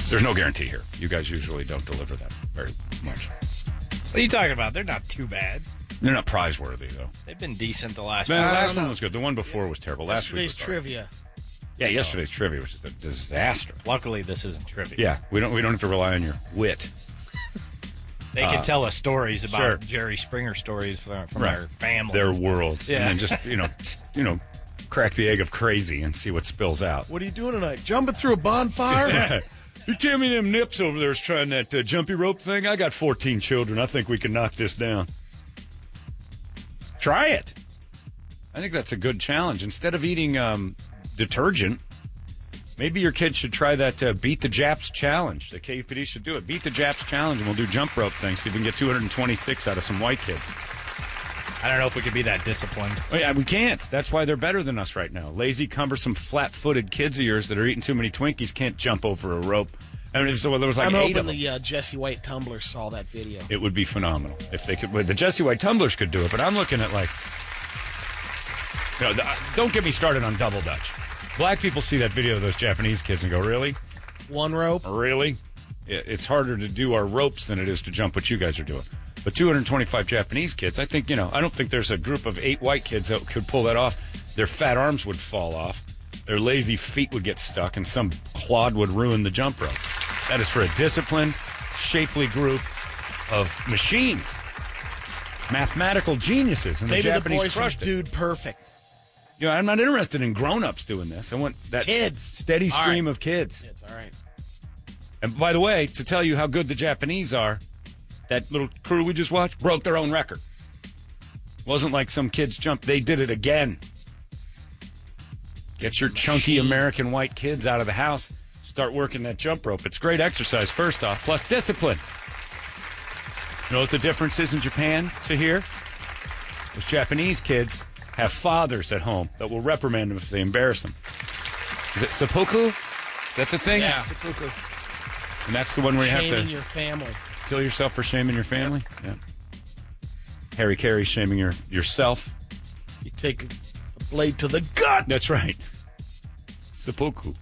There's no guarantee here. You guys usually don't deliver that very much.
What are you talking about? They're not too bad.
They're not prize worthy though.
They've been decent the last.
Man, the
I
last
don't
one
know.
was good. The one before was terrible. Last week
Yesterday's
was terrible.
trivia.
Yeah, yesterday's trivia was just a disaster.
Luckily, this isn't trivia.
Yeah, we don't we don't have to rely on your wit.
They can tell us stories about
uh, sure.
Jerry Springer stories from, from
Right.
our family.
Their worlds,
Yeah.
and then just you know, t- you know, crack the egg of crazy and see what spills out.
What are you doing tonight? Jumping through a bonfire?
You Tammy them nips over there is trying that uh, jumpy rope thing. I got 14 children. I think we can knock this down. Try it. I think that's a good challenge. Instead of eating um, detergent, maybe your kids should try that uh, Beat the Japs challenge. The KUPD should do it. Beat the Japs challenge, and we'll do jump rope things. See if we can get 226 out of some white kids.
I don't know if we could be that disciplined.
Oh, yeah, we can't. That's why they're better than us right now. Lazy, cumbersome, flat-footed kids of yours that are eating too many Twinkies can't jump over a rope. I mean, so there was like
I'm
eight
hoping
of them.
the uh, Jesse White Tumblr saw that video.
it would be phenomenal if they could. well, The Jesse White tumblers could do it, but I'm looking at like, you know, the, uh, don't get me started on double dutch. Black people see that video of those Japanese kids and go, "Really,
One rope.
really?" It- It's harder to do our ropes than it is to jump what you guys are doing. But 225 Japanese kids, I think you know. I don't think there's a group of eight white kids that could pull that off. Their fat arms would fall off, their lazy feet would get stuck, and some clod would ruin the jump rope. That is for a disciplined, shapely group of machines, mathematical geniuses, and
Maybe
the
the,
Japanese
boys from
crushed it.
Dude Perfect.
You know, I'm not interested in grown-ups doing this. I want that
Kids.
steady stream of kids.
It's all right.
And by the way, to tell you how good the Japanese are, that little crew we just watched broke their own record. Wasn't like some kids jumped; they did it again. Get your chunky American white kids out of the house. Start working that jump rope. It's great exercise, first off, plus discipline. You know what the difference is in Japan to here? Those Japanese kids have fathers at home that will reprimand them if they embarrass them. Is it seppuku? Is that the thing?
Yeah. Seppuku.
And that's the one where you have
Shaming
to
your family.
kill yourself for shaming your family. Yeah. Harry Carey shaming your yourself.
You take a blade to the gut.
That's right. Seppuku.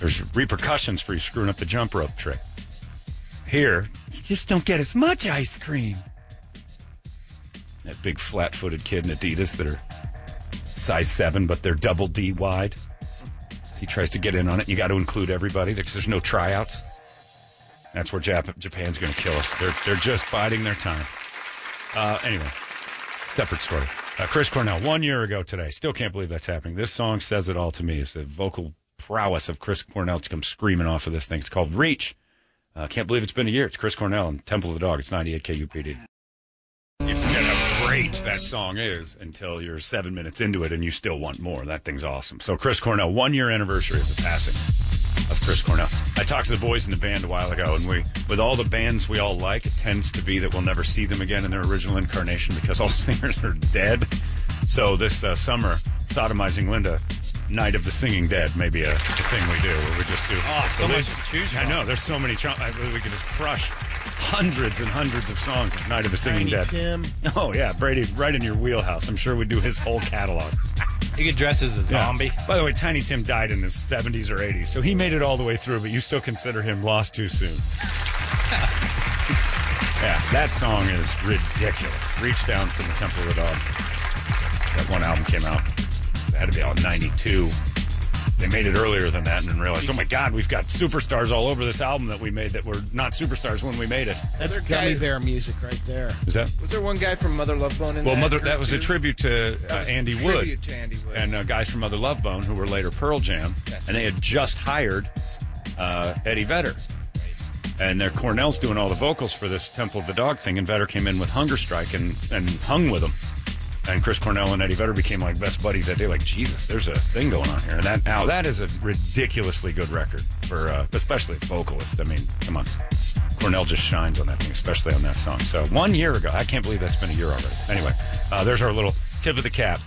There's repercussions for you screwing up the jump rope trick. Here, you just don't get as much ice cream. That big flat-footed kid in Adidas that are size seven, but they're double D wide. He tries to get in on it. You got to include everybody because there's no tryouts. That's where Jap- Japan's going to kill us. They're they're just biding their time. Uh, anyway, separate story. Uh, Chris Cornell, one year ago today. Still can't believe that's happening. This song says it all to me. It's the vocal prowess of Chris Cornell to come screaming off of this thing. It's called Reach. Uh, can't believe it's been a year. It's Chris Cornell and Temple of the Dog. It's 98 KUPD. You forget how great that song is until you're seven minutes into it and you still want more. That thing's awesome. So, Chris Cornell, one year anniversary of the passing of Chris Cornell. I talked to the boys in the band a while ago, and we, with all the bands we all like, it tends to be that we'll never see them again in their original incarnation because all singers are dead. So this uh, summer, sodomizing Linda, Night of the Singing Dead, may be a, a thing we do where we just do.
Oh, so much to choose
I
from.
know there's so many. Ch- I, we could just crush hundreds and hundreds of songs. of Night of the Singing
Tiny
Dead.
Tim.
Oh yeah, Brady, right in your wheelhouse. I'm sure we do his whole catalog.
He could dress as a
Yeah.
zombie.
By the way, Tiny Tim died in his 70s or 80s, so he made it all the way through, but you still consider him lost too soon. yeah, that song is ridiculous. Reach Down from the Temple of the Dog. That one album came out. That had to be out in 92. They made it earlier than that and then realized, oh my God, we've got superstars all over this album that we made that were not superstars when we made it.
That's
Other
gummy
guys-
bear music right there.
Is that?
Was there one guy from Mother Love Bone in
Well,
that?
mother,
or
that was a
two?
tribute to
That
uh,
was a
Andy Wood.
tribute to Andy Wood.
and uh, guys from Mother Love Bone, who were later Pearl Jam, and they had just hired uh, Eddie Vedder. And their Cornell's doing all the vocals for this Temple of the Dog thing, and Vedder came in with Hunger Strike and, and hung with them. and Chris Cornell and Eddie Vedder became like best buddies that day. Like Jesus, there's a thing going on here. And that now that is a ridiculously good record for uh, especially vocalist. I mean, come on, Cornell just shines on that thing, especially on that song. So one year ago, I can't believe that's been a year already. Anyway, uh, there's our little tip of the cap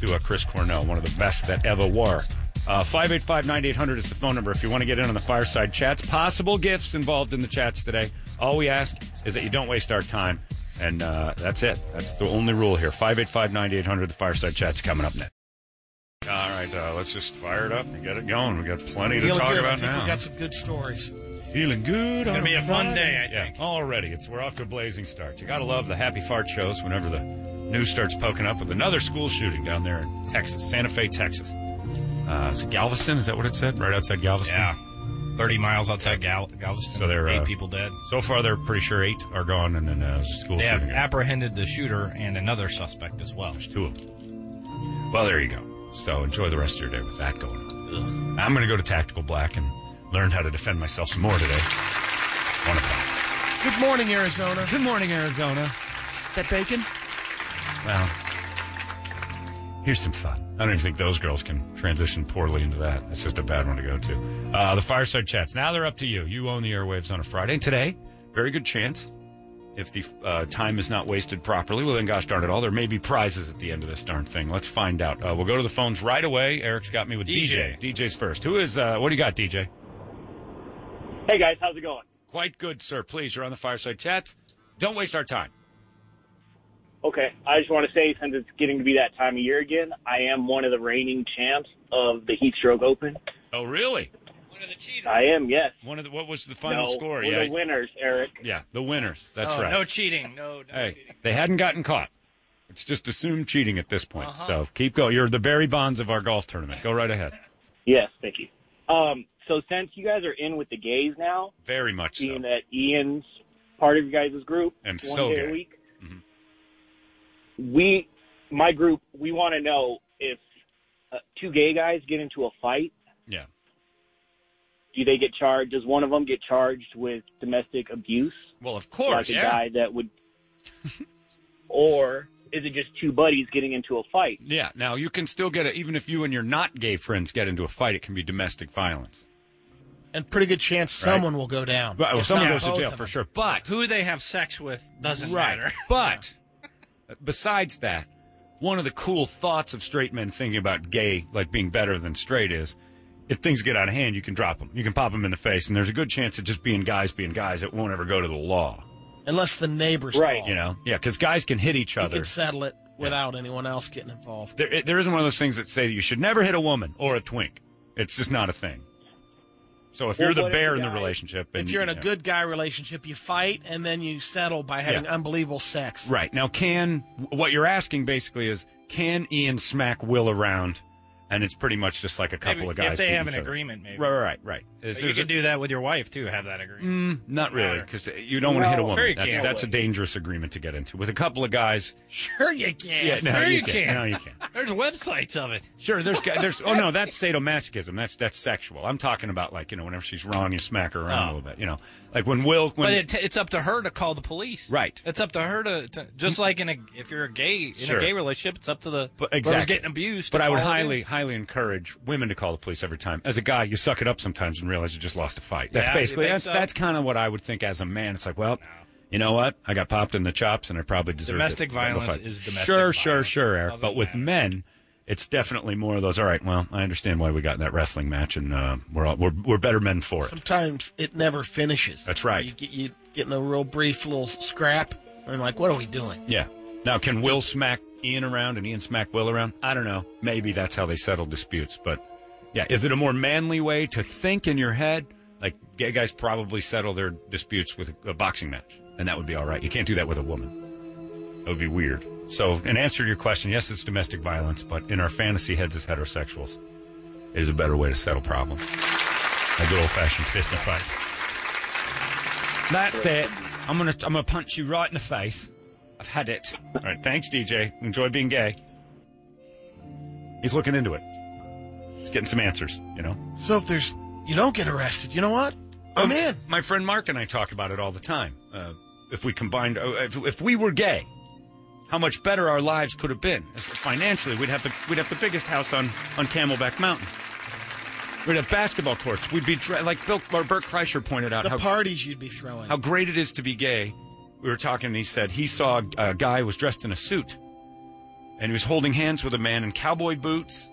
to uh, Chris Cornell, one of the best that ever were. Uh, 585-9800 is the phone number if you want to get in on the fireside chats. Possible gifts involved in the chats today. All we ask is that you don't waste our time. And uh, that's it. That's the only rule here. 585-9800, the fireside chat's coming up next. All right, uh, let's just fire it up and get it going. We got plenty to
Feeling
talk
good. I
about
think
now.
we got some good stories.
Feeling good. It's
gonna be a fun day, I think.
Yeah, already. It's we're off to a blazing start. You gotta love the happy fart shows whenever the news starts poking up with another school shooting down there in Texas, Santa Fe, Texas. Uh, is it Galveston? Is that what it said? Right outside Galveston.
Yeah. 30 miles outside Gal- Galveston.
So they're,
eight
uh,
people dead.
So far, they're pretty sure eight are gone, and then uh, there's a school
They have
shooting.
apprehended the shooter and another suspect as well.
Two of them. Well, there you go. So enjoy the rest of your day with that going on. I'm going to go to Tactical Black and learn how to defend myself some more today. One o'clock.
Good morning, Arizona.
Good morning, Arizona.
That bacon?
Well, here's some fun. I don't even think those girls can transition poorly into that. That's just a bad one to go to. Uh, the fireside chats. Now they're up to you. You own the airwaves on a Friday. And today, very good chance. If the uh, time is not wasted properly, well, then gosh darn it all, there may be prizes at the end of this darn thing. Let's find out. Uh, we'll go to the phones right away. Eric's got me with DJ.
DJ.
DJ's first. Who is, uh, what do you got, DJ?
Hey guys, how's it going?
Quite good, sir. Please, you're on the fireside chats. Don't waste our time.
Okay, I just want to say since it's getting to be that time of year again, I am one of the reigning champs of the Heatstroke Open.
Oh, really?
I am, yes.
One of the, what was the final
no,
score?
We're the winners, Eric.
Yeah, the winners. That's
Oh,
right.
No cheating. No, no
hey,
cheating.
they hadn't gotten caught. It's just assumed cheating at this point.
Uh-huh.
So keep going. You're the Barry Bonds of our golf tournament. Go right ahead.
Yes, thank you. Um, so since you guys are in with the gays now,
Very much so.
being that Ian's part of your guys' group,
And
one
so
day
gay.
a week, we, my group, we want to know if uh, two gay guys get into a fight,
Yeah.
do they get charged? Does one of them get charged with domestic abuse?
Well, of
like
course.
a
yeah.
guy that would, or is it just two buddies getting into a fight?
Yeah. Now you can still get it, even if you and your not gay friends get into a fight. It can be domestic violence.
And pretty good chance someone will go down.
But well,
If
someone
not
goes to
both
jail
of
for
them.
sure. But
Who they have sex with doesn't
right.
matter.
But Uh, besides that, one of the cool thoughts of straight men thinking about gay, like being better than straight, is if things get out of hand, you can drop them. You can pop them in the face, and there's a good chance of just being guys being guys. It won't ever go to the law,
Unless the neighbors
Right.
call.
you know? Yeah, because guys can hit each
You
other.
can settle it without anyone else getting involved.
There, it- there isn't one of those things that say that you should never hit a woman or a twink. It's just not a thing. So if
Well,
you're the
what if
bear
the
in the
guy-
relationship, and
If you're in a
yeah.
good guy relationship, you fight and then you settle by having
Yeah.
unbelievable sex.
Right. Now, can what you're asking basically is can Ian smack Will around? And it's pretty much just like a couple
Maybe
of guys.
if they
beating
have an
each other.
agreement, maybe.
Right, right, right. Is
But you
there's
could
a-
do that with your wife, too, have that agreement.
not really, because you don't want
No,
to hit a
sure
woman.
you
that's
can.
that's a dangerous agreement to get into with a couple of guys.
Sure you can.
Mm. no,
sure you, can.
No, you can't.
There's websites of it.
Sure, there's guys- there's. Oh no, that's sadomasochism. That's that's sexual. I'm talking about like you know whenever she's wrong, you smack her around a
Oh.
little bit. You know, like when Will when
But it, it's up to her to call the police.
Right.
It's up to her to, to just like in a if you're a gay in
Sure.
a gay relationship, it's up to the
But-
whoever's
exactly.
getting abused. to
But I would
call it in.
highly, highly encourage women to call the police every time. As a guy, you suck it up sometimes and realize you just lost a fight. That's
Yeah, you
basically
think
that's
so?
that's kind of what I would think as a man. It's like, well, you know what? I got popped in the chops and I probably deserved
Domestic
it.
violence
Fight.
is domestic
Sure, sure,
violence.
sure, Eric.
Doesn't
But with
matter.
men, it's definitely more of those. All right, well, I understand why we got in that wrestling match, and uh, we're all, we're we're better men for it.
Sometimes it never finishes.
That's right.
You get you get in a real brief little scrap and like, what are we doing?
Yeah. Now, can Will smack Ian around and Ian smack Will around? I don't know. Maybe that's how they settle disputes. But yeah, is it a more manly way to think in your head? Like gay guys probably settle their disputes with a boxing match, and that would be all right. You can't do that with a woman. That would be weird. So, in answer to your question, yes, it's domestic violence, but in our fantasy heads as heterosexuals, it is a better way to settle problems. A good old fashioned fist fight. That's it. I'm gonna I'm gonna punch you right in the face. I've had it. All right, thanks, DJ. Enjoy being gay. He's looking into it. He's getting some answers, you know.
So if there's you don't get arrested, you know what? I'm in.
My oh, friend Mark and I talk about it all the time. Uh, if we combined, uh, if, if we were gay, how much better our lives could have been As- financially. We'd have the we'd have the biggest house on on Camelback Mountain. We'd have basketball courts. We'd be dre- like Bill or Bert Kreischer pointed out
The
how
parties you'd be throwing.
how great it is to be gay. We were talking, and he said he saw a, a guy who was dressed in a suit, and he was holding hands with a man in cowboy boots.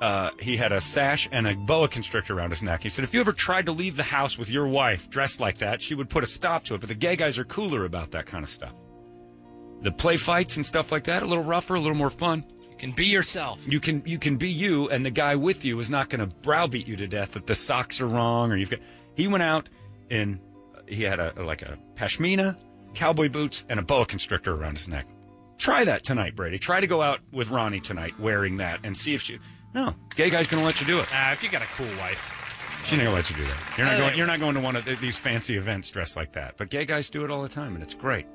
Uh, he had a sash and a boa constrictor around his neck. He said, "If you ever tried to leave the house with your wife dressed like that, she would put a stop to it." But the gay guys are cooler about that kind of stuff. The play fights and stuff like that, a little rougher, a little more fun.
You can be yourself.
You can you can be you, and the guy with you is not going to browbeat you to death that the socks are wrong or you've got. He went out and he had a like a pashmina, cowboy boots, and a boa constrictor around his neck. Try that tonight, Brady. Try to go out with Ronnie tonight wearing that and see if she. No, gay guy's going to let you do it.
Nah, Ah, if you got a cool wife,
She's not going to let you do that. You're not going. You're not going to one of th- these fancy events dressed like that. But gay guys do it all the time, and it's great.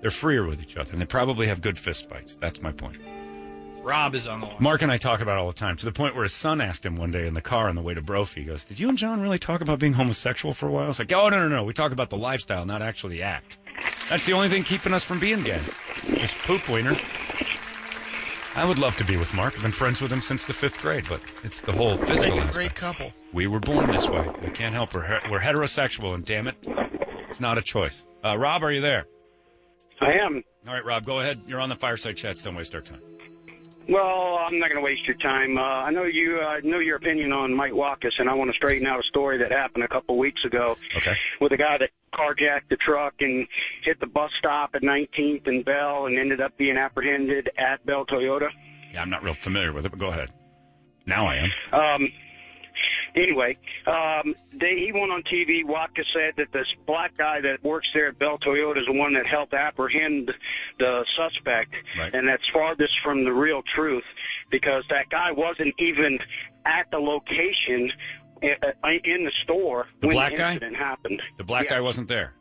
They're freer with each other, and they probably have good fist fights. That's my point.
Rob is on the line.
Mark and I talk about it all the time to the point where his son asked him one day in the car on the way to Brophy, he goes, Did you and John really talk about being homosexual for a while? It's like, Oh, no, no, no. We talk about the lifestyle, not actually the act. That's the only thing keeping us from being gay. This poop wiener. I would love to be with Mark. I've been friends with him since the fifth grade, but it's the whole
Make
physical
a
aspect.
great couple.
We were born this way. We can't help. We're, he- we're heterosexual, and damn it, it's not a choice. Uh, Rob, are you there?
I am.
All right, Rob, go ahead. You're on the fireside chats. Don't waste our time.
Well, I'm not going to waste your time. Uh, I know you. I know your opinion on Mike Walkus, and I want to straighten out a story that happened a couple weeks ago
Okay.
with a guy that carjacked the truck and hit the bus stop at 19th and Bell, and ended up being apprehended at Bell Toyota.
Yeah, I'm not real familiar with it, but go ahead. Now I am.
Um, anyway, um, they, he went on TV. Watka said that this black guy that works there at Bell Toyota is the one that helped apprehend the suspect,
Right.
and that's farthest from the real truth because that guy wasn't even at the location i- i- in the store
The
when
black
the
guy?
incident happened.
The black
Yeah.
guy wasn't there.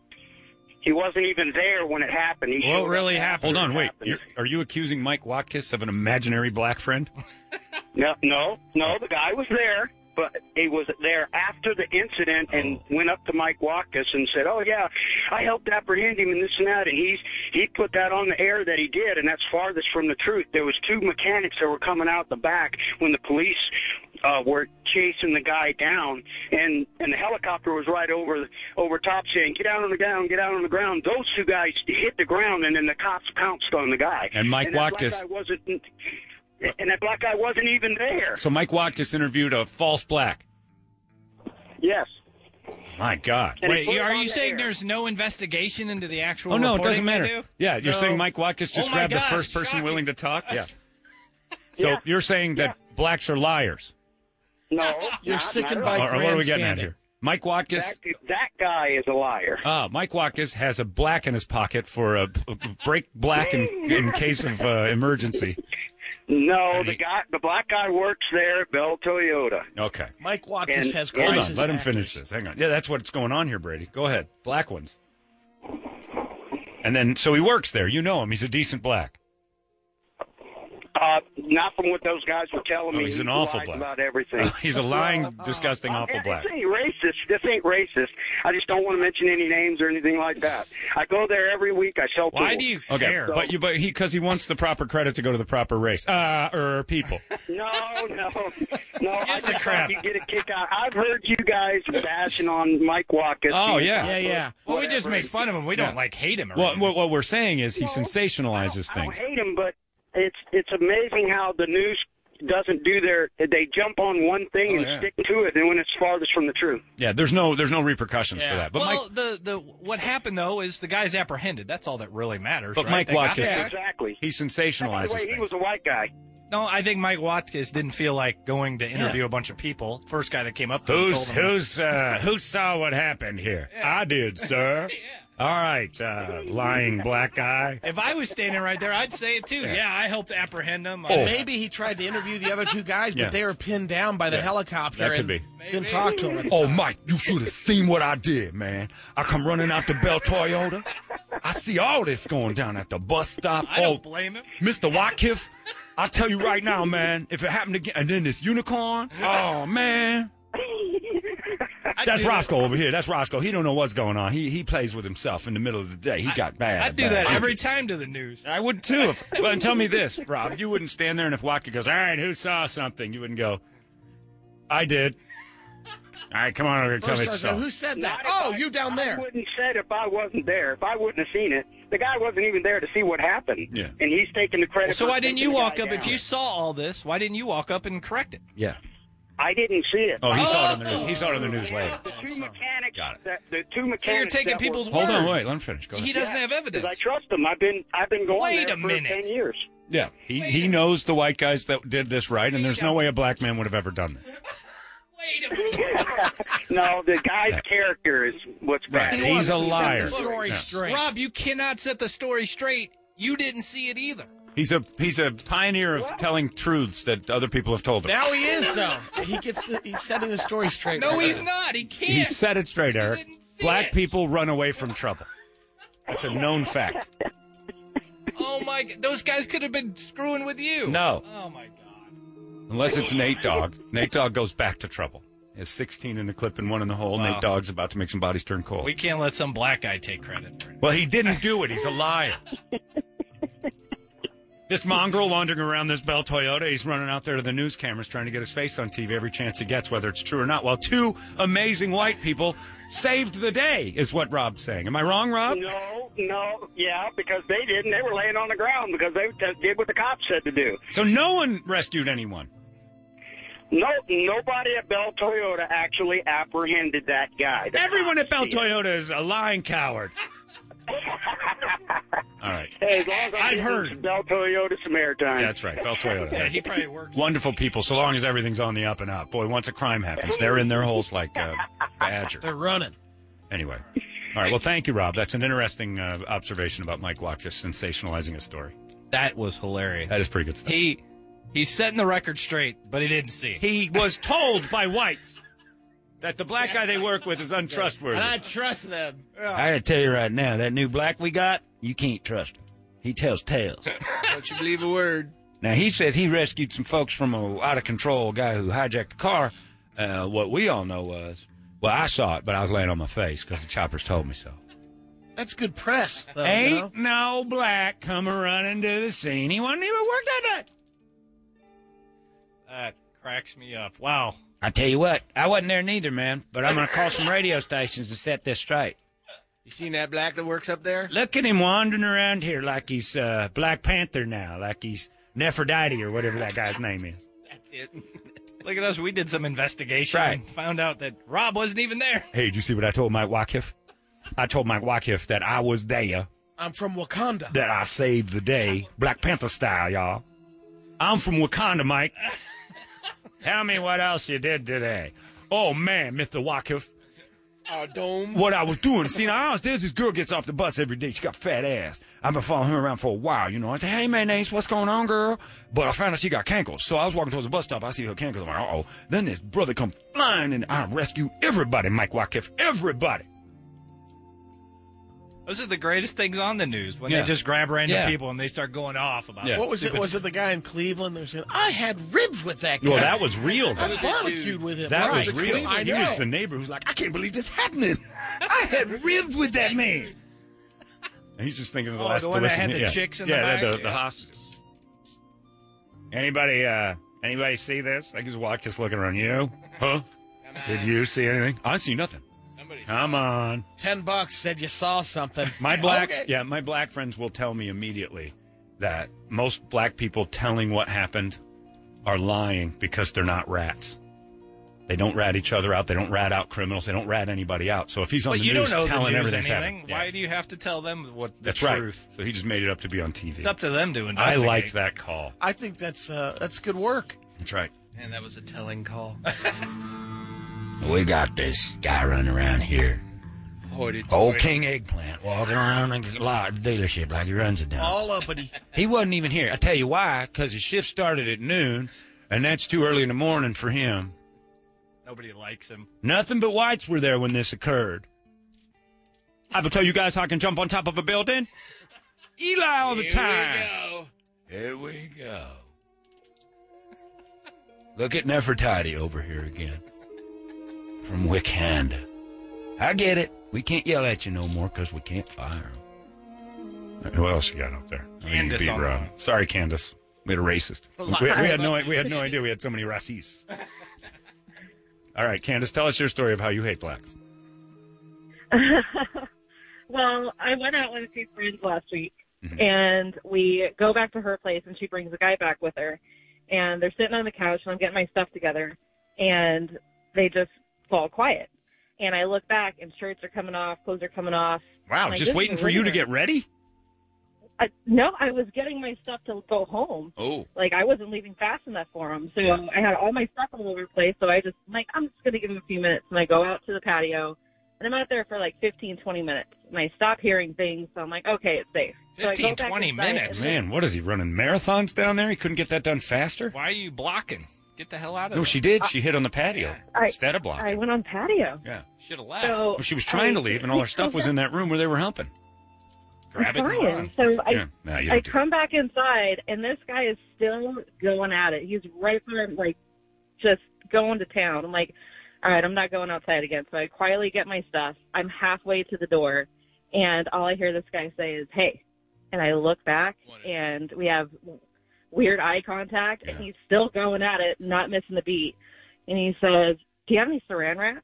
He wasn't even there when it happened. He showed up after
Hold
it
on, wait.
happened.
You're, are you accusing Mike Watkiss of an imaginary black friend?
No, no, no. The guy was there, but he was there after the incident and
Oh.
went up to Mike Walkus and said, "Oh yeah, I helped apprehend him and this and that." And he's he put that on the air that he did, and that's farthest from the truth. There was two mechanics that were coming out the back when the police uh, were chasing the guy down, and and the helicopter was right over over top saying, "Get out on the ground, get out on the ground." Those two guys hit the ground, and then the cops pounced on the guy.
And Mike
that black
Watkus-
guy wasn't. And that black guy wasn't even there.
So Mike Watkiss interviewed a false black.
Yes.
My God.
And he
Wait,
put
you-
it
are
on
you
the
saying
air.
there's no investigation into the actual?
Oh no, it doesn't
reporting they do?
matter. Yeah, you're saying Mike Watkiss just
Oh, my
grabbed the
God,
first person
shocking.
willing to talk. Yeah. So
Yeah.
you're saying that blacks are liars,
No,
You're
not-
sickened
not
by
or, or what are we getting at
grandstanding.
here? Mike
at
Watkiss.
all. That, that guy is a liar.
Ah, Mike Watkiss has a black in his pocket for a a break black in, in case of uh, emergency.
No,
he-
the guy, the black guy works there at Bell Toyota.
Okay.
Mike Watkins
And-
has
Hold on,
Hold on,
crisis.
let him
actors.
finish this. Hang on. Yeah, that's what's going on here, Brady. Go ahead. Black ones. And then, so he works there. You know him. He's a decent black.
Uh, not from what those guys were telling
Oh,
me.
he's
He
an awful
lied
black.
about everything.
He's a lying, disgusting, awful
Uh,
black.
This ain't racist. This ain't racist. I just don't want to mention any names or anything like that. I go there every week. I sell.
Why
tools.
do you
Okay,
care?
but you, but he, because he wants the proper credit to go to the proper race, uh, or people.
No, no,
Oh.
no. I
Gives a
just
crap.
thought you get a kick out. I've heard you guys bashing on Mike Walker.
Oh
Yeah,
yeah.
yeah.
well, we just make fun of him. We don't like hate him. Or
Well,
anything.
what, what we're saying is he sensationalizes
I don't
things.
hate him, but it's it's amazing how the news doesn't do their. They jump on one
Oh,
thing and
yeah.
stick to it, and when it's farthest from the truth.
Yeah, there's no, there's no repercussions for
Yeah.
that. But
well,
Mike,
the the what happened though is the guy's apprehended. That's all that really matters.
But
right?
Mike
They got
Watkins-
the guy.
Exactly. By
he
the
sensationalizes
way, he was
things.
a white guy.
No, I think Mike Watkins didn't feel like going to interview a bunch of people. First guy that came up, to him
Who's
told him-
who's uh, who saw what happened here? I did, sir. All right, uh, lying black guy.
If I was standing right there, I'd say it too. Yeah, I helped apprehend him. I-
Maybe he tried to interview the other two guys, but
Oh. Yeah.
they were pinned down by the helicopter.
That could
and
be.
Didn't talk to him.
Oh, Mike, you should have seen what I did, man. I come running out the Bell Toyota. I see all this going down at the bus stop.
I
Oh,
don't blame him.
Mr. Watkiff, I tell you right now, man, if it happened again, and then this unicorn, oh, man.
That's
do-
Roscoe over here. That's Roscoe. He don't know what's going on. He he plays with himself in the middle of the day. He got bad.
I do
bad.
that every time to the news.
I would too. If, well, and tell me this, Rob. You wouldn't stand there, and if Watka goes, all right, who saw something? You wouldn't go, I did. All right, come on over here and tell me it's so.
who said
that? oh, you down there. I wouldn't said if I wasn't there. If I wouldn't have seen it, the guy wasn't even there to see what happened.
Yeah.
And he's taking the credit.
Well, so
for
why didn't
taking
you
the
walk
guy
up if
down.
you saw all this? Why didn't you walk up and correct it?
Yeah.
I didn't see it.
Oh, he saw it on the news. He saw it on the news later.
The two mechanics. That, the two mechanics.
So you're taking
that
people's
were-
Hold on, wait. Let him finish. Go ahead.
He doesn't have evidence.
'Cause I trust him. I've been I've been going
Wait
there
a
for
minute.
ten years.
Yeah, he he knows the white guys that did this right, and there's no way a black man would have ever done this.
no, the guy's character is what's bad.
Right. He's a liar.
story
Yeah.
straight.
Rob, you cannot set the story straight. You didn't see it either.
He's a he's a pioneer of telling truths that other people have told him.
Now he is though. He gets to, he's setting the story straight.
No, he's not. He can't.
He said it straight, Eric. Black people run away from trouble. That's a known fact.
oh my! g- Those guys could have been screwing with you.
No,
Oh my god.
unless it's Nate Dogg. Nate Dogg goes back to trouble. He has 16 in the clip and one in the hole. Nate Dogg's about to make some bodies turn cold.
We can't let some black guy take credit for it.
Well, he didn't do it. He's a liar. this mongrel wandering around this Bell Toyota, he's running out there to the news cameras trying to get his face on TV every chance he gets, whether it's true or not. While two amazing white people saved the day, is what Rob's saying. Am I wrong, Rob?
No, no, yeah, because they didn't. They were laying on the ground because they just did what the cops said to do.
So no one rescued anyone.
No, nobody at Bell Toyota actually apprehended that guy. The
Everyone at
cops
Bell
did.
Toyota is a lying coward. All right.
Hey, as long as I'm
I've
getting
heard.
some Bell Toyota some airtime.
That's right. Bell Toyota.
Yeah, he probably works.
Wonderful people, so long as everything's on the up and up. Boy, once a crime happens, they're in their holes like a badger.
They're running.
Anyway. All right. Well, thank you, Rob. That's an interesting uh, observation about Mike Watka sensationalizing a story.
That was hilarious.
That is pretty good stuff.
He he's setting the record straight, but he didn't see. it.
He was told by whites that the black guy they work with is untrustworthy.
And I trust them.
I gotta tell you right now, that new black we got, you can't trust him. He tells tales.
Don't you believe a word?
Now he says he rescued some folks from a out of control guy who hijacked a car. Uh, what we all know was, well, I saw it, but I was laying on my face because the choppers told me so.
That's good press though. you know?
Ain't no black come running to the scene. He wasn't even work that night.
That cracks me up. Wow.
I tell you what, I wasn't there neither, man. But I'm gonna call some radio stations to set this straight.
You seen that black that works up there?
Look at him wandering around here like he's uh, Black Panther now, like he's Nephrodite or whatever that guy's name is.
Look at us. We did some investigation
Right.
and found out that Rob wasn't even there.
hey, did you see what I told Mike Wakiff? I told Mike Wakiff that I was there,
I'm from Wakanda.
that I saved the day, Black Panther style, y'all. I'm from Wakanda, Mike.
Tell me what else you did today.
Oh man, Mr. Wakiff,
Our dome.
what I was doing. See, now, I was, there's this girl gets off the bus every day. She got fat ass. I've been following her around for a while, you know. I said, hey, man, Ace, what's going on, girl? But I found out she got cankles. So I was walking towards the bus stop. I see her cankles. I'm like, uh-oh. Then this brother come flying, and I rescue everybody, Mike Wakiff, everybody.
Those are the greatest things on the news when
Yeah.
they just grab random
Yeah.
people and they start going off about
Yeah.
it.
What was it?
Stupid.
Was it the guy in Cleveland that was saying, I had ribs with that guy?
Well, that was real,
I
though.
barbecued with him.
That
right.
was real.
I
He
know.
was the neighbor who's like, I can't believe this happening. I had ribs with that man. And he's just thinking of the
Oh,
last
the one that
delicious
had the
meal. yeah.
chicks in the
yeah,
back?
Yeah, the, the
Yeah.
hostages. Anybody, uh, anybody see this? I just watch just looking around. You? Huh? Did you see anything? I see nothing. Come on.
Ten bucks said you saw something.
My black,
Okay.
yeah, my black friends will tell me immediately that most black people telling what happened are lying because they're not rats. They don't rat each other out. They don't rat out criminals. They don't rat anybody out. So if he's on
But
the
you
news
don't know
telling
the news
everything's
anything.
happening,
Why do you have to tell them what the
that's
truth?
right. So he just made it up to be on TV.
It's up to them to
I
investigate.
liked that call.
I think that's uh, that's good work.
That's right.
Man, that was a telling call.
We got this guy running around here.
Hoity
Old
toity.
King Eggplant walking around in the lot dealership like he runs it down.
All uppity.
He wasn't even here. I tell you why, because his shift started at noon, and that's too early in the morning for him.
Nobody likes him.
Nothing but whites were there when this occurred.
I will tell you guys how I can jump on top of a building.
Eli all the time.
go.
Here we go. Look at Nefertiti over here again.
from Wickhand. I get it. We can't yell at you no more because we can't fire them. Uh, Who else you got up there? I mean, you
Candace
beat
on the
Rob.
line.
Sorry, Candace. We had a racist.
A
We,
lot.
we had no. We had no idea. We had so many racists. All right, Candace, tell us your story of how you hate blacks.
well, I went out with a few friends last week,
Mm-hmm.
and we go back to her place, and she brings a guy back with her, and they're sitting on the couch, and I'm getting my stuff together, and they just fall quiet. And I look back, and shirts are coming off, clothes are coming off.
Wow,
And I
just
didn't
waiting for you to
linger.
get ready.
I, no, I was getting my stuff to go home.
Oh,
Like I wasn't leaving fast enough for him, so
Yeah.
I had all my stuff all over the place. So I just I'm like I'm just gonna give him a few minutes, and I go out to the patio, and I'm out there for like 15, 20 minutes, and I stop hearing things. So I'm like, okay, it's safe. So I go
15,
back
20
inside,
minutes?
and then-
man, what is he running marathons down there? He couldn't get that done faster.
Why are you blocking? Get the hell out of there.
No, she did. She hit on the patio
I,
instead of blocking.
I went on patio.
yeah,
Should have
left. So,
Well, she was trying to
I-
leave, and all her stuff was in that room where they were humping. Grab it. and
Brian.
run.
So I,
Yeah. No, you
I
don't do
come back inside, and this guy is still going at it. He's right there, like just going to town. I'm like, all right, I'm not going outside again. So I quietly get my stuff. I'm halfway to the door, and all I hear this guy say is, "Hey," and I look back, and we have weird eye contact, and he's still going at it, not missing the beat. And he says, "Do you have any Saran wrap?"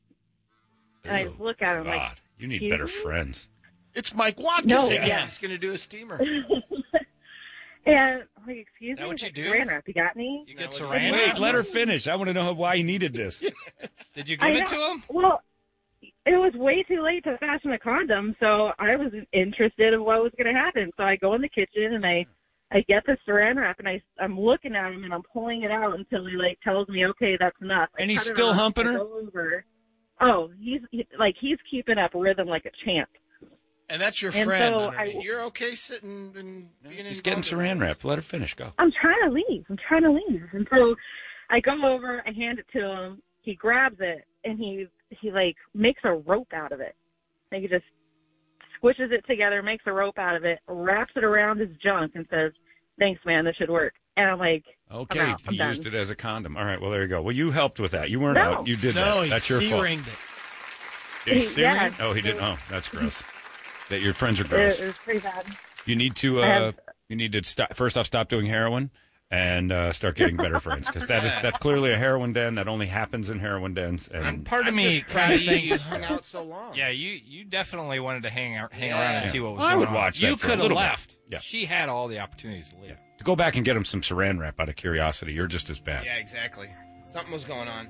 And I
Ew,
just look at him like,
God, you need
"Excuse
better
me?"
friends.
It's Mike Watkins
No.
again.
Yeah.
He's going to do a steamer.
and I'm like, "Excuse
That
me,
what
He's
you
like,
do?
Saran wrap? You got any?"
You
Wait,
get Saran
wait,
wrap?
let her finish. I want to know why he needed this.
Did you
I
give it to
know-
him?
Well, it was way too late to fashion a condom, so I was interested in what was going to happen. So I go in the kitchen and I, I get the Saran wrap and I, I'm looking at him and I'm pulling it out until he like tells me, okay, that's enough. I
And he's
cut it
still
off,
humping
I
her?
go Over. Oh, he's he, like he's keeping up rhythm like a champ.
And that's your
And
friend.
so
underneath.
I-
You're okay sitting and being
She's getting saran wrap. Let her finish. Go.
I'm trying to leave. I'm trying to leave. And so I go over, I hand it to him. He grabs it and he he like makes a rope out of it. Like he just squishes it together, makes a rope out of it, wraps it around his junk, and says, "Thanks, man. This should work." And I'm like,
Okay,
I'm out. I'm
he
done.
used it as a condom. All right, well there you go. Well, you helped with that. You weren't
No.
out. You did
no,
that.
he
That's your fault.
C-ringed it.
Did he
He-
C-ring?
yeah.
Oh, he didn't. Oh, that's gross. That your friends are
it,
gross.
it was pretty bad.
You need to.
I
Uh,
have-
you need to stop. First off, stop doing heroin and uh, start getting better friends because that is that's clearly a heroin den that only happens in heroin dens. And
Part of me
Proud
kind
of
of
you you
thinks.
hung out so long.
Yeah, you you definitely wanted to hang ar- hang
Yeah.
around and see what was
I
going
would
on.
watch that
you
for a
could have
little bit.
left.
Yeah.
She had all the opportunities to leave.
to go back and get him some Saran wrap out of curiosity. You're just as bad.
Yeah, exactly. Something was going on.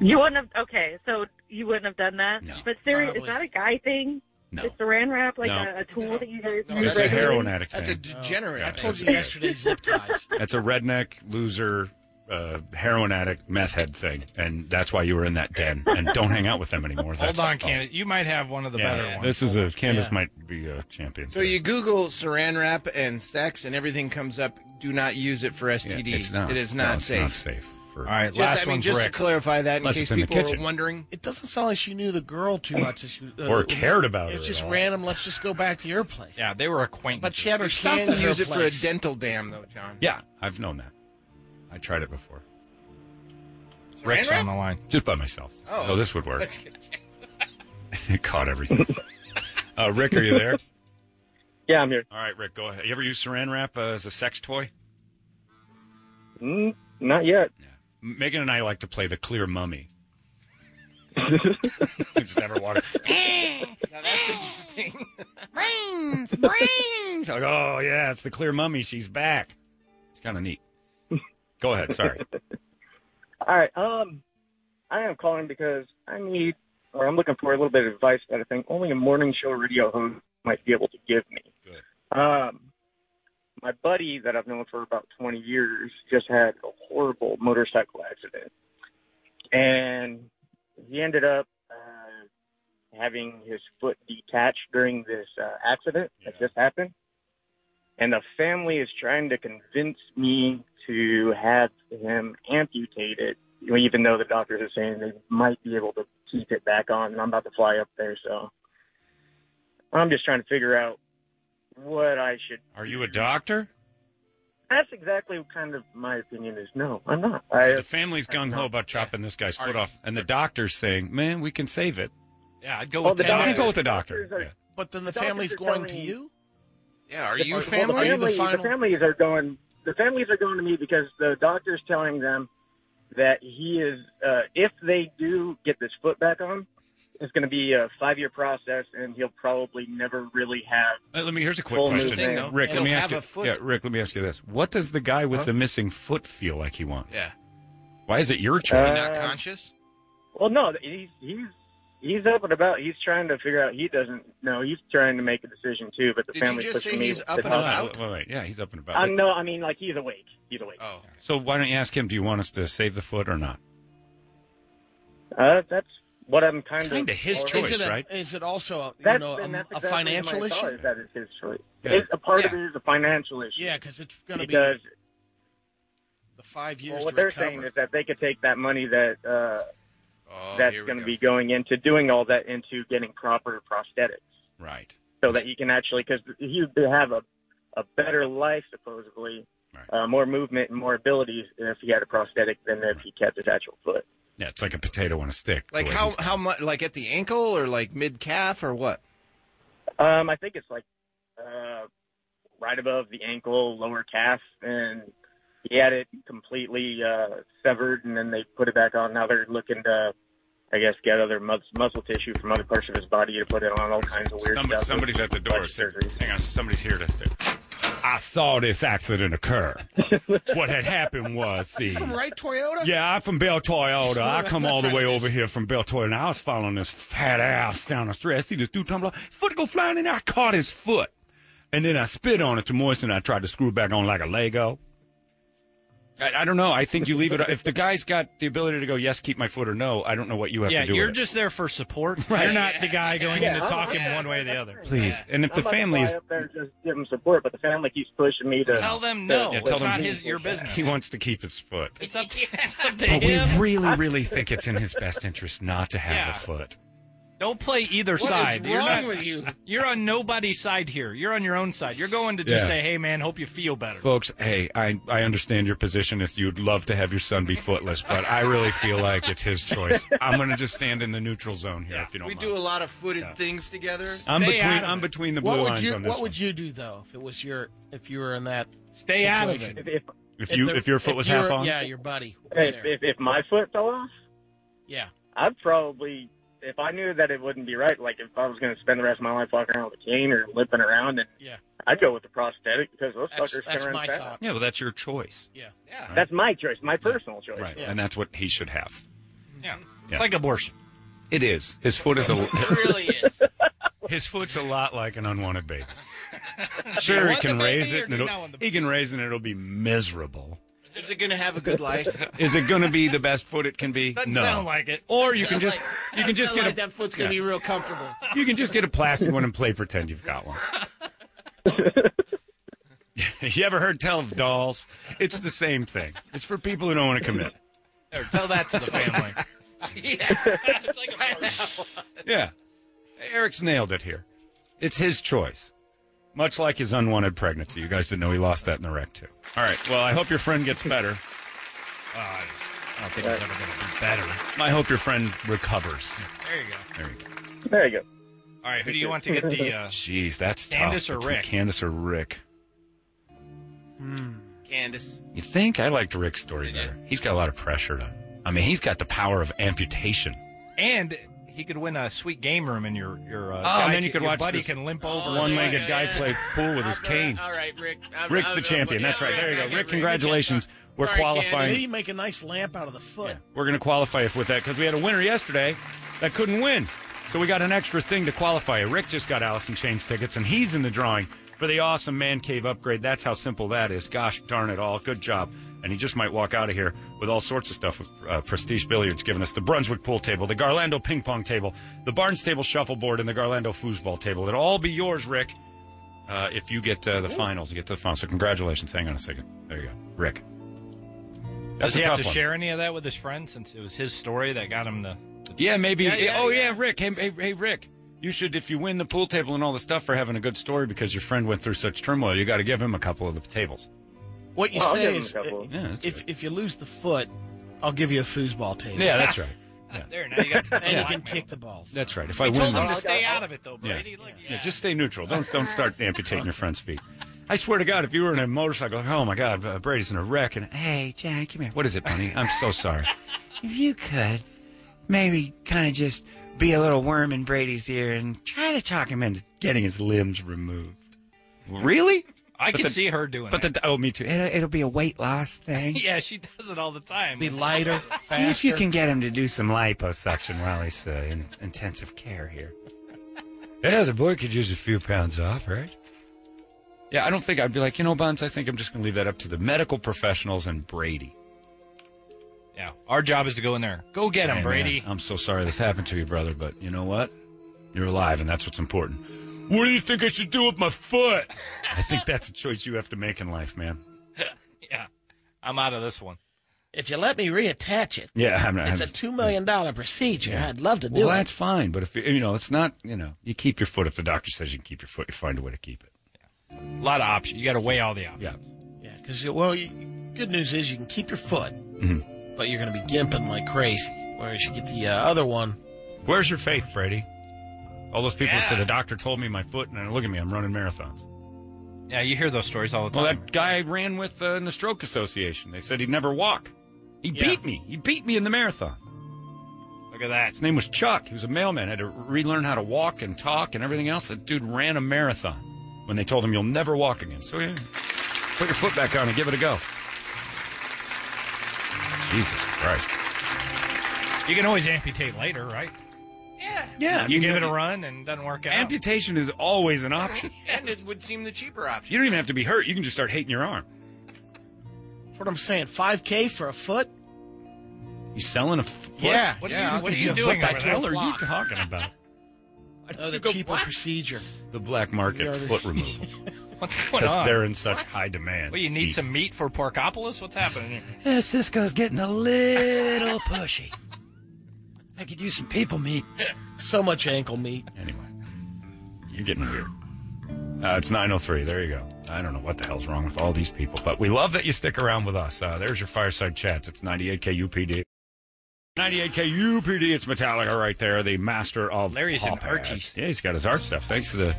You wouldn't have. Okay, so you wouldn't have done that.
No.
But seriously, is
Probably.
that a guy thing?
No.
Is Saran wrap like
No.
a, a tool that you guys?
No,
use
that's
It's a
a-
regularly?
heroin addict
That's a
thing.
degenerate.
Yeah,
Oh, I told
that's
you
a-
yesterday, zip ties.
That's a redneck loser, uh, heroin addict, meth head thing, and that's why you were in that den. And don't hang out with them anymore. That's
Hold on, Candace. You might have one of the
Yeah,
better ones.
This is a Candace might be a champion.
So you Google Saran wrap and sex, and everything comes up. Do not use it for
Yeah,
STDs.
it's not,
It is
no,
not
it's
safe.
not safe. For,
all right,
Just,
last
I mean,
one's
just to
Rick.
clarify that, in
Unless
case
it's in the
people were
kitchen.
wondering.
It doesn't sound like she knew the girl too much. That she, uh,
Or cared about
It
her
was just
at all.
random. Let's just go back to your place.
Yeah, they were acquaintances.
But she had her stuff
Can
in her
use it for a
place.
dental dam, though, John.
Yeah, I've known that. I tried it before,
Rick's on the line.
just by myself. Oh,
Oh.
this would work.
Let's get-
It caught everything. uh, Rick, are you there?
Yeah, I'm here.
All right, Rick, go ahead. You ever use Saran wrap uh, as a sex toy?
Mm, not yet.
M- Megan and I like to play the clear mummy. we just have her walk.
Now, that's interesting.
Brains, brains.
It's like, oh yeah, it's the clear mummy. She's back. It's kind of neat. Go ahead. Sorry.
All right. Um, I am calling because I need, or I'm looking for a little bit of advice that I think only a morning show radio host might be able to give me. Good. Um, my buddy that I've known for about 20 years just had a horrible motorcycle accident, and he ended up uh, having his foot detached during this uh, accident that just happened. and the family is trying to convince me to have him amputated, you know, even though the doctors are saying they might be able to keep it back on. And I'm about to fly up there, so I'm just trying to figure out what I should.
Are you a doctor?
That's exactly kind of my opinion is no, I'm not.
the family's gung ho about chopping this guy's foot off, and the doctor's saying, "Man, we can save it."
Yeah, I'd
go
Oh,
with the doctor. Go with the doctor.
But then the family's going to you?
Yeah,
are
The-
you
well, the
family? Are you the
families-
final-
The families are going. The families are going to me because the doctor's telling them that he is. Uh, if they do get this foot back on, it's going to be a five-year process, and he'll probably never really have.
Uh, let me. Here's a quick
full
question,
movement.
Rick. Let me ask you. Yeah, Rick. Let me ask you this: What does the guy with
Huh?
the missing foot feel like he wants?
Yeah.
Why is it your
Uh,
choice?
conscious?
Well, no, he's he's he's up and about. He's trying to figure out. He doesn't know. He's trying to make a decision too. But the
Did you
family's
just
pushing
say
me
he's
to
up and
talk.
about? Uh, Wait, wait, yeah, he's up and about.
Uh, no, I mean like he's awake. He's awake. Oh,
So why don't you ask him? Do you want us to save the foot or not?
uh, that's what I'm kind, of.
is it a- Is it also a, you
That's-
know, a,
and that's
a
exactly
financial
my thought,
issue?
is That is his choice.
Yeah.
It's a part of
Yeah.
it is a financial issue.
Yeah, because it's going to be
because
the five years
well, what
to
they're
recover.
saying is that they could take that money that uh, that's
Oh, here we
going to
go.
be going into doing all that into getting proper prosthetics,
Right.
so that you can actually because you have a a better life supposedly, uh, more movement and more abilities if he had a prosthetic than if he kept his actual foot.
Yeah, it's like a potato on a stick.
Like
the way
how
he's-
how much? Like at the ankle or like mid calf or what?
Um, I think it's like uh, right above the ankle, lower calf, and he had it completely uh, severed, and then they put it back on. Now they're looking to, I guess, get other mus- muscle tissue from other parts of his body to put it on all kinds of weird
Somebody,
stuff.
somebody's at the door. Hang on, somebody's here to. I saw this accident occur. what had happened was the.
From right Toyota?
Yeah, I'm from Bell Toyota.
Oh,
I come all the way
That's
over here from Bell Toyota, and I was following this fat ass down the street. I see this dude tumble, foot go flying, and I caught his foot, and then I spit on it to moisten. it. I tried to screw it back on like a Lego. I, I don't know. I think you leave it. If the guy's got the ability to go, yes, keep my foot, or no, I don't know what you have
yeah,
to do.
you're
with it.
just there for support.
Right.
You're not the guy going
Yeah,
in to
I'm-
talk
I'm-
him one way or the other.
Please, and if
I'm
the
about to
family
fly
is
up there and just give him support, but the family keeps pushing me to
Tell them
to-
no.
to-
It's not his- your business.
He wants to keep his foot.
It's up to, it's up to
But we
him.
really, really think it's in his best interest not to have a foot.
Don't play either
What is
side. you're
wrong
not,
with you?
You're on nobody's side here. You're on your own side. You're going to just
Yeah.
say, "Hey, man, hope you feel better."
Folks, hey, I, I understand your position is you'd love to have your son be footless, but I really feel like it's his choice. I'm going to just stand in the neutral zone here if you don't
We
mind.
do a lot of footed things together.
I'm between I'm between the blue
what would
lines
you,
on this.
What
one.
would you do though if it was your if you were in that?
Stay out of it.
situation?
If,
If you- if your foot was half
your-
on?
yeah, your buddy. was
if,
there.
if, if my foot fell off,
yeah,
I'd probably, if I knew that it wouldn't be right, like if I was going to spend the rest of my life walking around with a cane or limping around, and
Yeah.
I'd go with the prosthetic because those
That's-
suckers
that's
can
my
run fast.
thought.
yeah, well, that's your choice.
Yeah.
Right.
That's my choice, my personal choice.
Right. And that's what he should have.
Yeah.
Yeah.
Like abortion.
It is. His foot is a really is. His foot's a lot like an unwanted baby.
Do
Sure,
you
he
want the
can
baby
raise
or
it, and
do you
it'll,
not want
he can raise it, and it'll be miserable.
Is it going to have a good life?
Is it going to be the best foot it can be?
Doesn't
no.
sound like
it.
Or you can just you can just
Sound
get
like
a,
that foot's gonna be
yeah.
real comfortable.
You can just get a plastic one and play pretend you've got one. you ever heard tell of dolls? It's the same thing. It's for people who don't want to commit.
There, tell that to the family.
Yeah. Eric's nailed it here. It's his choice. Much like his unwanted pregnancy. You guys didn't know he lost that in the wreck, too. All right. Well, I hope your friend gets better.
I don't think it's ever going to be better.
I hope your friend recovers.
There you go.
There you go.
There you go.
All right, who do you want to get the? Uh,
Jeez, that's
Candace
tough.
or
between
Rick?
Candace or Rick.
Hmm. Candace.
You think? I liked Rick's story better. He's got a lot of pressure to. I mean, he's got the power of amputation.
and he could win a sweet game room, and your your uh,
Oh,
guy
and then you
can-
could
your
watch
buddy
this
can limp over.
one-legged guy play pool with his cane.
All right, Rick. I'm-
Rick's
I'm-
the
I'm-
champion. That's right. There you go. Rick, congratulations. We're
Sorry, Candace.
qualifying.
He make a nice lamp out of the foot.
We're going to qualify with that because we had a winner yesterday that couldn't win. So we got an extra thing to qualify. Rick just got Allison Chains tickets, and he's in the drawing for the awesome Man Cave upgrade. That's how simple that is. Gosh darn it all. Good job. And he just might walk out of here with all sorts of stuff with uh, Prestige Billiards giving us the Brunswick pool table, the Garlando ping pong table, the Barnes table shuffleboard, and the Garlando foosball table. It'll all be yours, Rick, uh, if you get uh, the finals. You get to the finals. So congratulations. Hang on a second. There you go. Rick.
Does
That's
he
a
have
tough
to
one.
share any of that with his friend since it was his story that got him the?
Yeah, maybe. oh, yeah, Rick. Hey, hey, hey, Rick. You should, if you win the pool table and all the stuff for having a good story because your friend went through such turmoil, you got to give him a couple of the tables.
What you
Well, I'll give
say
him a
is,
couple.
uh,
Yeah,
that's
if if you lose the foot, I'll give you a foosball table.
Yeah, that's right.
There,
now you got
and you
blackmail.
can kick the balls.
That's right. If
We
I
told
win
them
the-
to stay out
of it, though,
Yeah. Yeah, just stay neutral. Don't don't start amputating your friend's feet. I swear to God, if you were in a motorcycle, oh my God, uh, Brady's in a wreck, and hey, Jack, come here. What is it, Bunny? I'm so sorry.
If you could, maybe kind of just be a little worm in Brady's ear and try to talk him into.
Getting his limbs removed. Really?
I
But
can
the-
see her doing
But
it.
the, oh, me too.
It'll, it'll be a weight loss thing.
yeah, she does it all the time.
Be lighter,
See if you
faster.
can
get him to do some liposuction while he's uh, in intensive care here. Yeah, the boy could use a few pounds off, right? Yeah, I don't think I'd be like, you know, Buns, I think I'm just going to leave that up to the medical professionals and Brady.
Yeah, our job is to go in there. Go get him,
Hey,
Brady.
man, I'm so sorry this happened to you, brother, but you know what? You're alive, and that's what's important. What do you think I should do with my foot? I think that's a choice you have to make in life, man.
yeah, I'm out of this one.
If you let me reattach it,
Yeah, I'm not.
it's a
I'm-
two million dollar procedure.
Yeah.
I'd love to do
well,
it.
that's fine, but if you you know, it's not. You know, you keep your foot if the doctor says you can keep your foot. You find a way to keep it.
A lot of options. You got to weigh all the options.
Yeah.
Yeah, because well, you, good news is you can keep your foot,
Mhm.
but you're going to be gimping like crazy. Whereas you get the uh, other one.
Where's your faith, Brady? All those people that said the doctor told me my foot, and look at me, I'm running marathons.
Yeah, you hear those stories all the
Well,
time.
that guy I ran with uh, in the stroke association. They said he'd never walk. He beat me. He beat me in the marathon.
Look at that.
His name was Chuck. He was a mailman. Had to relearn how to walk and talk and everything else. That dude ran a marathon when they told him you'll never walk again. So yeah, put your foot back on and give it a go. Jesus Christ.
You can always amputate later, right? Yeah.
Yeah, I
You
mean,
give it a
you-
run and it doesn't work out.
Amputation is always an option.
and it would seem the cheaper option.
You don't even have to be hurt. You can just start hating your arm.
That's what I'm saying. Five k for a foot.
You selling a foot?
Yeah.
What
Yeah,
are
I'll
you, what are
get
you
you a
doing?
foot by
What the hell are you
12
talking about?
Oh, the
You go,
cheaper
"What?"
procedure.
The black market
already-
foot removal.
What's going
Because
on?
they're in such high demand.
Well, you need some meat for Porkopolis? What's happening here?
Yeah, Cisco's getting a little pushy. I could use some people meat.
So much ankle meat.
Anyway, you're getting weird. Uh, it's 903. There you go. I don't know what the hell's wrong with all these people, but we love that you stick around with us. Uh, there's your fireside chats. It's 98K UPD. 98K UPD. It's Metallica right there, the master of
Larry's an
pop ads. Yeah, he's got his art stuff. Thanks to the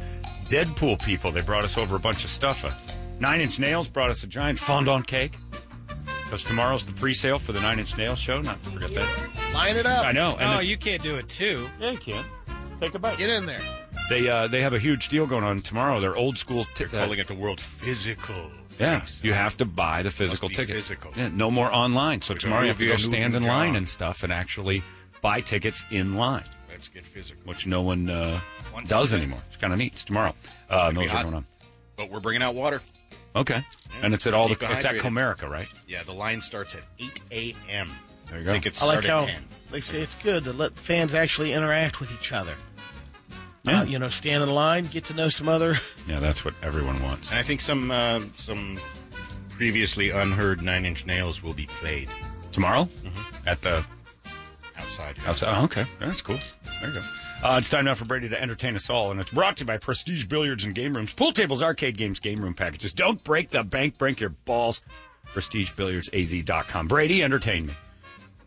Deadpool people, they brought us over a bunch of stuff. Uh, Nine Inch Nails brought us a giant fondant cake. Because tomorrow's the pre-sale for the Nine Inch Nails show. Not to forget that.
Line it up.
I know. and
oh,
the-
you can't do it too.
Yeah, you can. Take a bite.
Get in there.
They uh, they have a huge deal going on tomorrow. They're old school. T- uh, They're
calling it the World Physical.
Yeah, you have to buy the physical
be
ticket.
physical.
Yeah, no more online. So
Because
tomorrow you have to go
it'll be a
stand in
Newton
line
job.
and stuff and actually buy tickets in line,
Let's get physical.
which no one uh,
Once
does
again.
anymore. It's kind of neat. It's tomorrow. Uh,
Could be
those are
hot.
going on.
But we're bringing out water.
Okay, and it's at all the
Keep you
it's at
hydrated.
Comerica, right?
Yeah, the line starts at 8 a.m.
There you go.
Tickets
I like
start
how
at 10.
they say it's good to let fans actually interact with each other.
Yeah.
Uh, you know, stand in line, get to know some other.
Yeah, that's what everyone wants.
And I think some uh, some previously unheard Nine Inch Nails will be played Mm-hmm.
tomorrow at the
outside.
Outside. oh, okay, that's cool. There you go. Uh, it's time now for Brady to entertain us all, and it's brought to you by Prestige Billiards and Game Rooms, pool tables, arcade games, game room packages. Don't break the bank, break your balls. PrestigeBilliardsAZ.com. Brady, entertain me.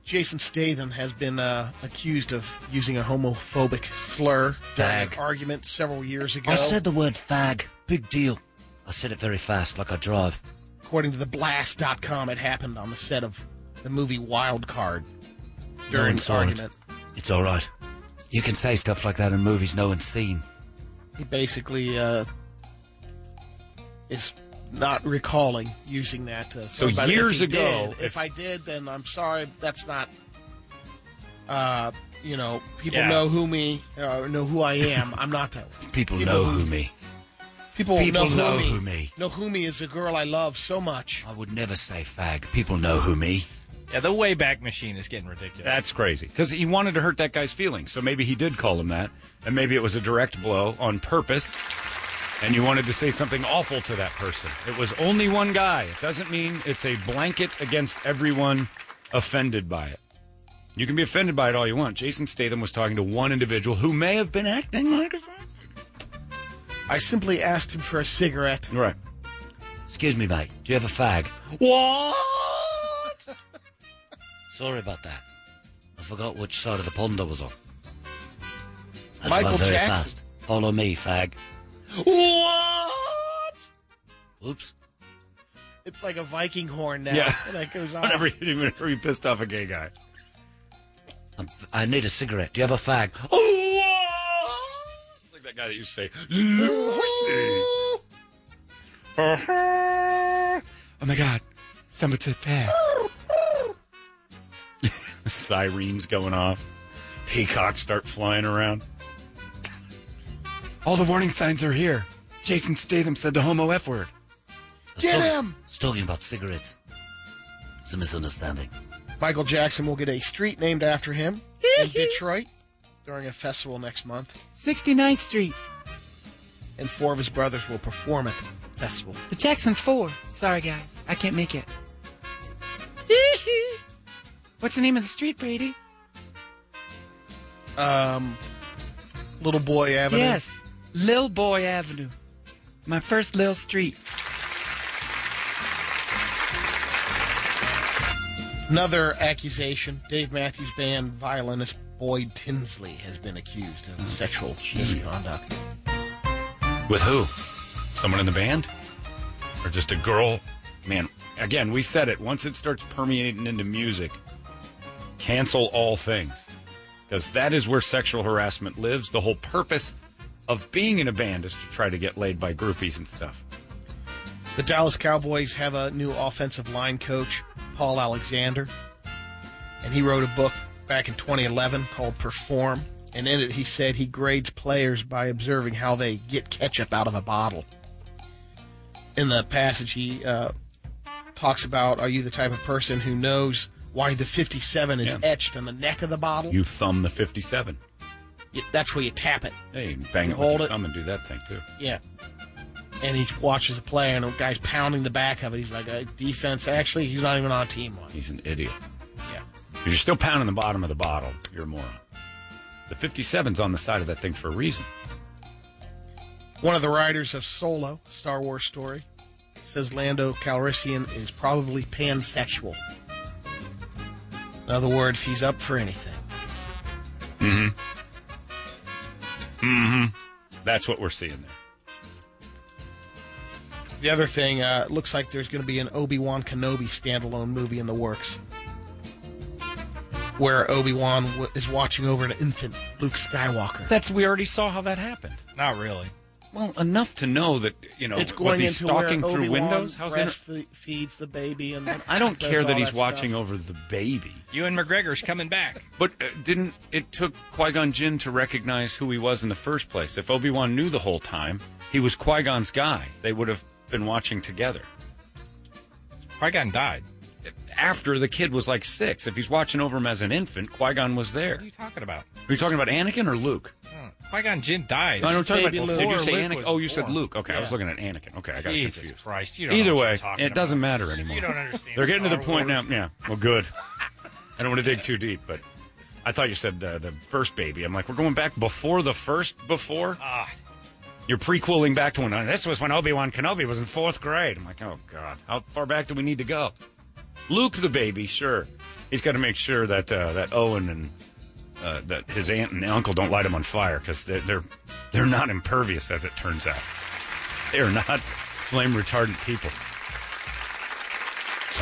Jason Statham has been uh, accused of using a homophobic slur during an
Fag.
argument several years ago.
I said the word fag. Big deal. I said it very fast, like I drive.
According to the blast.com, it happened on the set of the movie Wild Card
no
during
one
an
saw it.
argument.
It's all right. You can say stuff like that in movies no one's seen.
He basically uh, is not recalling using that. Uh,
So
but if
years
he
ago,
did- if,
if-
I did, then I'm sorry. That's not. Uh, you know, people
Yeah.
know who me, uh, know who I am. I'm not that. Way.
People,
People
know
who-
who me.
People,
People
know, who,
know
me.
who me.
Know who me is a girl I love so much.
I would never say fag. People know who me.
Yeah, the Wayback Machine is getting ridiculous.
That's crazy because he wanted to hurt that guy's feelings, so maybe he did call him that, and maybe it was a direct blow on purpose. And you wanted to say something awful to that person. It was only one guy. It doesn't mean it's a blanket against everyone offended by it. You can be offended by it all you want. Jason Statham was talking to one individual who may have been acting like a
I simply asked him for a cigarette.
Right.
Excuse me, mate. Do you have a fag? What? Sorry about that. I forgot which side of the pond I was on. I
Michael
drive very
Jackson.
fast. Follow me, fag.
What?
Oops.
It's like a Viking horn now.
Yeah.
That goes off.
Whenever you, whenever you pissed off a gay guy. i I need a cigarette. Do you have a fag?
Oh, what? Like that guy that used to say, Lucy.
Oh my god. Somebody's a fag.
Sirens going off. Peacocks start flying around.
All the warning signs are here. Jason Statham said the homo F word.
Get him!
It's talking about cigarettes. It's a misunderstanding.
Michael Jackson will get a street named after him in Detroit during a festival next month,
69th Street.
and four of his brothers will perform at the festival.
The Jackson's four. Sorry, guys. I can't make it. What's the name of the street, Brady?
Um, Little Boy Avenue.
Yes. Lil Boy Avenue. My first Lil Street.
Another accusation Dave Matthews Band violinist Boyd Tinsley has been accused of sexual misconduct.
With who? Someone in the band? Or just a girl? Man, again, we said it. Once it starts permeating into music, cancel all things. Because that is where sexual harassment lives. The whole purpose of being in a band is to try to get laid by groupies and stuff.
The Dallas Cowboys have a new offensive line coach, Paul Alexander, and he wrote a book back in 2011 called Perform. And in it, he said he grades players by observing how they get ketchup out of a bottle. In the passage, he uh, talks about Are you the type of person who knows why the 57 is
Yeah.
etched on the neck of the bottle?
You thumb the 57.
Y- That's where you tap it.
Hey, you can bang
You
it with
hold
your
it.
thumb and do that thing too.
Yeah. And he watches the player, and the guy's pounding the back of it. He's like, "Uh, defense. Actually, he's not even on a team one.
He's an idiot.
Yeah.
If you're still pounding the bottom of the bottle, you're a moron. The 57's on the side of that thing for a reason.
One of the writers of Solo, Star Wars story, says Lando Calrissian is probably pansexual. In other words, he's up for anything.
Mm hmm. Mm hmm. That's what we're seeing there.
The other thing, uh, it looks like there's going to be an Obi Wan Kenobi standalone movie in the works, where Obi Wan w- is watching over an infant, Luke Skywalker.
That's we already saw how that happened. Not really. Well, enough to know that you know
it's going
was he
into
stalking
where
through
Obi-Wan
windows? How's inter-
breastfe- feeds the baby, and
I don't
does
care
all
that he's
stuff.
watching over the baby.
Ewan McGregor's coming back.
But uh, didn't it took Qui Gon Jinn to recognize who he was in the first place? If Obi Wan knew the whole time he was Qui Gon's guy, they would have been watching together.
Qui Gon died
after the kid was like six. If he's watching over him as an infant, Qui Gon was there. What are you
talking about?
Are you talking about Anakin or Luke?
Qui Gon Jinn died.
No, I don't talk about.
Before
Did you say
Luke
Anakin?
was
Oh, you said
born.
Luke. Okay, I was
Yeah.
looking at Anakin. Okay, I got
Jesus
confused.
Christ, you don't
Either
know what
way,
you're talking
it doesn't
about.
matter anymore.
You don't understand
They're getting to the
Star
point
Wars.
now. Yeah. Well, good. I don't want to dig too deep, but I thought you said uh, the first baby. I'm like, we're going back before the first before.
Ah.
You're prequeling back to when uh, this was when Obi Wan Kenobi was in fourth grade. I'm like, oh god, how far back do we need to go? Luke the baby, sure. He's got to make sure that uh, that Owen and uh, that his aunt and uncle don't light him on fire because they're, they're they're not impervious, as it turns out. They are not flame retardant people.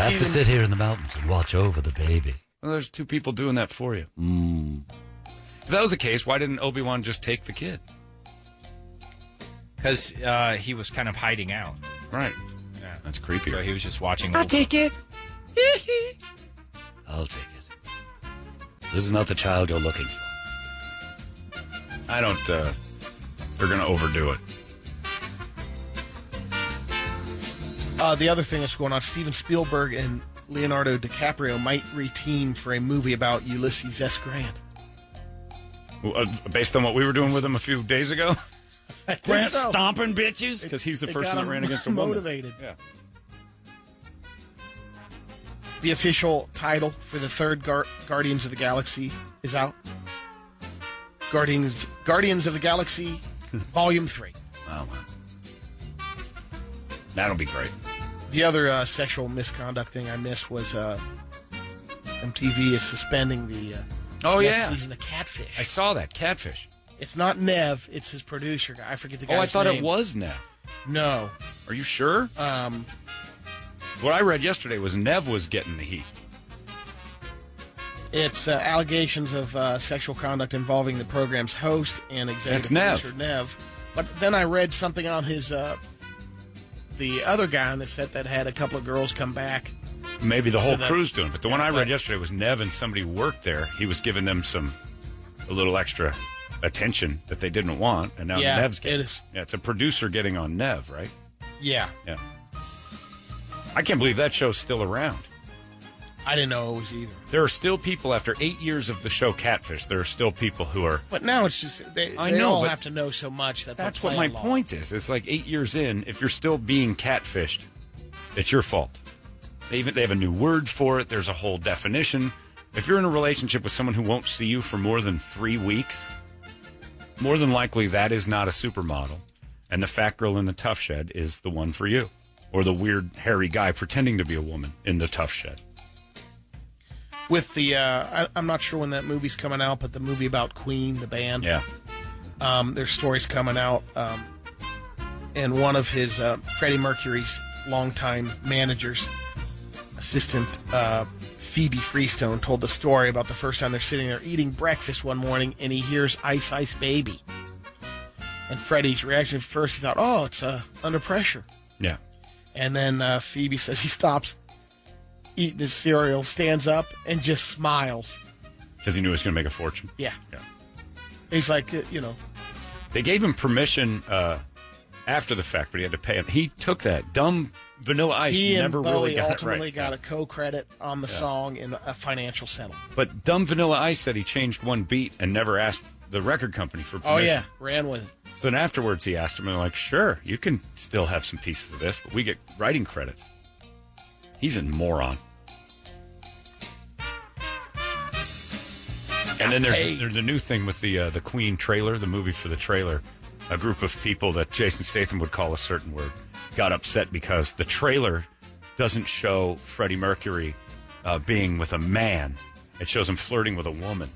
I have to sit here in the mountains and watch over the baby. Hmm.
Well, there's two people doing that for you. Mm. If that was the case, why didn't Obi Wan just take the kid?
Because uh, he was kind of hiding out.
Right.
Yeah.
That's creepy.
So he was just watching.
I'll take it.
I'll take it. This is not the child you're looking for.
I don't. Uh, they're going to overdo it.
Uh, the other thing that's going on: Steven Spielberg and Leonardo DiCaprio might reteam for a movie about Ulysses S. Grant.
Uh, based on what we were doing with him a few days ago.
I think
Grant
so.
stomping bitches because he's the
It
first
got
one that
him
ran against a woman.
Motivated. Yeah. The official title for the third Gar- Guardians of the Galaxy is out. Guardians Guardians of the Galaxy, Volume Three.
Oh, wow. That'll be great.
The other uh, sexual misconduct thing I missed was uh, MTV is suspending the uh,
Oh,
next
yeah.
season of Catfish.
I saw that catfish.
It's not Nev, it's his producer guy. I forget the
oh,
guy's
I thought
name.
it was Nev.
No.
Are you sure?
Um,
what I read yesterday was Nev was getting the heat.
It's uh, allegations of uh, sexual conduct involving the program's host and executive
That's
producer Nev. But then I read something on his uh, the other guy on the set that had a couple of girls come back.
Maybe the whole
The-
crew's doing it. But the one I read yesterday was Nev and somebody worked there. He was giving them some a little extra attention that they didn't want, and now
Yeah,
Nev's getting. It is. Yeah, it's a producer getting on Nev, right?
Yeah,
Yeah. I can't believe that show's still around.
I didn't know it was either.
There are still people after eight years of the show Catfish. There are still people who are.
But now it's just they,
I
they
know,
all
but
have to know so much that
That's what my point is. It's like eight years in. If you're still being catfished, it's your fault. They even they have a new word for it. There's a whole definition. If you're in a relationship with someone who won't see you for more than three weeks, more than likely that is not a supermodel, and the fat girl in the tough shed is the one for you, or the weird hairy guy pretending to be a woman in the tough shed.
with the uh, I, I'm not sure when that movie's coming out, but the movie about Queen, the band.
Yeah.
Um, there's stories coming out, um, and one of his uh, Freddie Mercury's longtime managers, assistant uh, Phoebe Freestone, told the story about the first time they're sitting there eating breakfast one morning, and he hears "Ice Ice Baby," and Freddie's reaction at first he thought, "Oh, it's uh, under pressure."
Yeah.
And then uh, Phoebe says he stops eating his cereal, stands up, and just smiles.
Because he knew he was going to make a fortune.
Yeah. He's like, uh, you know,
They gave him permission uh, after the fact, but he had to pay him. He took that dumb Vanilla Ice
he and
never
Bowie
really got it
ultimately
right.
got a co-credit on the song in a financial settlement.
But dumb Vanilla Ice said he changed one beat and never asked the record company for
Oh
permission.
yeah, ran with it.
So then afterwards, he asked him, and they're like, "Sure, you can still have some pieces of this, but we get writing credits." He's a moron. And then there's, there's the new thing with the uh, the Queen trailer, the movie for the trailer. A group of people that Jason Statham would call a certain word got upset because the trailer doesn't show Freddie Mercury uh, being with a man; it shows him flirting with a woman.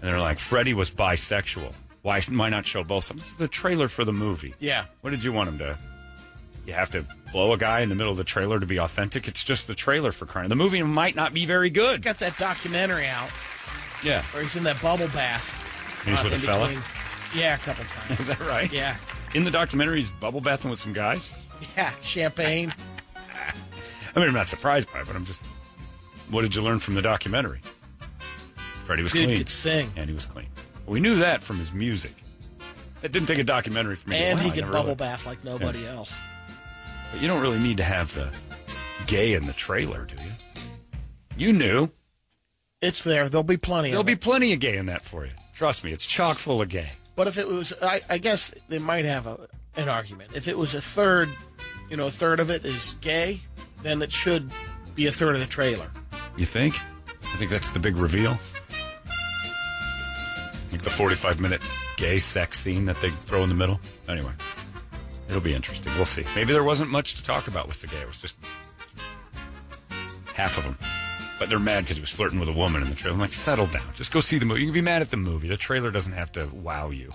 And they're like, Freddie was bisexual. Why, why not show both? This is the trailer for the movie.
Yeah.
What did you want him to? You have to blow a guy in the middle of the trailer to be authentic. It's just the trailer for crying. The movie might not be very good.
Got that documentary out,
Yeah.
or he's in that bubble bath.
And he's with
in
a fella?
between- Yeah, a couple times.
Is that right?
Yeah,
In the documentary, he's bubble bathing with some guys.
yeah. Champagne.
I mean, I'm not surprised by it, but I'm just. What did you learn from the documentary? Freddie was
Dude
clean.
could sing.
And he was clean. We knew that from his music. It didn't take a documentary for me. to go,
and
"Wow,
he
I
could
never
bubble
really-"
bath like nobody else.
But you don't really need to have the gay in the trailer, do you? You knew.
It's there. There'll be plenty.
There'll
of
be
it.
plenty of gay in that for you. Trust me, it's chock full of gay.
But if it was, I, I guess they might have a, an argument. If it was a third, you know, a third of it is gay, then it should be a third of the trailer.
You think? I think that's the big reveal. Like the 45 minute gay sex scene that they throw in the middle. Anyway, it'll be interesting. We'll see. Maybe there wasn't much to talk about with the gay. It was just half of them. But they're mad because he was flirting with a woman in the trailer. I'm like, settle down. Just go see the movie. You can be mad at the movie. The trailer doesn't have to wow you.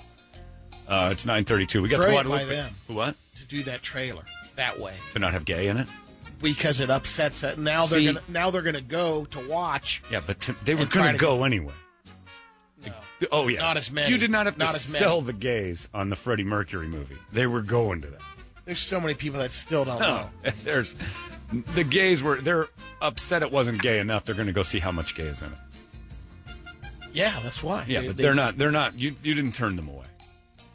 Uh, it's 9:32. We got
Great
the
by
Guadalupe.
them
What?
to do that trailer that way
To not have gay in it.
because it upsets that now
See-
they're gonna now they're gonna go to watch.
Yeah, but to, they were
And try
going to
to
go anyway. Oh yeah,
Not as many.
You did not have to
Not as many.
sell the gays on the Freddie Mercury movie. They were going to that.
There's so many people that still don't know.
No, there's the gays were they're upset it wasn't gay enough. They're going to go see how much gay is in it.
Yeah, that's why.
Yeah,
They-
but
they-
they're not. They're not. You you didn't turn them away.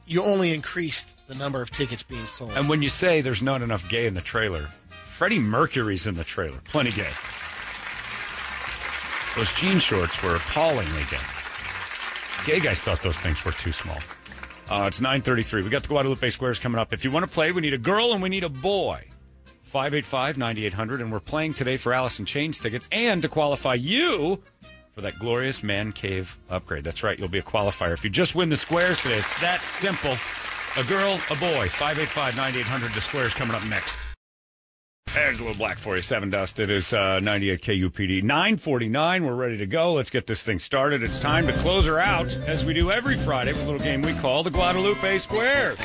You only increased the number of tickets being sold.
And when you say there's not enough gay in the trailer, Freddie Mercury's in the trailer. Plenty gay. Those jean shorts were appallingly gay. Gay guys thought those things were too small. Uh, it's 9.33. We got the Guadalupe Squares coming up. If you want to play, we need a girl and we need a boy. 585-9800. And we're playing today for Alice in Chains tickets and to qualify you for that glorious man cave upgrade. That's right. You'll be a qualifier. If you just win the squares today, it's that simple. A girl, a boy. 585-9800. The squares coming up next.
There's a little black for you. Seven Dust. It is uh, 98 KUPD. 949. We're ready to go. Let's get this thing started. It's time to close her out, as we do every Friday, with a little game we call the Guadalupe Square.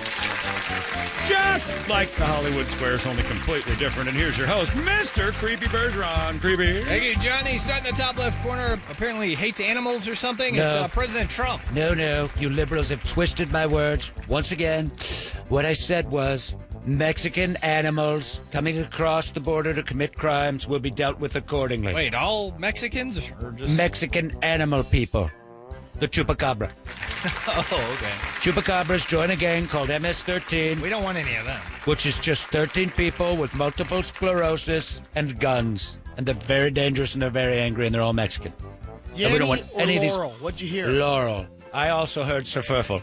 Just like the Hollywood Squares, only completely different. And here's your host, Mr. Creepy Bergeron. Creepy.
Thank you, Johnny. Starting in the top left corner. Apparently, he hates animals or something.
No.
It's uh, President Trump.
No, no, you liberals have twisted my words once again. What I said was Mexican animals coming across the border to commit crimes will be dealt with accordingly.
Wait, all Mexicans or just
Mexican animal people. The chupacabra.
oh, okay.
Chupacabras join a gang called MS-13.
We don't want any of them.
Which is just 13 people with multiple sclerosis and guns. And they're very dangerous and they're very angry and they're all Mexican. and we don't want
Yeti or
any
Laurel?
of these.
What'd you hear?
Laurel. I also heard Surferful.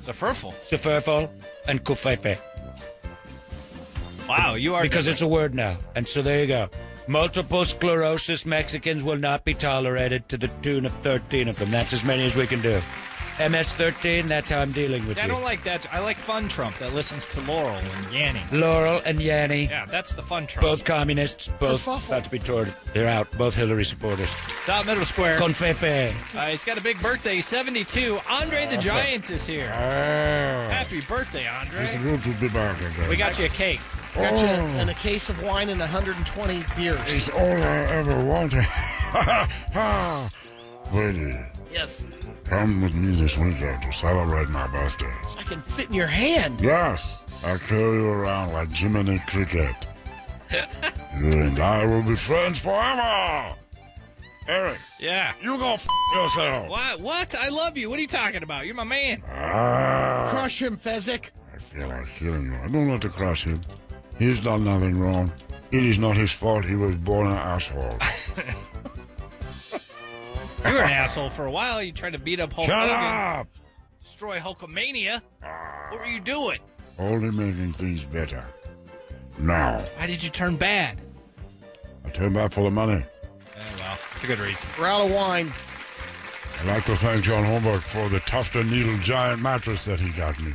Surferful?
Surferful and Kufefe.
Wow, you are.
Because it's a word now. And so there you go. Multiple sclerosis Mexicans will not be tolerated to the tune of 13 of them. That's as many as we can do. MS 13, that's how I'm dealing with
I
you.
don't like that. I like fun Trump that listens to Laurel and Yanny.
Laurel and Yanni.
Yeah, that's the fun Trump.
Both communists, both
Kerfuffle.
about to be tortured. They're out. Both Hillary supporters.
Top middle square.
Confefe.
Uh, he's got a big birthday. He's 72. Andre
Oh,
the Giant is here. Happy birthday, Andre.
Uh, It's good to be back again.
We got you a cake.
Got you
Oh.
and a case of wine and 120 beers.
It's all I ever wanted. Lady,
Yes,
come with me this weekend to celebrate my birthday.
I can fit in your hand.
Yes, I'll carry you around like Jiminy Cricket. you and I will be friends forever. Eric.
Yeah.
You go f- yourself.
What? What? I love you. What are you talking about? You're my man.
Ah.
Crush him, Fezzik.
I feel like killing you. I don't want to crush him. He's done nothing wrong. It is not his fault. He was born an asshole.
You were an asshole for a while. You tried to beat up Hulk
Shut
Hogan.
up!
Destroy Hulkamania. What were you doing?
Only making things better. Now,
Why did you turn bad?
I turn back for the money.
Oh, well, it's a good reason.
We're out of wine.
I'd like to thank John Holmberg for the tufted needle giant mattress that he got me.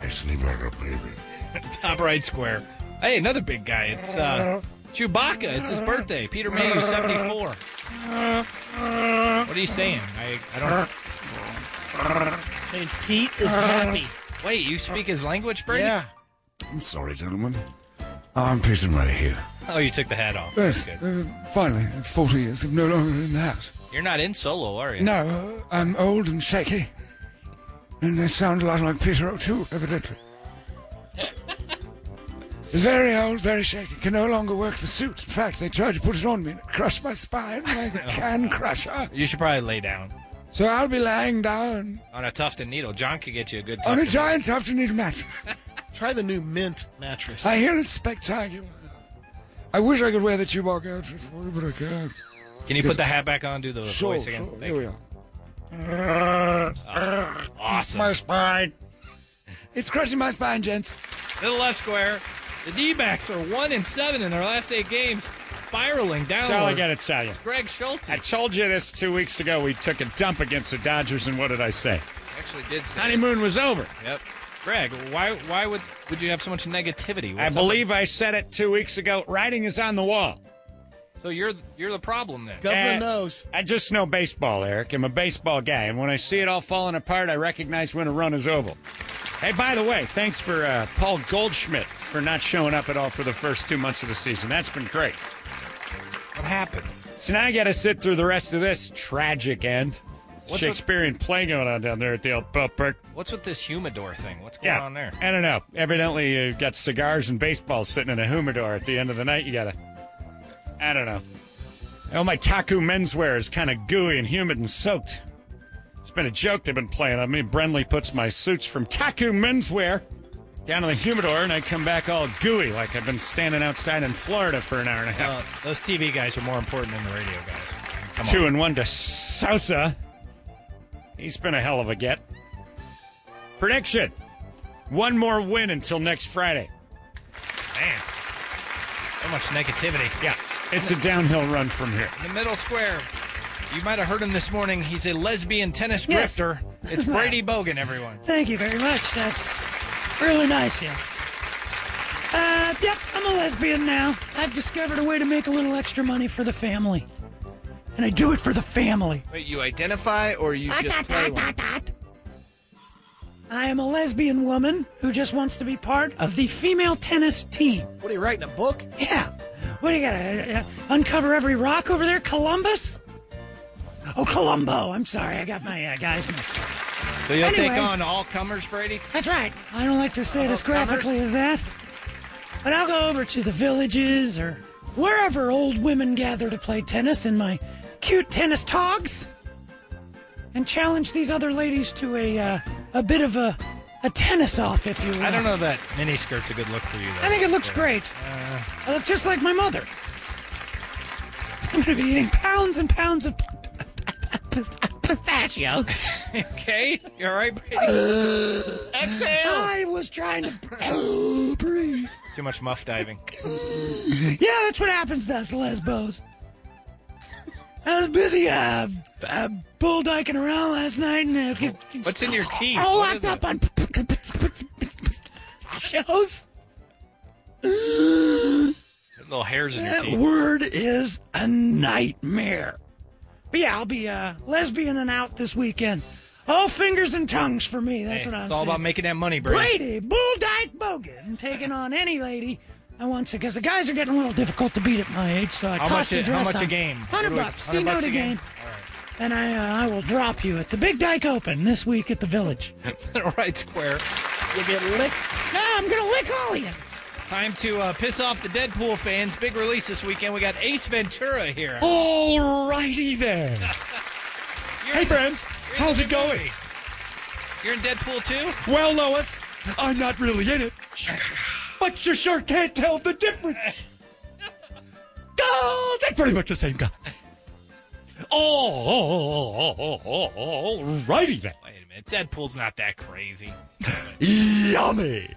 I sleep like a baby.
Top right square. Hey, another big guy. It's uh, Chewbacca. It's his birthday. Peter Mayhew, 74. What are you saying? I, I don't.
St. Pete is happy.
Wait, you speak his language, Brady?
Yeah.
I'm sorry, gentlemen. I'm Peter Mayhew.
Oh, you took the hat off.
Yes,
That's good.
uh, finally, in 40 years, I'm no longer in the house.
You're not in solo, are you?
No, uh, I'm old and shaky. And I sound a lot like Peter O'Toole, evidently. very old, very shaky. Can no longer work the suit. In fact, they tried to put it on me and it crushed my spine like a can crusher.
You should probably lay down
So I'll be lying down
on a tufted needle. John could get you a good
on
tufted
a giant tufted needle mattress.
Try the new mint mattress.
I hear it's spectacular. I wish I could wear the Chewbacca outfit, but I can't.
needle. Can you put the hat back on? Do the
Sure,
voice again.
sure.
Thank
Here we are.
Awesome.
My spine. It's crushing my spine, gents.
Little left square. The D-backs are one and seven in their last eight games, spiraling downward.
Shall I gotta tell you?
Greg Schulte.
I told you this two weeks ago. We took a dump against the Dodgers, and what did I say?
Actually, did say.
Honeymoon was over.
Yep. Greg, why why would would you have so much negativity?
I
What's up
believe I said it two weeks ago. Writing is on the wall.
with- So you're you're the problem then.
Uh, I just know baseball, Eric. I'm a baseball guy, and when I see it all falling apart, I recognize when a run is oval. Hey, by the way, thanks for uh, Paul Goldschmidt for not showing up at all for the first two months of the season. That's been great.
What happened?
So now I got to sit through the rest of this tragic end.
What's
Shakespearean play going on down there at the old ballpark.
What's with this humidor thing? What's going
Yeah,
on there?
I don't know. Evidently, you've got cigars and baseball sitting in a humidor at the end of the night. You gotta, I don't know. Oh, my Taku menswear is kind of gooey and humid and soaked. It's been a joke they've been playing on me. Brenly puts my suits from Taku menswear down in the humidor, and I come back all gooey like I've been standing outside in Florida for an hour and a half.
Uh, those TV guys are more important than the radio guys. Come
Two
on.
and one to Sousa. He's been a hell of a get. Prediction: One more win until next Friday.
Man, so much negativity.
Yeah, it's a downhill run from here.
In the middle square. You might have heard him this morning. He's a lesbian tennis
Yes.
grifter. It's Brady Bogan, everyone.
Thank you very much. That's really nice, yeah. Uh, yep, I'm I'm a lesbian now. I've discovered a way to make a little extra money for the family. And I do it for the family.
Wait, you identify or you just play one?
I am a lesbian woman who just wants to be part of the female tennis team.
What are you writing, a book?
Yeah. What do you gotta uh, uncover every rock over there? Columbus? Oh, Colombo. I'm sorry. I got my uh, guys mixed up.
So you'll
Anyway.
take on all comers, Brady?
That's right. I don't like to say it as graphically as that. But I'll go over to the villages or wherever old women gather to play tennis in my cute tennis togs and challenge these other ladies to a uh, a bit of a, a tennis off, if you will.
I don't know that miniskirt's a good look for you, though.
I think it looks great.
Uh,
I look just like my mother. I'm going to be eating pounds and pounds of pistachios.
okay. You all right, Brady?
Exhale. I was trying to breathe.
Too much muff diving.
Yeah, that's what happens to us lesbos. I was busy uh, uh, bull dyking around last night and uh, get-
What's in your teeth?
All
What is
locked up
it?
on shows.
Little hairs in your
That
teeth.
word is a nightmare. But yeah, I'll be uh, lesbian and out this weekend. All fingers and tongues for me. That's
Hey,
what I'm
It's all
saying.
about making that money, Brady.
Brady Bull Dyke Bogan I'm taking on any lady I want to because the guys are getting a little difficult to beat at my age. So I
How
toss
much
the
a- how
dress
much a
on.
game?
Hundred
What do we-
bucks.
100
See no
bucks
to
a
game.
game?
And I uh, I will drop you at the Big Dyke Open this week at the Village.
right square.
You get licked.
No, I'm gonna lick all of you.
Time to uh, piss off the Deadpool fans. Big release this weekend. We got Ace Ventura here.
Oh!
Alrighty then. hey, friends. How's it going?
You're in Deadpool too?
Well, Lois, I'm not really in it, but you sure can't tell the difference. Cause it's pretty much the same guy. Alrighty then.
Wait a minute. Deadpool's not that crazy.
Yummy.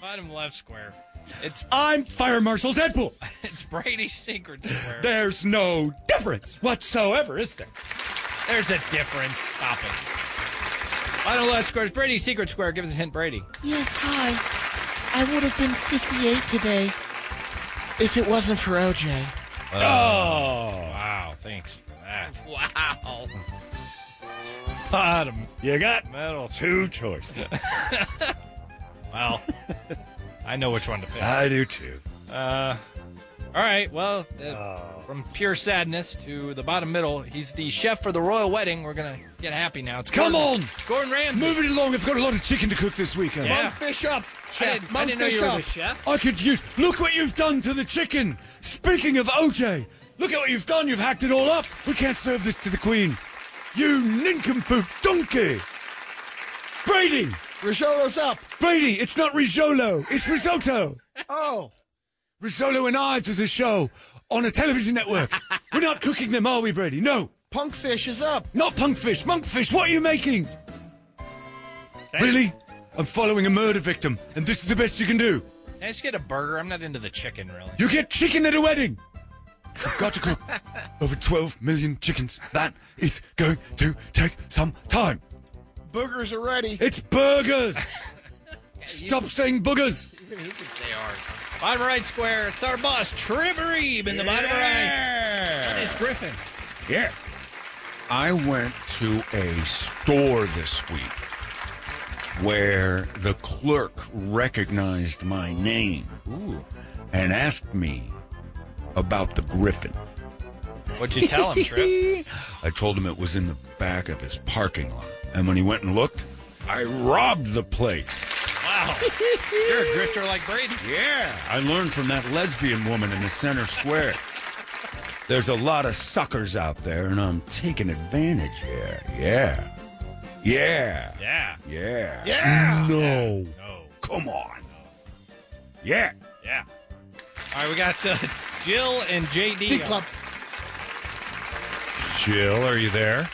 Bottom left square. It's
I'm Fire Marshal Deadpool.
it's Brady Secret Square.
There's no difference whatsoever, is there?
There's a difference. Stop it. Bottom left square is Brady Secret Square. Give us a hint, Brady.
Yes, hi. I would have been 58 today if it wasn't for OJ.
Oh, wow. Thanks for that. Wow. Bottom.
You got
metal.
Two choices.
Well, I know which one to pick.
I do too.
Uh, all right. Well, uh, from pure sadness to the bottom middle, he's the chef for the royal wedding. We're gonna get happy now. It's
Come
Gordon-
on.
Gordon Ramsay.
Move it along. I've got a lot of chicken to cook this weekend.
Yeah.
fish up,
I didn't- I didn't know you were the chef.
I could use. Look what you've done to the chicken. Speaking of OJ, look at what you've done. You've hacked it all up. We can't serve this to the Queen. You nincompoop donkey. Brady.
Risotto's up.
Brady, it's not risotto. It's risotto.
Oh.
Risotto and Ives is a show on a television network. We're not cooking them, are we, Brady? No.
Punkfish is up.
Not punkfish, monkfish. What are you making? Really? I'm following a murder victim, and this is the best you can do.
Can I just get a burger. I'm not into the chicken really.
You get chicken at a wedding. I've got to cook over 12 million chickens. That is going to take some time.
Boogers are ready.
It's burgers. Stop saying boogers.
Even he can say ours.
Bottom right square. It's our boss Trevor Eve in the bottom right. And it's Griffin.
Yeah. I went to a store this week where the clerk recognized my name and asked me about the griffin.
What'd you tell him, Trip?
I told him it was in the back of his parking lot. And when he went and looked, I robbed the place.
Wow. You're a grifter like Brady.
Yeah. I learned from that lesbian woman in the center square. There's a lot of suckers out there, and I'm taking advantage here. Yeah. Yeah.
Yeah.
Yeah.
Yeah.
No.
No.
Come on. Yeah.
Yeah. All right, we got uh, Jill and JD.
Tea club. Jill, are you there?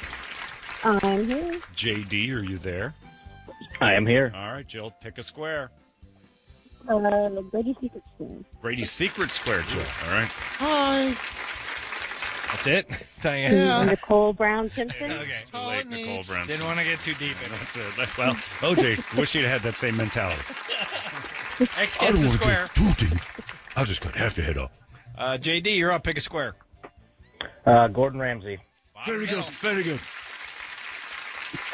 I'm here.
JD, are you there?
I am here.
All right, Jill, pick a square.
Uh, Brady Secret Square.
Brady's secret square, Jill. All right.
Hi.
That's it. Diane.
Nicole Brown Simpson.
It's too late, Nicole Brown.
Didn't want to get too deep in it.
That's it. Well, OJ, wish he'd had that same mentality.
X
I
gets
don't
the
want to
square.
get too deep.
I'll just cut half your head off.
Uh, JD, you're up. Pick a square.
Uh, Gordon Ramsay.
Very good, very good.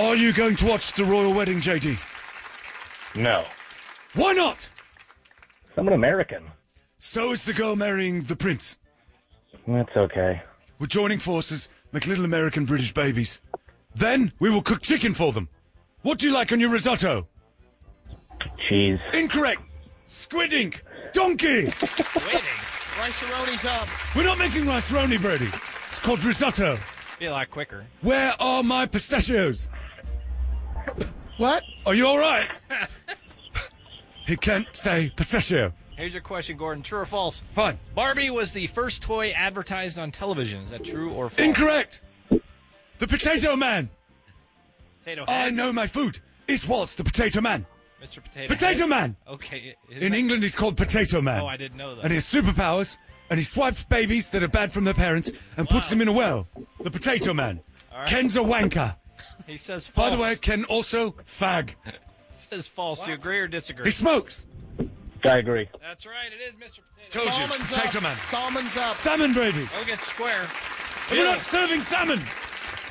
Are you going to watch the royal wedding, JD?
No.
Why not?
I'm an American.
So is the girl marrying the prince.
That's okay.
We're joining forces, make little American British babies. Then we will cook chicken for them. What do you like on your risotto?
Cheese.
Incorrect. Squid ink. Donkey.
Rice Aroni's up.
We're not making riceroni, Brady. It's called risotto.
Be a lot quicker.
Where are my pistachios? What? Are you all right? he can't say pistachio.
Here's your question, Gordon. True or false?
Fine.
Barbie was the first toy advertised on television. Is that true or false?
Incorrect. The potato man.
Potato
I
head.
know my food. It was the potato man.
Mr. Potato.
Potato
Head.
Man.
Okay. isn't
In
that-
England, he's called Potato Man.
Oh, I didn't know that.
And he has superpowers, and he swipes babies that are bad from their parents and puts them in a well. The Potato Man.
All right.
Ken's a wanker.
He says
By
false.
the way, Ken also fag.
He says false. Do you agree or disagree?
He smokes.
I agree.
That's right. It is Mr. Potato.
Told you.
Salmon's
Potato
up.
Man.
Salmon's up.
Salmon, Brady.
Go get square.
We're not serving salmon.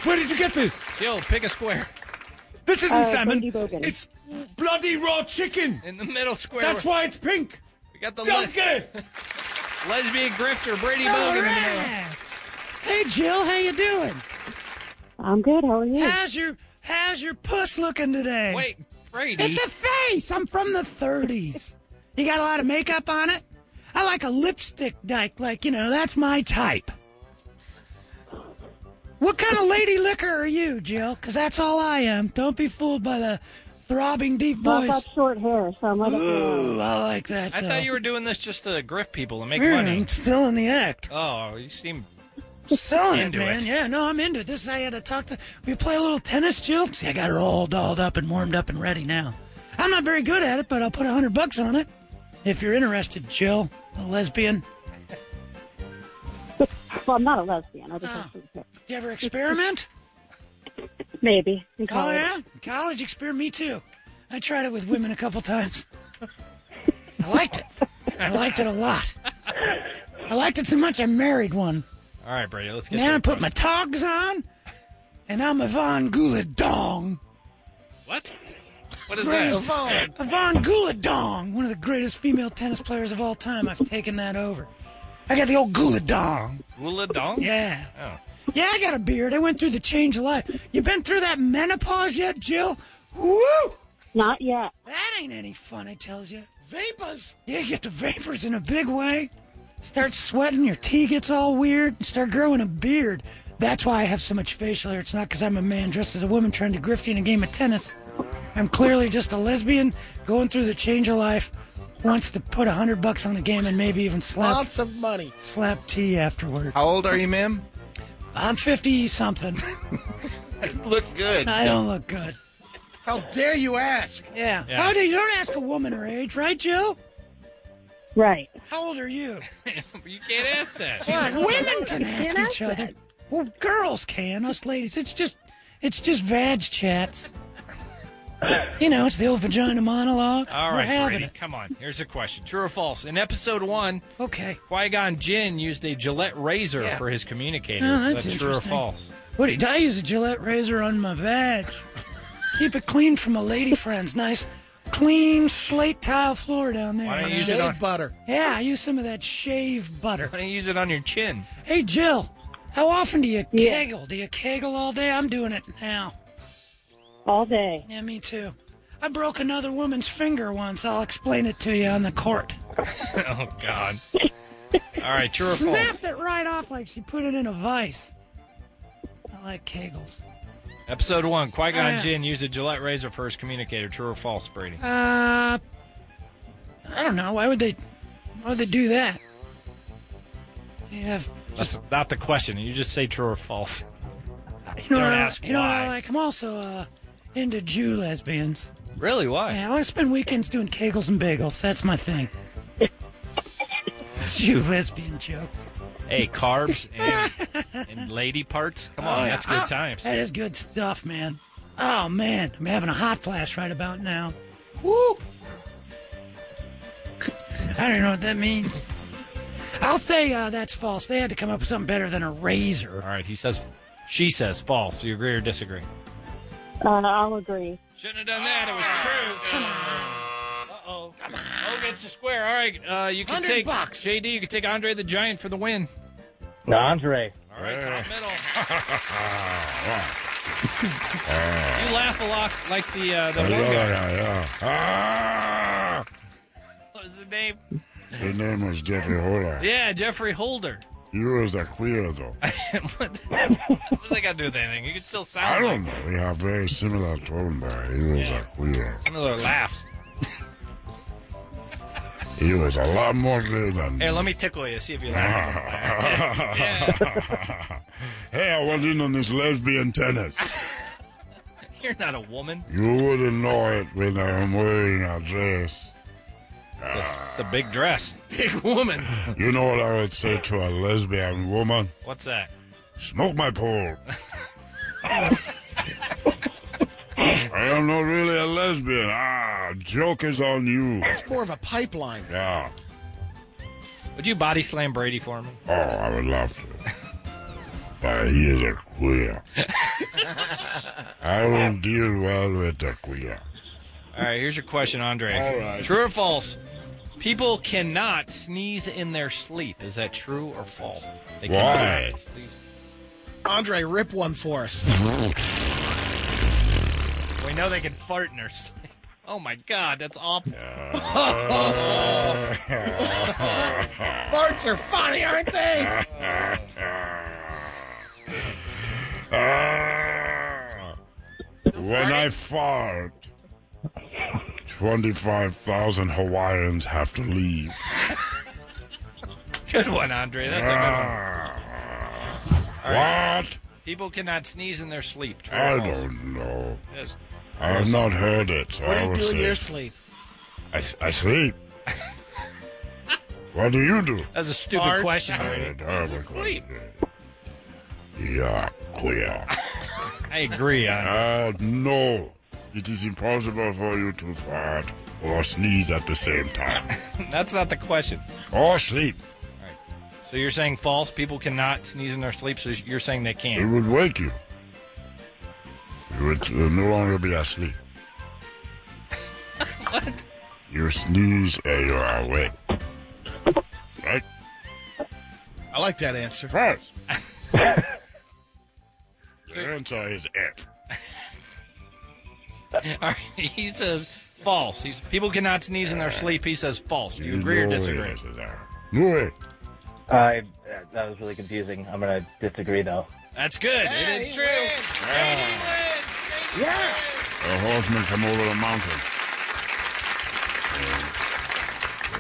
Where did you get this?
Jill, pick a square.
This isn't
Uh,
salmon.
Sandy Bogan.
It's bloody raw chicken.
In the middle square.
That's why it's pink.
We got the
Don't get it.
lesbian grifter Brady
All
Bogan in the middle.
right. Hey, Jill, how you doing?
I'm good. How are you?
How's your How's your puss looking today?
Wait, Brady.
It's a face. I'm from the 30s. you got a lot of makeup on it. I like a lipstick dyke. Like you know, that's my type. What kind of lady liquor are you, Jill? Because that's all I am. Don't be fooled by the throbbing deep
Well, I've got
voice.
short hair, so I'm
Ooh, I like that.
I
though.
thought you were doing this just to grift people and make
Yeah,
money.
I'm still in the act.
Oh, you seem
selling
Into
it, man.
it.
Yeah, no, I'm into it. This is I had to talk to. We play a little tennis, Jill. See, I got her all dolled up and warmed up and ready now. I'm not very good at it, but I'll put a hundred bucks on it if you're interested, Jill, a lesbian.
Well, I'm not a lesbian. I just have short hair.
Did you ever experiment?
Maybe. in
oh
college.
yeah, college experiment. Me too. I tried it with women a couple times. I liked it. I liked it a lot. I liked it so much I married one.
All right, Brady, let's get
Now I
to
put my togs on, and I'm a Von Gula dong.
What? What is
Greatest-
that?
Yvonne Gouladong, one of the greatest female tennis players of all time. I've taken that over. I got the old Gouladong.
Gula dong?
Yeah.
Oh.
Yeah, I got a beard. I went through the change of life. You been through that menopause yet, Jill? Woo!
Not yet.
That ain't any fun, I tells you. Vapors. Yeah, you get the vapors in a big way. Start sweating. Your tea gets all weird. and Start growing a beard. That's why I have so much facial hair. It's not because I'm a man dressed as a woman trying to grift you in a game of tennis. I'm clearly just a lesbian going through the change of life. Wants to put a hundred bucks on a game and maybe even slap
Lots of money.
slap tea afterward.
How old are you, ma'am?
I'm fifty something.
Look good.
I don't look good.
How dare you ask?
Yeah.
Yeah.
How do you don't ask a woman her age, right, Jill?
Right.
How old are you?
You can't answer that.
Come on, women can ask
Can
each
I
other. Well, girls can, us ladies. It's just, it's just vag chats. You know, it's the old vagina monologue.
All
We're
right,
having
Brady,
it.
come on. Here's a question. True or false? In episode one,
okay,
Qui Gon Jinn used a Gillette razor
Yeah.
for his communicator.
Oh, that's
true or
interesting.
false?
What did I use a Gillette razor on my vag? Keep it clean for my lady friends. Nice, clean slate tile floor down there.
Why don't you use it on- Shave
butter? Yeah, I use some of that shave butter.
Why don't you use it on your chin?
Hey, Jill, how often do you kegel? Do you kegel all day? I'm doing it now.
All day.
Yeah, me too. I broke another woman's finger once. I'll explain it to you on the court.
oh, God. All right, true or false?
Snapped it right off like she put it in a vice. I like kegels.
Episode one, Qui Gon
Yeah.
Jinn used a Gillette razor for his communicator. True or false, Brady?
Uh, I don't know. Why would they? Why would they do that? They have
That's not the question. You just say true or false.
You know,
Don't
what I-
ask
you know what I
why.
like? I'm also uh, into Jew lesbians.
Really? Why?
Yeah, I spend weekends doing kegels and bagels. That's my thing. Jew lesbian jokes.
Hey, carbs and, and lady parts. Come on,
Oh, yeah.
that's good
Oh,
times.
That is good stuff, man. Oh man, I'm having a hot flash right about now. Woo! I don't know what that means. I'll say uh, that's false. They had to come up with something better than a razor.
All right, he says, she says false. Do you agree or disagree?
Uh, I'll agree.
Shouldn't have done that. It was true. Come on. Uh oh. Come on. Oh, gets a square. All right, uh, you can
100
take
bucks.
JD. You can take Andre the Giant for the win.
Andre.
All right, top middle. Oh,
Ah.
You laugh a lot like the uh, the
Ah,
one guy.
yeah, Ah. yeah.
What was his name?
Ah. His name was Jeffrey Holder.
Yeah, Jeffrey Holder.
He was a queer, though.
What does that got to do with anything? You can still sound.
I don't
like
know. We have very similar tone there. He was a queer.
Similar laughs.
He was a lot more gay than
Here, let me tickle you. See if you laugh.
Hey, I went in on this lesbian tennis.
You're not a woman.
You wouldn't know it when I'm wearing a dress.
It's a big dress. Big woman.
You know what I would say to a lesbian woman?
What's that?
Smoke my pole. I am not really a lesbian. Ah, joke is on you.
It's more of a pipeline.
Yeah.
Would you body slam Brady for me?
Oh, I would love to. But he is a queer. I don't deal well with the queer.
All right, here's your question, Andre.
All right.
True or false? People cannot sneeze in their sleep. Is that true or false? They
Why?
cannot.
Andre, rip one for us.
We know they can fart in their sleep. Oh my God, that's awful.
Farts are funny, aren't they?
Ah! When I fart, 25,000 Hawaiians have to leave.
Good one, Andre. That's a good one.
Ah. What?
People cannot sneeze in their sleep. True
I
or false?
don't know.
Yes.
I have not heard it. so
What
I
do you
will
do in
say-
your sleep?
I, I sleep. what do you do?
That's a stupid
Fart.
question,
Yeah,
Brady.
terrible question. Yeah, queer.
I agree.
Uh, no, it is impossible for you to fart or sneeze at the same time
That's not the question.
or sleep.
So you're saying false? People cannot sneeze in their sleep. So you're saying they
It
can.
would wake you. You would uh, no longer be asleep.
What?
You sneeze and you are awake. Right?
I like that answer.
First. The answer is F.
All right. He says false. He's, people cannot sneeze in their sleep. He says false. Do you
There's
agree or
no way
disagree?
this is F. No way.
I that was really confusing. I'm gonna disagree though.
That's good. it is true.
Yeah.
A horseman come over the mountain.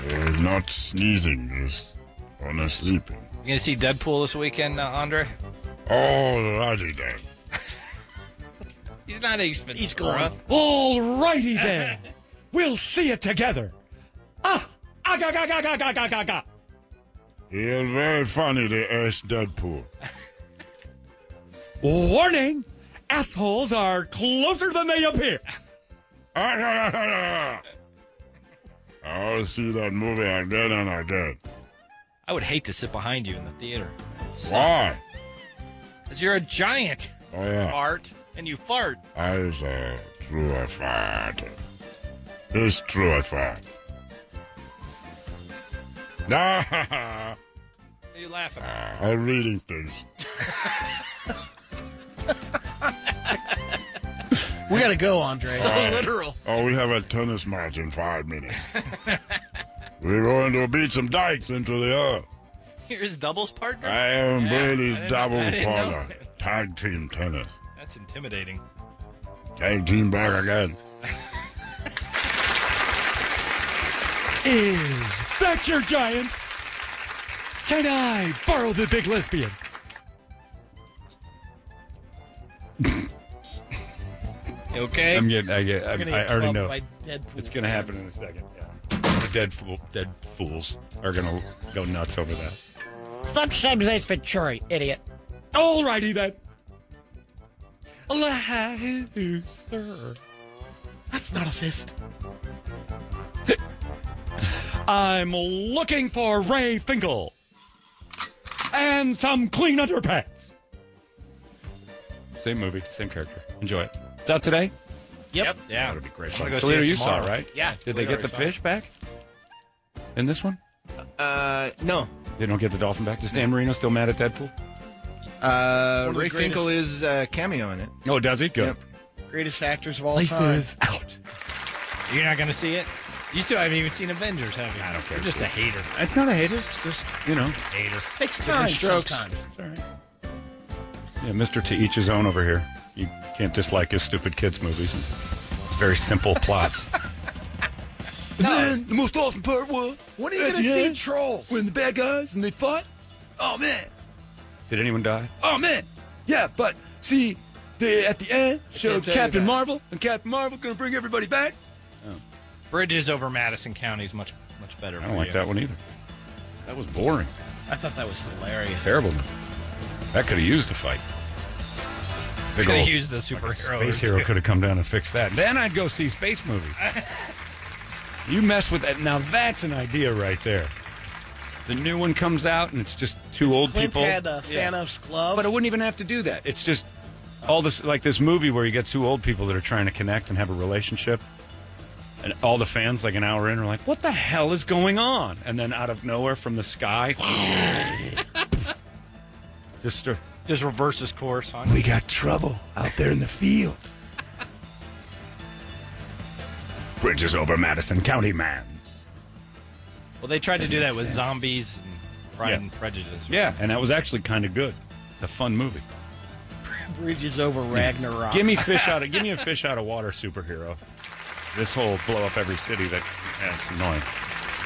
Uh, uh, not sneezing, just on a sleeping.
You gonna see Deadpool this weekend, uh, Andre?
Alrighty then.
He's not Ace Ventura. He's
gone. Alrighty then. we'll see it together. Ah, ah, ga, ga, ga, ga, ga, ga, ga, ga.
Yeah, very funny, the ass Deadpool.
Warning! Assholes are closer than they appear.
I'll see that movie again and again.
I would hate to sit behind you in the theater.
Why?
Because you're a giant.
Oh, yeah.
Fart. And you fart.
I is a true or fart. It's true or fart. Ah,
What are you laughing at?
I'm reading things.
We gotta go, Andre.
Alright. Oh, we have a tennis match in five minutes. We're going to beat some dykes into the earth.
You're his doubles partner?
I am
Yeah, I
Brady's
didn't-
double
I didn't know
partner. Tag team tennis.
That's intimidating.
Tag team back again.
Is that your giant? Can I borrow the big lesbian?
Okay.
I'm getting. I get. I,
You're gonna
I
get
already
clubbed
know.
by Deadpool
It's gonna happen
fans.
in a second. Yeah. The dead fool, dead fools are gonna go nuts over that.
Stop saying Ace Ventura, idiot. Alrighty then.
Loser.
That's not a fist.
I'm looking for Ray Finkel. and some clean underpants.
Same movie, same character. Enjoy it. It's out today?
Yep.
Yeah. That'd be great.
I'm gonna go
Toledo,
see it
you saw it,
tomorrow.
right?
Yeah.
Did they
Toledo
get the
already saw
fish back? In this one?
Uh, no.
They don't get the dolphin back? Is Dan Marino still mad at Deadpool?
Uh,
One of the
Ray Finkel
greatest-
is uh, cameo in it.
Oh, does he? Good.
Yep.
Greatest actors of all
Lisa
time.
is
out.
You're not going to see it? You still haven't even seen Avengers, have you? I don't care. You're just a hater.
It's not a hater. It's just, you know.
Hater.
Takes
Different
time
strokes.
sometimes.
It's all right. Yeah, Mr. To Each His Own over here. You can't dislike his stupid kids' movies. It's very simple plots.
Man, the most awesome part was
when
are
you gonna see trolls?
When the bad guys and they fought. Oh man,
Did anyone die?
oh man, yeah. But see, they at the end showed
tell you
Captain
that.
Marvel, and Captain Marvel gonna bring everybody back.
Bridges over Madison County is much, much better
I
for
don't like
you.
that one either. That was boring.
I thought that was hilarious.
Terrible. movie. That could have used a fight. Big
Coulda
old-
used a
like
superhero
space
or
hero
two.
could have come down and fixed that. Then I'd go see space movie. you mess with that. Now that's an idea right there. The new one comes out and it's just two old
Clint
people.
had uh, Thanos' glove.
But I wouldn't even have to do that. It's just all this like this movie where you get two old people that are trying to connect and have a relationship. And all the fans, like an hour in, are like, "What the hell is going on?" And then out of nowhere, from the sky, just a,
Just reverses course. Huh?
We got trouble out there in the field.
bridges over Madison County, man.
Well, they tried to
Doesn't
do that
make
with
sense.
zombies and Pride
Yeah.
and Prejudice.
Yeah, and that was actually kind of good. It's a fun movie.
Bridges over Ragnarok.
Give me fish out of give me a fish out of water superhero. This whole blow up every city that that's annoying.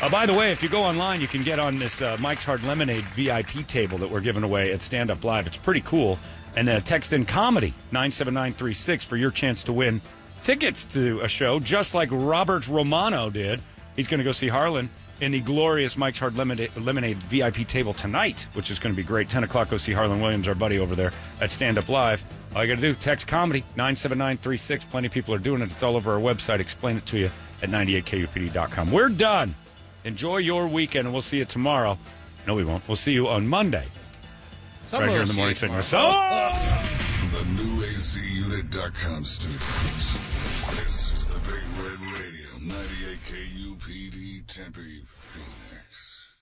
Uh, by the way, if you go online, you can get on this uh, Mike's Hard Lemonade VIP table that we're giving away at Stand Up Live. It's pretty cool. And then text in comedy 97936 for your chance to win tickets to a show, just like Robert Romano did. He's going to go see Harlan in the glorious Mike's Hard Lemonade, Lemonade VIP table tonight, which is going to be great. 10 o'clock, go see Harlan Williams, our buddy over there at Stand Up Live. All you got to do, text comedy 97936. Plenty of people are doing it. It's all over our website. Explain it to you at 98kupd.com. We're done. Enjoy your weekend, and we'll see you tomorrow. No, we won't. We'll see you on Monday.
Someone
right here
will
in the
see
morning
you tomorrow.
segment. So-
Oh! The new ACUnit.com studios. This is the Big Red Radio, 98 KUPD Tempe, Phoenix.